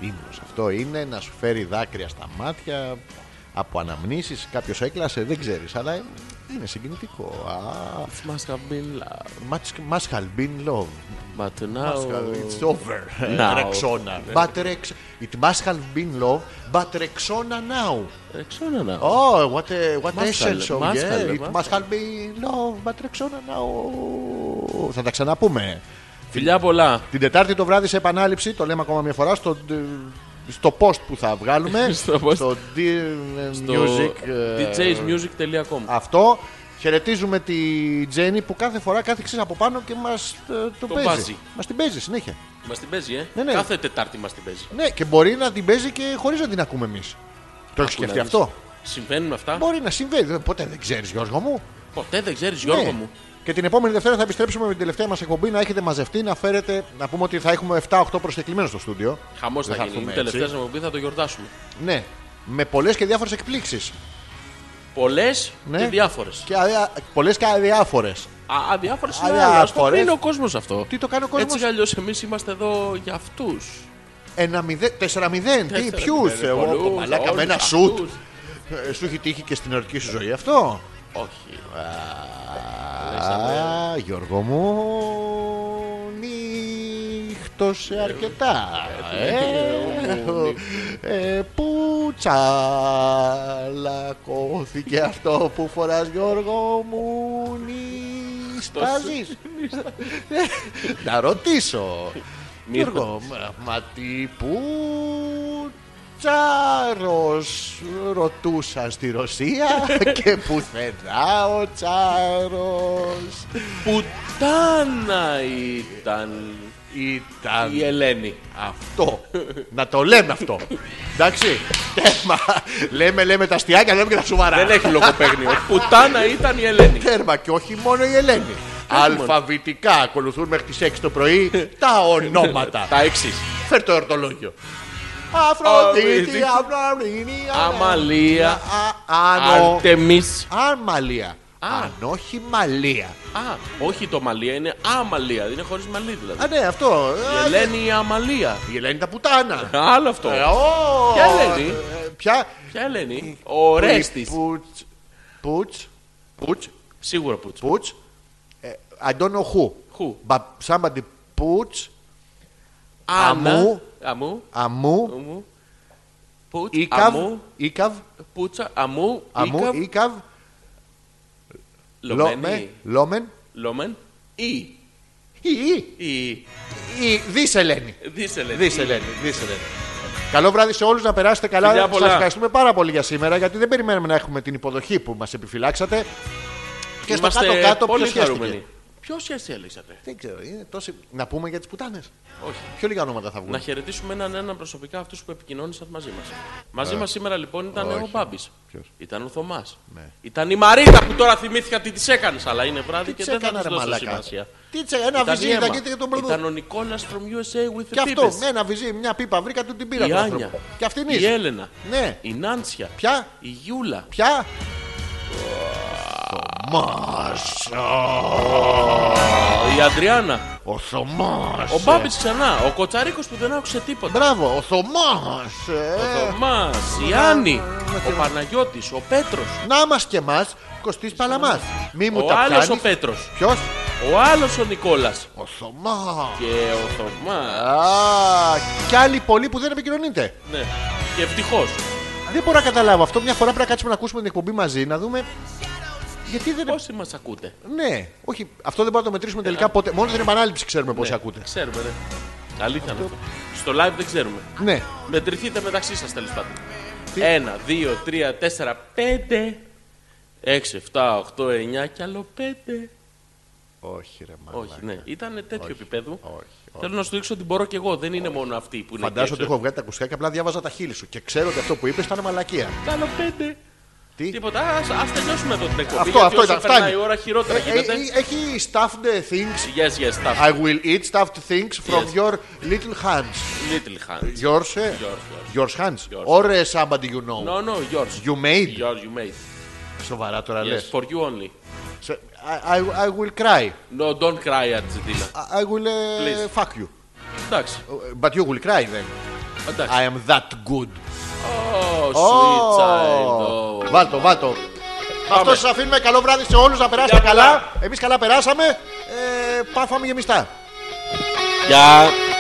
Ύμνος. Αυτό είναι να σου φέρει δάκρυα στα μάτια από αναμνήσεις. Κάποιος έκλασε, δεν ξέρεις, αλλά ε, είναι συγκινητικό. Α, It must have been love. much- must have been love. Must But have- It's now... over. Now. Ρεξόνα. But Rex- It must have been love, but Rexona now. Ρεξόνα Ε, να. Oh, what a, what Must essence have- of yeah. must have, It must must have been love, but Rexona now. Θα τα ξαναπούμε. Φιλιά πολλά. Την Τετάρτη το βράδυ σε επανάληψη, το λέμε ακόμα μια φορά, στο, στο post που θα βγάλουμε. *laughs* Στο post. στο D- Στο music. ε, djsmusic.com Αυτό. Χαιρετίζουμε τη Τζέννη που κάθε φορά κάθεξες από πάνω και μας το, παίζει. βάζει. Μας την παίζει συνέχεια. Μας την παίζει, ε. Ναι, ναι. Κάθε Τετάρτη μας την παίζει. Ναι, και μπορεί να την παίζει και χωρίς να την ακούμε εμείς. Το έχεις σκεφτεί να δεις. αυτό. Συμβαίνουν αυτά. Μπορεί να συμβαίνει. Ποτέ δεν ξέρεις, Γιώργο μου. Ποτέ δεν ξέρεις Γιώργο Ναι. μου. Και την επόμενη Δευτέρα θα επιστρέψουμε με την τελευταία μας εκπομπή να έχετε μαζευτεί, να φέρετε. Να πούμε ότι θα έχουμε 7-8 προσκεκλημένους στο στούντιο. Χαμός Δεν θα θα γίνει. έρθουμε Η έτσι. τελευταία εκπομπή θα το γιορτάσουμε. Ναι. Με πολλές και διάφορες εκπλήξεις. Πολλές Ναι. και διάφορες. Και αδια... πολλές και αδιάφορες. Α, αδιάφορες είναι Αδιάφορες. άλλο. Αυτό είναι ο κόσμος αυτό. Τι το κάνει ο Έτσι κι κόσμο. αλλιώς εμείς είμαστε εδώ για αυτούς. 4-0. Τι, ποιου. Εγώ, Πολλούς, μαλάκα, με όλους ένα σουτ. αυτούς. Ε, Σου έχει τύχει και στην ερωτική σου ζωή αυτό. Όχι. Α, Γιώργο μου, νύχτωσε αρκετά. Ε, ε, Πού τσαλακώθηκε αυτό που φοράς Γιώργο μου, νύσταζεις. Να ρωτήσω. Γιώργο, μα- μα τι που τσάρος ρωτούσαν στη *laughs* Ρωσία και πουθενά ο τσάρος Πουτάνα ήταν ήταν η Ελένη. αυτό. *laughs* Να το λέμε αυτό. Εντάξει. Τέρμα. Λέμε, λέμε τα αστιάκια, λέμε και τα σοβαρά. Δεν έχει λογοπαίγνιο. Πουτάνα ήταν η Ελένη. Τέρμα και όχι μόνο η Ελένη. Αλφαβητικά ακολουθούν μέχρι τις 6 το πρωί τα ονόματα. Τα εξής. Φέρ το εορτολόγιο. Αφροδίτη, Αφροδίτη, Αμαλίνη, Αμαλία, Άνω, Αρτεμή. Αμαλία. Αν όχι Μαλία. Α, όχι το Μαλία, είναι Αμαλία. Δεν είναι χωρίς Μαλή δηλαδή. Α, ναι, αυτό. Η Α, Ελένη η Αμαλία. Η Ελένη τα πουτάνα. Άλλο αυτό. Ε, ω, Ποια Ελένη? ε, Ποια. Ποια Ελένη. Ο Ρέστης. Πουτς. Πουτς. Πουτς. Σίγουρα Πούτσο. Puts. Uh, I don't know who. Who? But somebody puts Αμού. Αμού. Αμού. Amu Αμού. Πουτ. Ikav Αμού. Ikav Πούτσα. Αμού. Amu Ίκα. Ikav Lomen Λομένη. Lomen Λόμεν. Ή. Ή Ή. Δις Ελένη Δις Ελένη. Δις Ή. Ελένη Δις Ελένη Καλό βράδυ σε όλους να περάσετε καλά. Φιλιά πολλά. Σας ευχαριστούμε πάρα πολύ για σήμερα γιατί δεν περιμέναμε να έχουμε την υποδοχή που μας επιφυλάξατε. Και στο Είμαστε κάτω-κάτω πολύ ποιος χαίρεται. χαρούμενοι. Ποιος σχέση έλεξατε. Δεν ξέρω, είναι τόσοι... Να πούμε για τις πουτάνες. Όχι. Πιο λίγα ονόματα θα βγουν. Να χαιρετήσουμε έναν έναν προσωπικά αυτούς που επικοινώνησαν μαζί μας. Μαζί μας σήμερα λοιπόν ήταν Ε. όχι. ο Μπάμπης. Ποιος? Ήταν ο Θωμάς. Ναι. Ήταν η Μαρίτα που τώρα θυμήθηκα τι της έκανες, αλλά είναι βράδυ Τι και της δεν θα έκανα της ρε δώσω μαλάκα. σημασία. Τι της έκανα, ένα Ήταν, η βυζί Έμα. ήταν και τον μπλουτούθ. ήταν ο Νικόλας from USA with Και the αυτό, Peoples. ναι, ένα βυζί, μια πίπα, βρήκα του την πήρα. Η του Άνια. άνθρωπου. Και αυτήν Η είσαι. Έλενα. Ναι. Η Νάντσια. Ποια, Η Γιούλα. ποια. Θωμάς. Η Αντριάννα. Ο Θωμάς. Ο Μπάμπης ξανά. Ο Κοτσαρίκος που δεν άκουσε τίποτα. Μπράβο, ο Θωμάς. ε. Ο Θωμάς. Ναι. Η Άννη. Ο Παναγιώτης. Ο Πέτρος. Να μας και μας, Κωστής Παλαμάς. Μη μου Ο τα άλλος ο πιάνεις. Πέτρος. Ποιος, Ο άλλος ο Νικόλας. ο Θωμάς. Και ο Θωμάς. Α, κι άλλοι πολλοί που δεν επικοινωνείτε. Ναι. Και ευτυχώς. Δεν μπορώ να καταλάβω αυτό. Μια φορά πρέπει να κάτσουμε να ακούσουμε την εκπομπή μαζί, να δούμε Γιατί δεν. Πόσοι μας ακούτε. Ναι, όχι, αυτό δεν μπορούμε να το μετρήσουμε τελικά ποτέ. Μόνο την επανάληψη ξέρουμε πόσοι Ε, Ναι, ακούτε. Ξέρουμε, ρε. Αλήθεια είναι αυτό. Στο live δεν ξέρουμε. Ναι, Μετρηθείτε μεταξύ σας τέλος πάντων. 1, 2, 3, 4, 5. 6, 7, 8, 9 και άλλο 5. όχι, ρε μάλλον. Όχι, ναι. Ήταν τέτοιο επίπεδο. όχι, Θέλω να σου δείξω ότι μπορώ και εγώ. Δεν είναι μόνο αυτοί που είναι. Φαντάζομαι ότι εκεί έχω βγάλει τα ακουστικά και απλά διάβαζα τα χείλη σου και ξέρω ότι αυτό που είπες ήταν μαλακία. έξω. Κάνω πέντε. Τι? Τίποτα. Ας ας τελειώσουμε εδώ την εκπομπή. Αυτό, γιατί αυτό όσο ήταν. περνάει Φτάνει. η ώρα χειρότερα Ε, ε, γίνεται. ε, Έχει stuffed things. Yes, yes, tough. I will eat stuffed things from Yes. your little hands. Little hands. Yours, eh? Yours, yours hands. Yours. Or eh, somebody you know. No, no, yours. You made. Yours, you made. Σοβαρά τώρα Yes, λες. for you only. Σε- I, I, I will cry. No, don't cry, Argentina. I- I will eh, Please. fuck you. Εντάξει, But you will cry then. εντάξει. I am that good. Oh, sweet child. Oh. Βάλτο, βάλτο. Αυτό σας αφήνουμε. Καλό βράδυ σε όλους να περάσετε Γεια, καλά. Εμείς καλά περάσαμε. Ε, πάθαμε γεμιστά. Γεια. Oh, Oh, oh, oh,